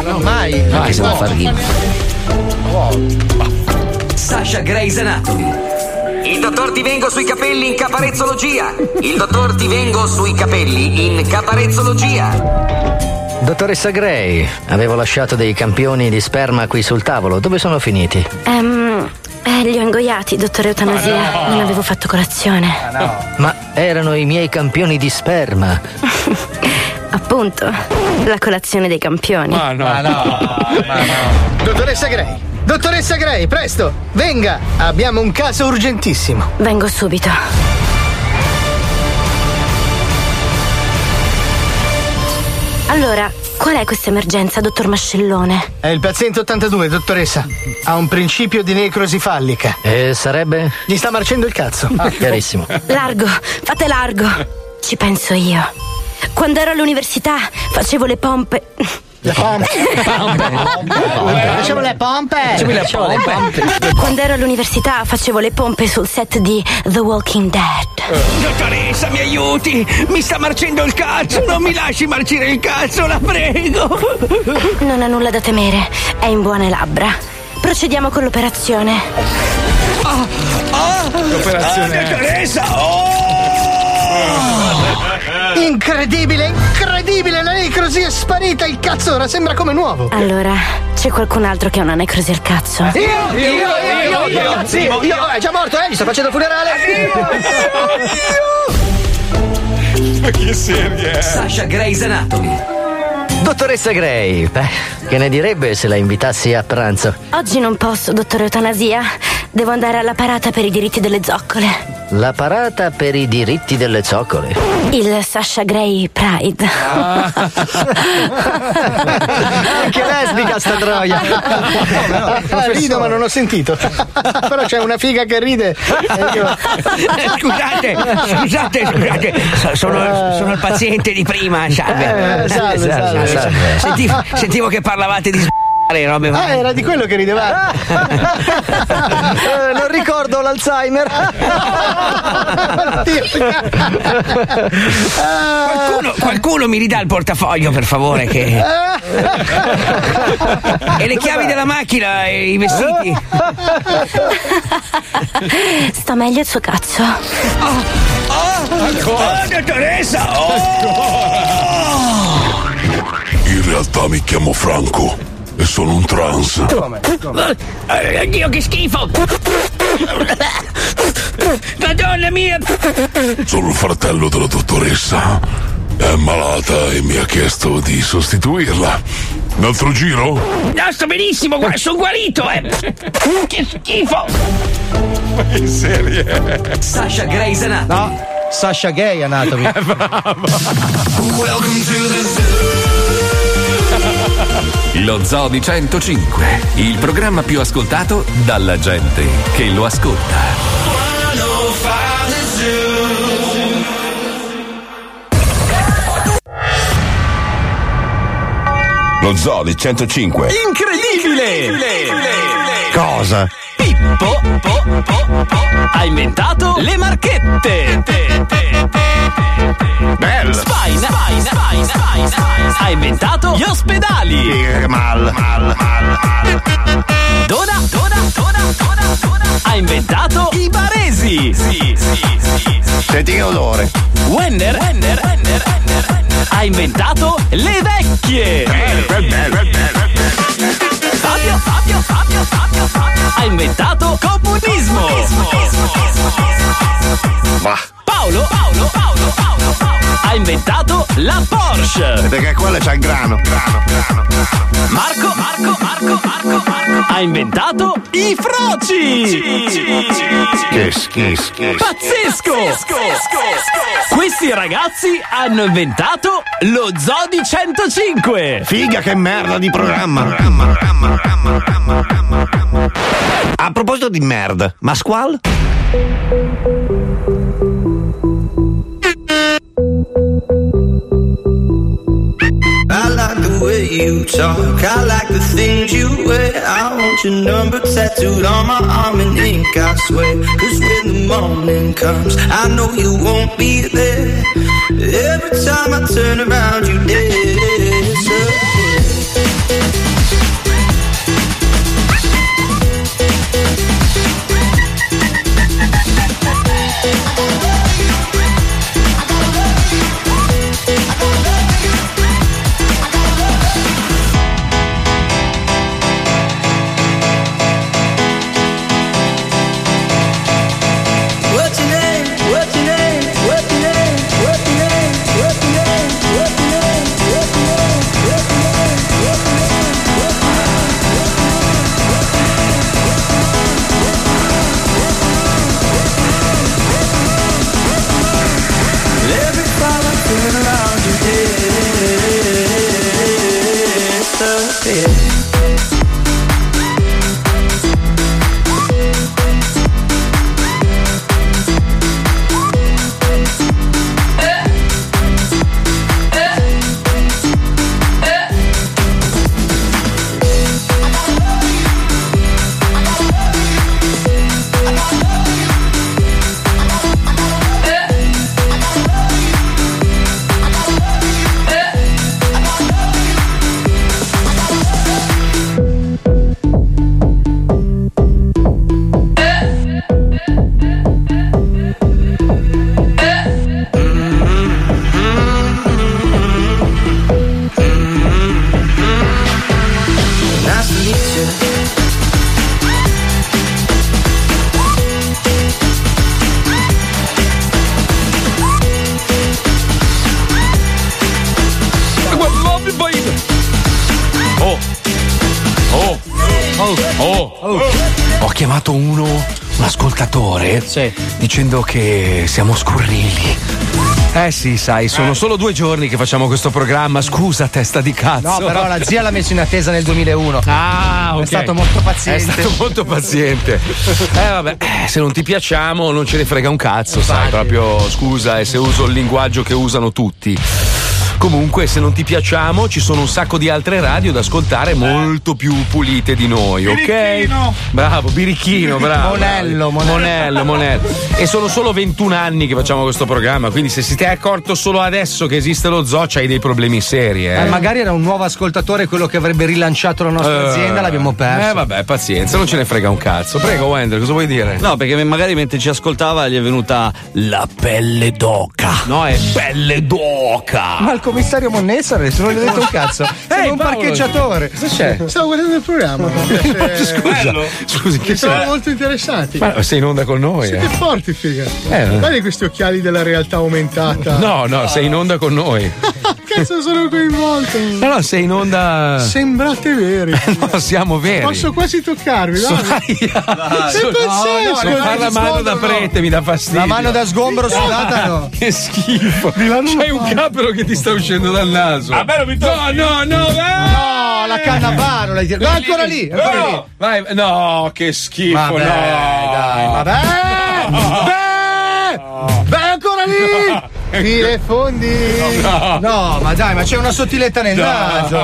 S6: Ma mai.
S14: Anche se non fa rima. Sasha Grey's Anatomy.
S19: Il dottor Ti Vengo sui capelli in caparezzologia. Il dottor Ti Vengo sui capelli in caparezzologia.
S27: Dottoressa Gray, avevo lasciato dei campioni di sperma qui sul tavolo. Dove sono finiti?
S7: Ehm, eh, li ho ingoiati, dottore Eutanasia. Non avevo fatto colazione.
S2: Ah,
S27: Ma erano i miei campioni di sperma.
S7: Appunto, la colazione dei campioni.
S2: Ma no.
S27: Dottoressa Gray,
S6: dottoressa Gray, presto, venga, abbiamo un caso urgentissimo.
S7: Vengo subito. Allora, qual è questa emergenza, dottor Mascellone?
S27: È il paziente 82, dottoressa. Ha un principio di necrosi fallica. E sarebbe? Gli sta marcendo il cazzo. Ah. Chiarissimo.
S7: Largo, fate largo. Ci penso io. Quando ero all'università facevo le pompe.
S27: Le pompe?
S7: Facevo le pompe. Facevo le pompe. Quando ero all'università facevo le pompe sul set di The Walking Dead.
S8: Dottoressa, mi aiuti! Mi sta marcendo il cazzo! Non mi lasci marcire il cazzo, la prego!
S7: Non ha nulla da temere, è in buone labbra. Procediamo con l'operazione.
S8: L'operazione. Ah, dottoressa! oh!
S27: Incredibile, incredibile, la necrosi è sparita, il cazzo ora sembra come nuovo.
S7: Allora, c'è qualcun altro che ha una necrosi al cazzo?
S27: Io, io, io, io, io, io, io, io, è già morto, eh, gli sto facendo il funerale.
S8: Ma che serie
S27: Sasha Grey's Anatomy. Dottoressa Grey, beh, che ne direbbe se la invitassi a pranzo?
S7: Oggi non posso, dottore Eutanasia. Devo andare alla parata per i diritti delle zoccole.
S27: La parata per i diritti delle zoccole.
S7: Il Sasha Grey Pride.
S27: Anche lesbica sta troia. Rido ma non ho sentito. Però c'è una figa che ride. e io-
S8: Scusate, scusate, scusate, so- sono, sono il paziente di prima, salve.
S27: Eh, salve, salve.
S8: Sentivo, sentivo che parlavate di s***are, robe
S27: Ah,
S8: varie.
S27: era di quello che rideva. Eh, non ricordo l'Alzheimer.
S8: Qualcuno, qualcuno mi ridà il portafoglio, per favore, che... E le chiavi della macchina e i vestiti.
S7: Sta meglio il suo cazzo.
S27: Ah.
S8: Oh, dottoressa! Oh!
S5: In realtà mi chiamo Franco e sono un trans.
S8: Eh, Oddio, che schifo! Madonna mia!
S5: Sono il fratello della dottoressa. È malata e mi ha chiesto di sostituirla. Un altro giro?
S8: No, sto benissimo, gua- sono guarito, eh! Che schifo!
S5: Ma che serie
S8: Sasha Grey's Anatomy.
S6: No, Sasha Gay Anatomy.
S8: Welcome to the
S1: Lo Zoo di 105, il programma più ascoltato dalla gente che lo ascolta.
S5: Lo zoo di 105.
S8: Incredibile!
S5: Cosa?
S8: Pippo po, po, po, ha inventato le marchette.
S5: Bello.
S8: Spina, spina, spina, spina, spina. Ha inventato gli ospedali.
S5: Eh, Mal, mal, mal, mal.
S8: Dona, dona, dona, dona, dona. Ha inventato i baresi. Sì, sì, sì.
S5: Senti che odore.
S8: Wenner, Wenner, Wenner, Wenner, Wenner. Ha inventato le vecchie. Fabio, Fabio, Fabio, Fabio, Fabio. Ha inventato comunismo.
S5: Ma.
S8: Paolo, Paolo, Paolo, Paolo, Paolo. Ha inventato la Porsche.
S5: Perché quella c'ha il grano. Grano, grano, grano.
S8: Marco, Marco, Marco, Marco, Marco. Ha inventato i froci.
S5: Che schifo.
S8: Pazzesco! Questi ragazzi hanno inventato lo Zodi 105!
S5: Figa che merda di programma. Ramma, ramma, ramma, ramma, ramma, ramma. A proposito di merda, ma squal?
S23: I like the way you talk. I like the things you wear. I want your number tattooed on my arm in ink, I swear. Cause when the morning comes, I know you won't be there. Every time I turn around, you disappear. What's your name? What's your name? What's your name? What's your name? What's your name? What's your name? What's your name? What's your name?
S3: Eh.
S2: oh,
S6: Oh,
S2: te dicendo che siamo scurrili. Eh sì, sai, sono solo due giorni che facciamo questo programma. Scusa, testa di
S6: No,
S2: cazzo.
S6: però la zia l'ha messo in attesa nel 2001.
S28: Ah,
S6: È stato molto paziente.
S2: È stato molto paziente. Eh, vabbè, eh, se non ti piacciamo, non ce ne frega un cazzo, sai? Proprio scusa, eh, se uso il linguaggio che usano tutti. Comunque, se non ti piacciamo, ci sono un sacco di altre radio da ascoltare molto più pulite di noi, ok?
S28: Birichino.
S2: Bravo, Birichino, bravo.
S6: Monello,
S2: Monello. Monello, Monello. E sono solo 21 anni che facciamo questo programma, quindi se si ti è accorto solo adesso che esiste lo zoo, c'hai dei problemi seri, eh.
S6: Eh, magari era un nuovo ascoltatore quello che avrebbe rilanciato la nostra
S2: Eh.
S6: azienda, l'abbiamo perso.
S2: Eh vabbè, pazienza, non ce ne frega un cazzo. Prego, Wender, cosa vuoi dire?
S4: No, perché magari mentre ci ascoltava gli è venuta la pelle d'oca.
S2: No, è
S4: pelle d'oca.
S6: Ma il commissario Monnessa nessuno gli ha detto un cazzo. Sembra un parcheggiatore.
S3: Cosa c'è? Eh, Stavo guardando il programma.
S2: Scusa, scusi,
S3: Che
S2: che
S3: sono
S2: c'è?
S3: molto interessanti.
S2: Ma sei in onda con noi?
S3: Siete
S2: eh?
S3: forti, figa.
S2: Eh.
S3: Guardi questi occhiali della realtà aumentata. Ah,
S2: No, no, sei Eh. in onda con noi.
S3: Cazzo, sono coinvolto.
S2: No, no, sei in onda.
S3: Sembrate veri.
S2: No, siamo veri.
S3: Posso quasi toccarvi,
S2: Sono-
S3: guarda. Sei
S2: Sono-
S3: pazzesco.
S2: non far la mano da prete, mi dà fastidio. Ah,
S6: La mano da sgombro sudata, no.
S2: Che schifo. C'hai un capro che ti sta uscendo dal naso. No, no, no.
S6: No, la cannavaro, l'hai tirato. No, ancora lì, ancora lì.
S2: No, vai, no, che schifo.
S6: Vabbè,
S2: no,
S6: dai, vabbè.
S3: Vai ancora lì! File fondi!
S6: No. ma dai, ma c'è una sottiletta nel
S3: Dai.
S6: naso.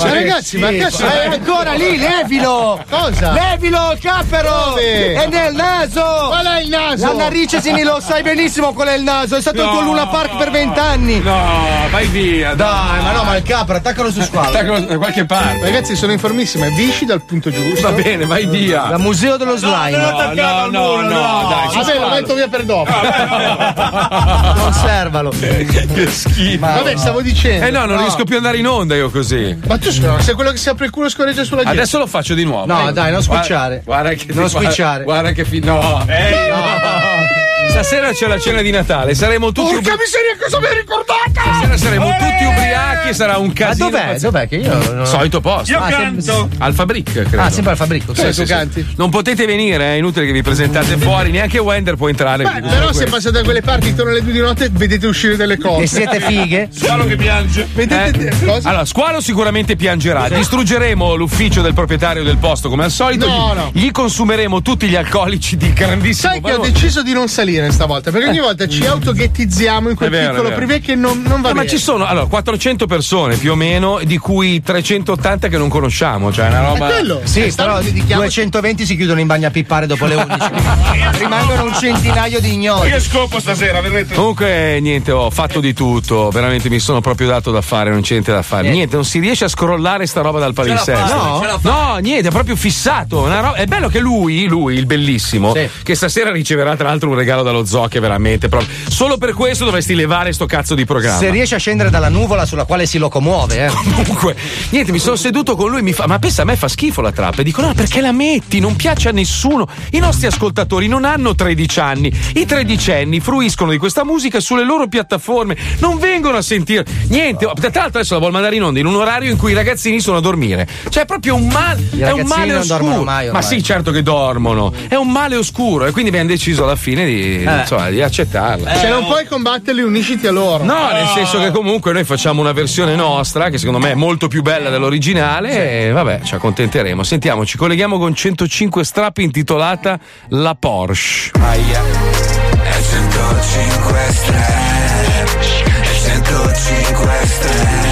S3: Ma ragazzi, ma che
S6: schifo. È ancora lì, levilo!
S3: Cosa?
S6: Levilo il cappero!
S3: Dove?
S6: È nel naso!
S3: Qual è il naso?
S6: La narice, sì, lo sai benissimo qual è il naso, è stato il tuo Luna Park per vent'anni!
S2: No, vai via.
S6: Dai, ma no, ma il capra, attaccalo su squadra.
S2: Attaccalo da qualche parte.
S3: Ragazzi, sono informissima, visci dal punto giusto.
S2: Va bene, vai via.
S6: Da museo dello slime.
S3: non attaccarlo al
S2: no,
S3: muro,
S2: no, dai, su
S3: Vabbè, lo
S2: squadra. Ah,
S3: metto via per dopo.
S6: Conservalo.
S2: che schifo.
S3: Vabbè, stavo dicendo.
S2: Eh no, non
S3: No.
S2: riesco più ad andare in onda io così.
S3: Ma tu scusa, sei quello che si apre il culo e scorreggia sulla gente.
S2: Adesso lo faccio di nuovo.
S3: No,
S2: Prego.
S3: dai, non
S2: Guarda-
S3: squicciare.
S2: Guarda, che
S3: Non
S2: guarda-
S3: squicciare.
S2: Guarda che fin- no.
S6: Eh,
S2: Ehi, no. Stasera c'è la cena di Natale, saremo tutti
S3: Porca
S2: ubri-
S3: miseria, cosa mi hai Eh! ricordata?
S2: Stasera saremo tutti ubriachi, sarà un casino.
S6: dov'è?
S2: pazzesco.
S6: Dov'è che io non-
S2: Solito posto.
S6: Io Ah, canto. sempre-
S2: Al Fabric, credo.
S6: Ah, sempre al Fabric, ok.
S2: Sì,
S6: Tu
S2: sì, sì.
S6: canti?
S2: Non potete venire, è inutile che vi presentate fuori, neanche Wender può entrare. vi
S3: Beh,
S2: dico
S3: però
S2: solo
S3: se
S2: questo.
S3: passate da quelle parti intorno alle due di notte vedete uscire delle cose.
S2: E siete fighe?
S3: Solo che piange. Vedete
S2: Eh?
S3: cosa?
S2: Allora, Squalo sicuramente piangerà. Distruggeremo l'ufficio del proprietario del posto come al solito.
S3: No,
S2: gli,
S3: no.
S2: gli consumeremo tutti gli alcolici di grandissimo
S3: Sai che ho
S2: valore. Eh.
S3: deciso di non salire stavolta, perché ogni volta ci autoghettizziamo in quel
S2: È vero, è
S3: piccolo
S2: vero.
S3: privé che non, non va
S2: Eh,
S3: bene.
S2: ma ci sono allora 400 persone più o meno, di cui 380 che non conosciamo, cioè è una roba.
S3: Eh,
S6: Sì, però 220 si chiudono in bagno a pippare dopo le 11. Rimangono un centinaio di ignoti.
S8: Che scopo stasera, vedrete.
S2: Comunque, niente, ho fatto di tutto. Veramente mi sono proprio dato da fare, non c'è niente da
S3: Eh.
S2: fare. Niente, non si riesce a scrollare sta roba dal palinsesto.
S28: fai,
S2: No?
S28: ce la
S2: no, niente, è proprio fissato. una roba- È bello che lui, lui, il bellissimo, che stasera riceverà tra l'altro un regalo dallo zoo che veramente proprio. Solo per questo dovresti levare sto cazzo di programma.
S6: Se riesce a scendere dalla nuvola sulla quale si locomuove, eh.
S2: Comunque, niente, mi sono seduto con lui, mi fa, ma pensa a me fa schifo la trappa. E dico, no, perché la metti? Non piace a nessuno. I nostri ascoltatori non hanno 13 anni. I tredicenni fruiscono di questa musica sulle loro piattaforme. Non vengono a sentire
S6: Ah.
S2: niente. Tra l'altro adesso la vuol mandare in onda in un orario in cui i ragazzini sono a dormire. Cioè, è proprio un male.
S6: I
S2: È un
S6: ragazzini
S2: male
S6: non dormono
S2: oscuro.
S6: mai
S2: ma
S6: ormai.
S2: sì, certo che dormono. È un male oscuro. E quindi abbiamo deciso alla fine di,
S3: Eh.
S2: insomma, di accettarla.
S3: Se non puoi combatterli, unisciti a loro.
S2: Eh, No, nel senso che comunque noi facciamo una versione nostra che secondo me è molto più bella dell'originale e vabbè, ci accontenteremo. Sentiamo, ci colleghiamo con 105 strappi intitolata La Porsche.
S8: Aia. È 105 stelle, è 105 stelle,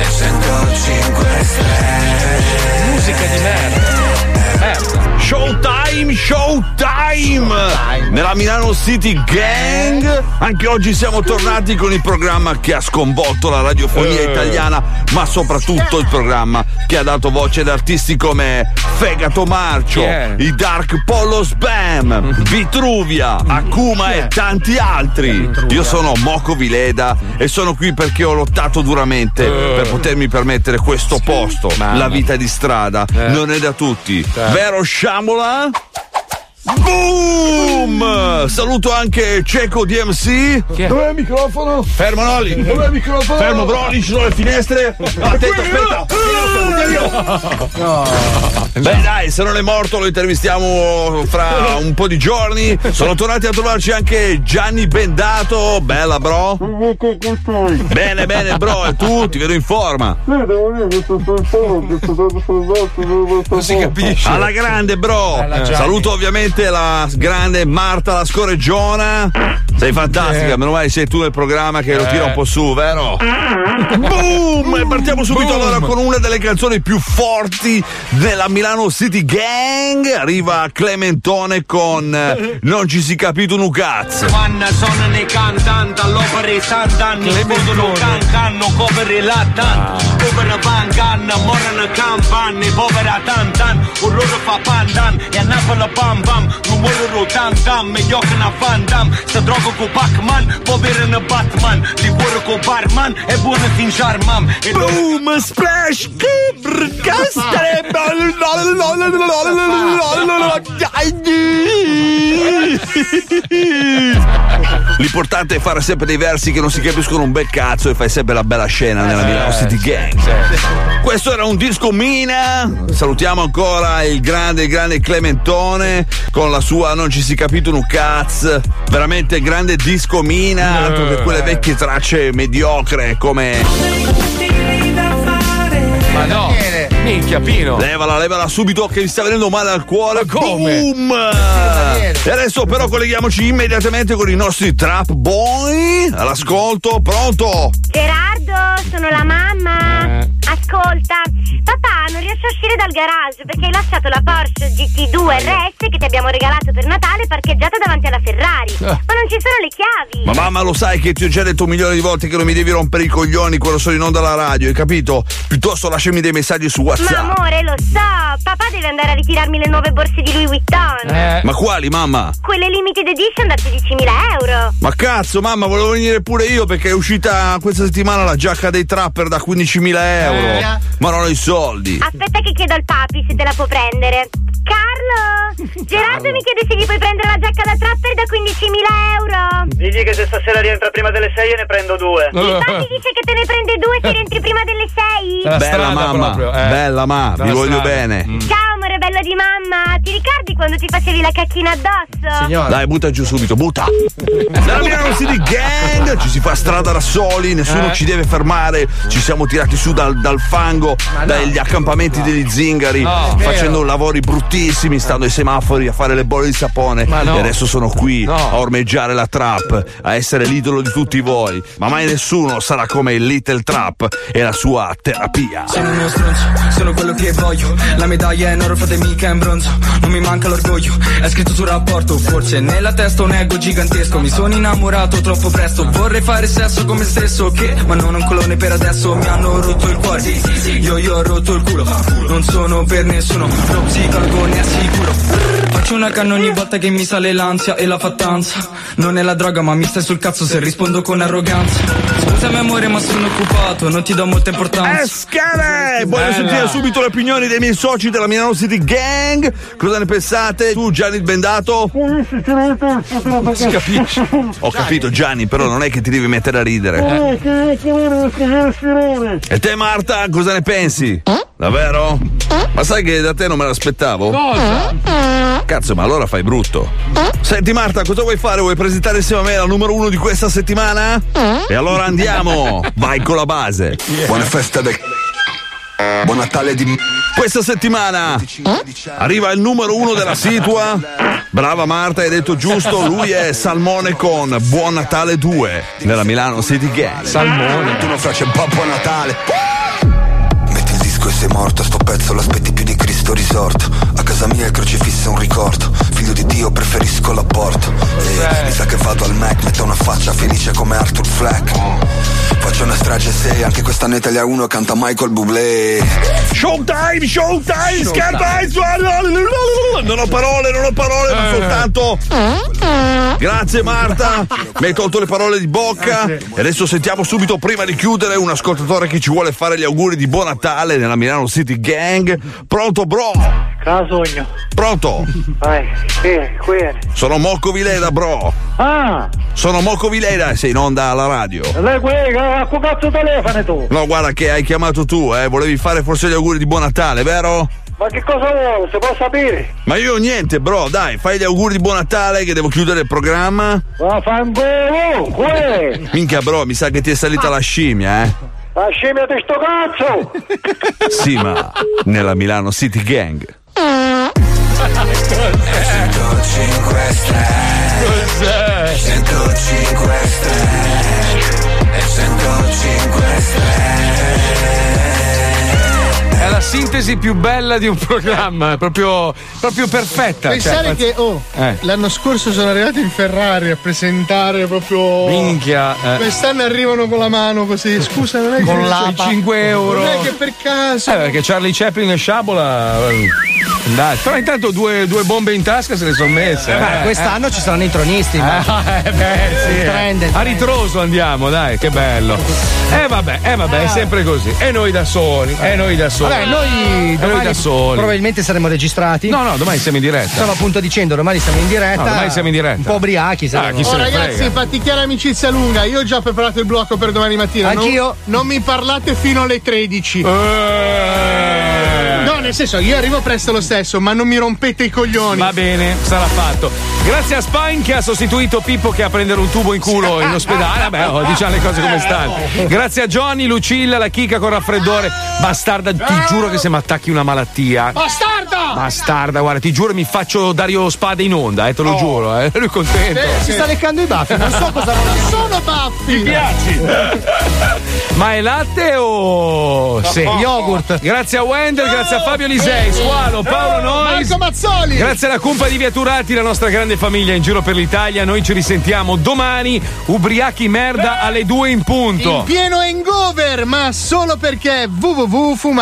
S8: è 105 stelle. Musica di merda.
S2: Eh.
S4: Showtime, showtime! Nella Milano City Gang, anche oggi siamo tornati con il programma che ha sconvolto la radiofonia
S8: Eh.
S4: italiana, ma soprattutto il programma che ha dato voce ad artisti come Fegato Marcio,
S8: Yeah.
S4: i Dark Polo Spam, Vitruvia, Akuma e tanti altri. Io sono Moco Vileda e sono qui perché ho lottato duramente
S8: Eh.
S4: per potermi permettere questo posto.
S8: Mamma
S4: La vita di strada
S8: Eh.
S4: non è da tutti.
S8: Eh.
S4: Vero Sciamola? Boom! Saluto anche Cieco DMC.
S8: Chi è?
S4: Dov'è il microfono? Fermo Noli.
S8: Dov'è il microfono?
S4: Fermo Broli, ci sono le finestre. Attento, aspetta. Beh dai, se non è morto lo intervistiamo fra un po' di giorni. Sono tornati a trovarci anche Gianni Bendato. Bella bro. Bene, bene bro, e tu ti vedo in forma.
S8: Non si capisce.
S4: Alla grande, bro.
S8: Alla Gianni.
S4: Saluto ovviamente la grande Marta la scoreggiona. Sei fantastica, meno male sei tu nel programma che lo
S8: Eh.
S4: tira un po' su, vero? Boom! E partiamo subito
S8: Boom.
S4: allora con una delle canzoni più forti della Milano City Gang. Arriva Clementone con eh, Non ci si capito un cazzo.
S22: Quando sono nei cantanti all'opera i sant'anni Scudono cancanno, copere la tanto Copere pancanna, morano campanne Povera tantan, un loro fa pandan E a Napoli pam pam, rumore rotantam E giocano a fandam, sta drogo con Pac-Man Povera una Batman, liquore con barman E buono fin charmam E
S8: Boom, splash, kibr, castere,
S4: L'importante è fare sempre dei versi che non si capiscono un bel cazzo e fai sempre la bella scena nella Milano City Gang. Questo era un disco Mina. Salutiamo ancora il grande, il grande Clementone con la sua Non ci si capito un cazzo. Veramente grande disco Mina. Altro che quelle vecchie tracce mediocre come. Ma no, minchia Pino. Levala, levala subito che mi sta venendo male al cuore. come? Boom! E adesso però colleghiamoci immediatamente con i nostri trap boy. All'ascolto, pronto?
S29: Gerardo, sono la mamma. Ascolta, papà, non riesco a uscire dal garage perché hai lasciato la Porsche GT2 RS che ti abbiamo regalato per Natale parcheggiata davanti alla Ferrari. Ma non ci sono le chiavi.
S4: Ma mamma lo sai che ti ho già detto un milione di volte che non mi devi rompere i coglioni quando sono in onda alla radio, hai capito? Piuttosto lasciami dei messaggi su WhatsApp.
S29: Ma amore, lo so, papà deve andare a ritirarmi le nuove borse di Louis Vuitton.
S4: Eh. Ma quali, mamma?
S29: Quelle limited edition da 16.000 euro.
S4: Ma cazzo, mamma, volevo venire pure io perché è uscita questa settimana la giacca dei trapper da 15.000 euro.
S29: Eh.
S4: Ma non ho i soldi.
S29: Aspetta che chiedo al papi se te la può prendere. Carlo! Gerardo mi chiede se gli puoi prendere la giacca da trapper da 15.000 euro.
S14: Digli che se stasera rientra prima delle 6 ne prendo due.
S4: Eh.
S29: Il papi dice che te ne prende due se rientri prima delle 6.
S4: Bella mamma, bella mamma, vi
S8: Dalla
S4: voglio
S8: eh. strada. Mm.
S4: bene.
S29: Ciao amore bello di mamma, ti ricordi quando ti facevi la cacchina addosso?
S4: Dai, butta giù subito, butta. Nella Milano City Gang ci si fa strada da soli, nessuno
S8: Eh.
S4: ci deve fermare. Ci siamo tirati su dal, dal fango, dagli accampamenti degli zingari,
S8: No, è
S4: facendo lavori bruttissimi, stando ai semafori a fare le bolle di sapone.
S8: Ma no.
S4: E adesso sono qui
S8: No.
S4: a ormeggiare la trap, a essere l'idolo di tutti voi. Ma mai nessuno sarà come il Little Trap e la sua terapia.
S21: Sono uno stronzo, sono quello che voglio. La medaglia è in oro, fate mica in bronzo. Non mi manca l'orgoglio, è scritto sul rapporto. Forse nella testa un ego gigantesco. Mi sono innamorato troppo presto. Vorrei fare sesso con me stesso, che? Ma non ho un colone per adesso. Mi hanno rotto il cuore. Io, io ho rotto il culo. Non sono per nessuno. Lo psicologo ne assicuro. Faccio una canna ogni volta che mi sale l'ansia e la fattanza. Non è la droga, ma mi stai sul cazzo se rispondo con arroganza. Scusami amore, ma sono occupato. Non ti do molta importanza.
S4: Escale! Eh, Voglio
S21: Bella.
S4: sentire subito le opinioni dei miei soci della Milano City Gang. Cosa ne pensate? Tu, Gianni Bendato?
S8: Non si capisce.
S4: Ho capito, Gianni, però non è che ti devi mettere a
S8: Eh.
S4: ridere.
S8: capito.
S4: E te, Marta, cosa ne pensi? Davvero? Ma sai che da te non me l'aspettavo? Cazzo, ma allora fai brutto. Senti, Marta, cosa vuoi fare? Vuoi presentare insieme a me la numero uno di questa settimana? E allora andiamo! Vai con la base!
S8: Buona festa del.
S4: Buon Natale di. Questa settimana arriva il numero uno della situa. Brava Marta, hai detto giusto. Lui è Salmone con Buon Natale 2 nella Milano City Gang. Salmone. Tu non faccio un po' Buon Natale.
S22: Metti il disco e sei morto, a sto pezzo l'aspetti più di Cristo risorto. A casa mia il crocifisso è un ricordo, figlio di Dio preferisco l'aborto. Ehi, mi sa che vado al Mac, metto una faccia felice come Arthur Fleck. Faccio una strage se anche quest'anno Italia 1 canta Michael Bublé.
S4: Showtime, showtime, scatta Non ho parole, non ho parole, ma soltanto. Grazie Marta, mi hai tolto le parole di bocca. E adesso sentiamo subito, prima di chiudere, un ascoltatore che ci vuole fare gli auguri di Buon Natale nella Milano City Gang. Pronto, bro?
S20: Casogno.
S4: Pronto?
S20: Vai, sì, qui.
S4: Sono Mocco Vileda, bro.
S20: Ah,
S4: Sono Mocco Vileda, sei in onda alla radio.
S20: lei qui, eh, a che cazzo telefono tu?
S4: No, guarda che hai chiamato tu, eh. Volevi fare forse gli auguri di Buon Natale, vero?
S20: Ma che cosa vuole? Si può sapere?
S4: Ma io niente, bro, dai, fai gli auguri di Buon Natale che devo chiudere il programma.
S20: Vaffanculo, qui!
S4: Minchia, bro, mi sa che ti è salita la scimmia, eh.
S20: La scimmia di sto cazzo!
S4: Sì, ma nella Milano City Gang.
S16: Cos'è? 105 stelle e 105 stelle
S2: È la sintesi più bella di un programma, proprio, proprio perfetta.
S3: Pensare
S2: cioè,
S3: che oh,
S2: Eh.
S3: l'anno scorso sono arrivati in Ferrari a presentare proprio.
S2: Minchia, eh.
S3: Quest'anno arrivano con la mano così. Scusa, non è
S2: Con
S3: che
S2: l'APA. 5 euro.
S3: Non è che per caso.
S2: Eh, perché Charlie Chaplin e Sciabola. eh, Dai. Però intanto due, due bombe in tasca se le sono
S3: Eh,
S2: messe. eh.
S6: Eh,
S27: Ma quest'anno ci saranno i tronisti.
S2: Ah, eh, beh, sì, eh.
S27: Il trend, il
S2: A
S27: trend.
S2: ritroso andiamo, dai, che bello. E vabbè, eh, vabbè, è sempre così. E noi da soli, e noi da soli.
S27: Vabbè,
S2: E
S27: noi
S2: noi
S27: domani
S2: da soli.
S27: probabilmente saremo registrati.
S2: No, no, domani siamo in diretta.
S27: Stavo appunto dicendo, domani siamo in diretta.
S2: No, domani siamo in diretta. Ah,
S27: Un po' ubriachi, saremo.
S3: oh, ragazzi, fatti chiara amicizia lunga. Io ho già preparato il blocco per domani mattina. Non-
S27: Anch'io.
S3: Non, mi parlate fino alle 13.
S2: Eh.
S3: No, nel senso, io arrivo presto lo stesso, ma non mi rompete i coglioni.
S2: Va bene, sarà fatto. Grazie a Spine che ha sostituito Pippo che è a prendere un tubo in culo in ospedale. Vabbè, oh, diciamo le cose come stanno. Grazie a Johnny, Lucilla, la chica con raffreddore. Bastarda, ti giuro che se mi attacchi una malattia.
S27: Ah.
S3: Bastardo!
S2: Bastarda, guarda, ti giuro mi faccio Dario Spada in onda, eh, te
S27: Oh.
S2: lo giuro, eh. Lui è contento.
S27: Si sta leccando i baffi, non so cosa
S3: Non sono baffi! Eh. Mi piaci!
S2: Ma è latte o sì. yogurt? Grazie a Wender, grazie a Fabio Lisei,
S3: Eh.
S2: Squalo, Paolo Nois.
S3: Marco Mazzoli!
S2: Grazie alla cumpa di Viaturati, la nostra grande famiglia in giro per l'Italia. Noi ci risentiamo domani, ubriachi merda, alle due in punto.
S3: In pieno hangover, ma solo perché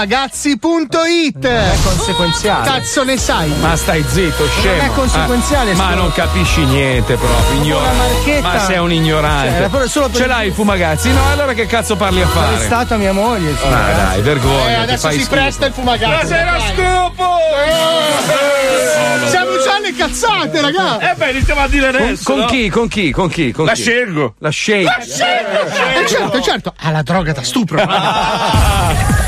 S3: www.fumagazzi.it è
S27: conseguenziale.
S3: Cazzo ne sai?
S2: Ma stai zitto, scemo.
S27: è conseguenziale,
S2: Ah, ma
S27: scusa.
S2: non capisci niente proprio, ignorante.
S27: marchetta.
S2: Ma sei un
S27: Cioè,
S2: ignorante.
S27: era proprio solo per-
S2: Ce l'hai il fumagazzi? No, allora che cazzo parli a
S27: È
S2: fare?
S27: stata mia moglie. sì.
S2: Ma dai, vergogna.
S3: Eh, adesso si presta il fumagazzi.
S15: Buonasera,
S3: scopo! Siamo già alle cazzate, ragazzi!
S15: Eh beh, iniziamo a dire
S2: Con,
S15: adesso.
S2: con
S15: no?
S2: chi? Con chi? Con chi? Con
S15: La
S2: chi?
S15: scelgo.
S2: La scelgo.
S3: certo. Eh, certo, certo, alla droga da stupro.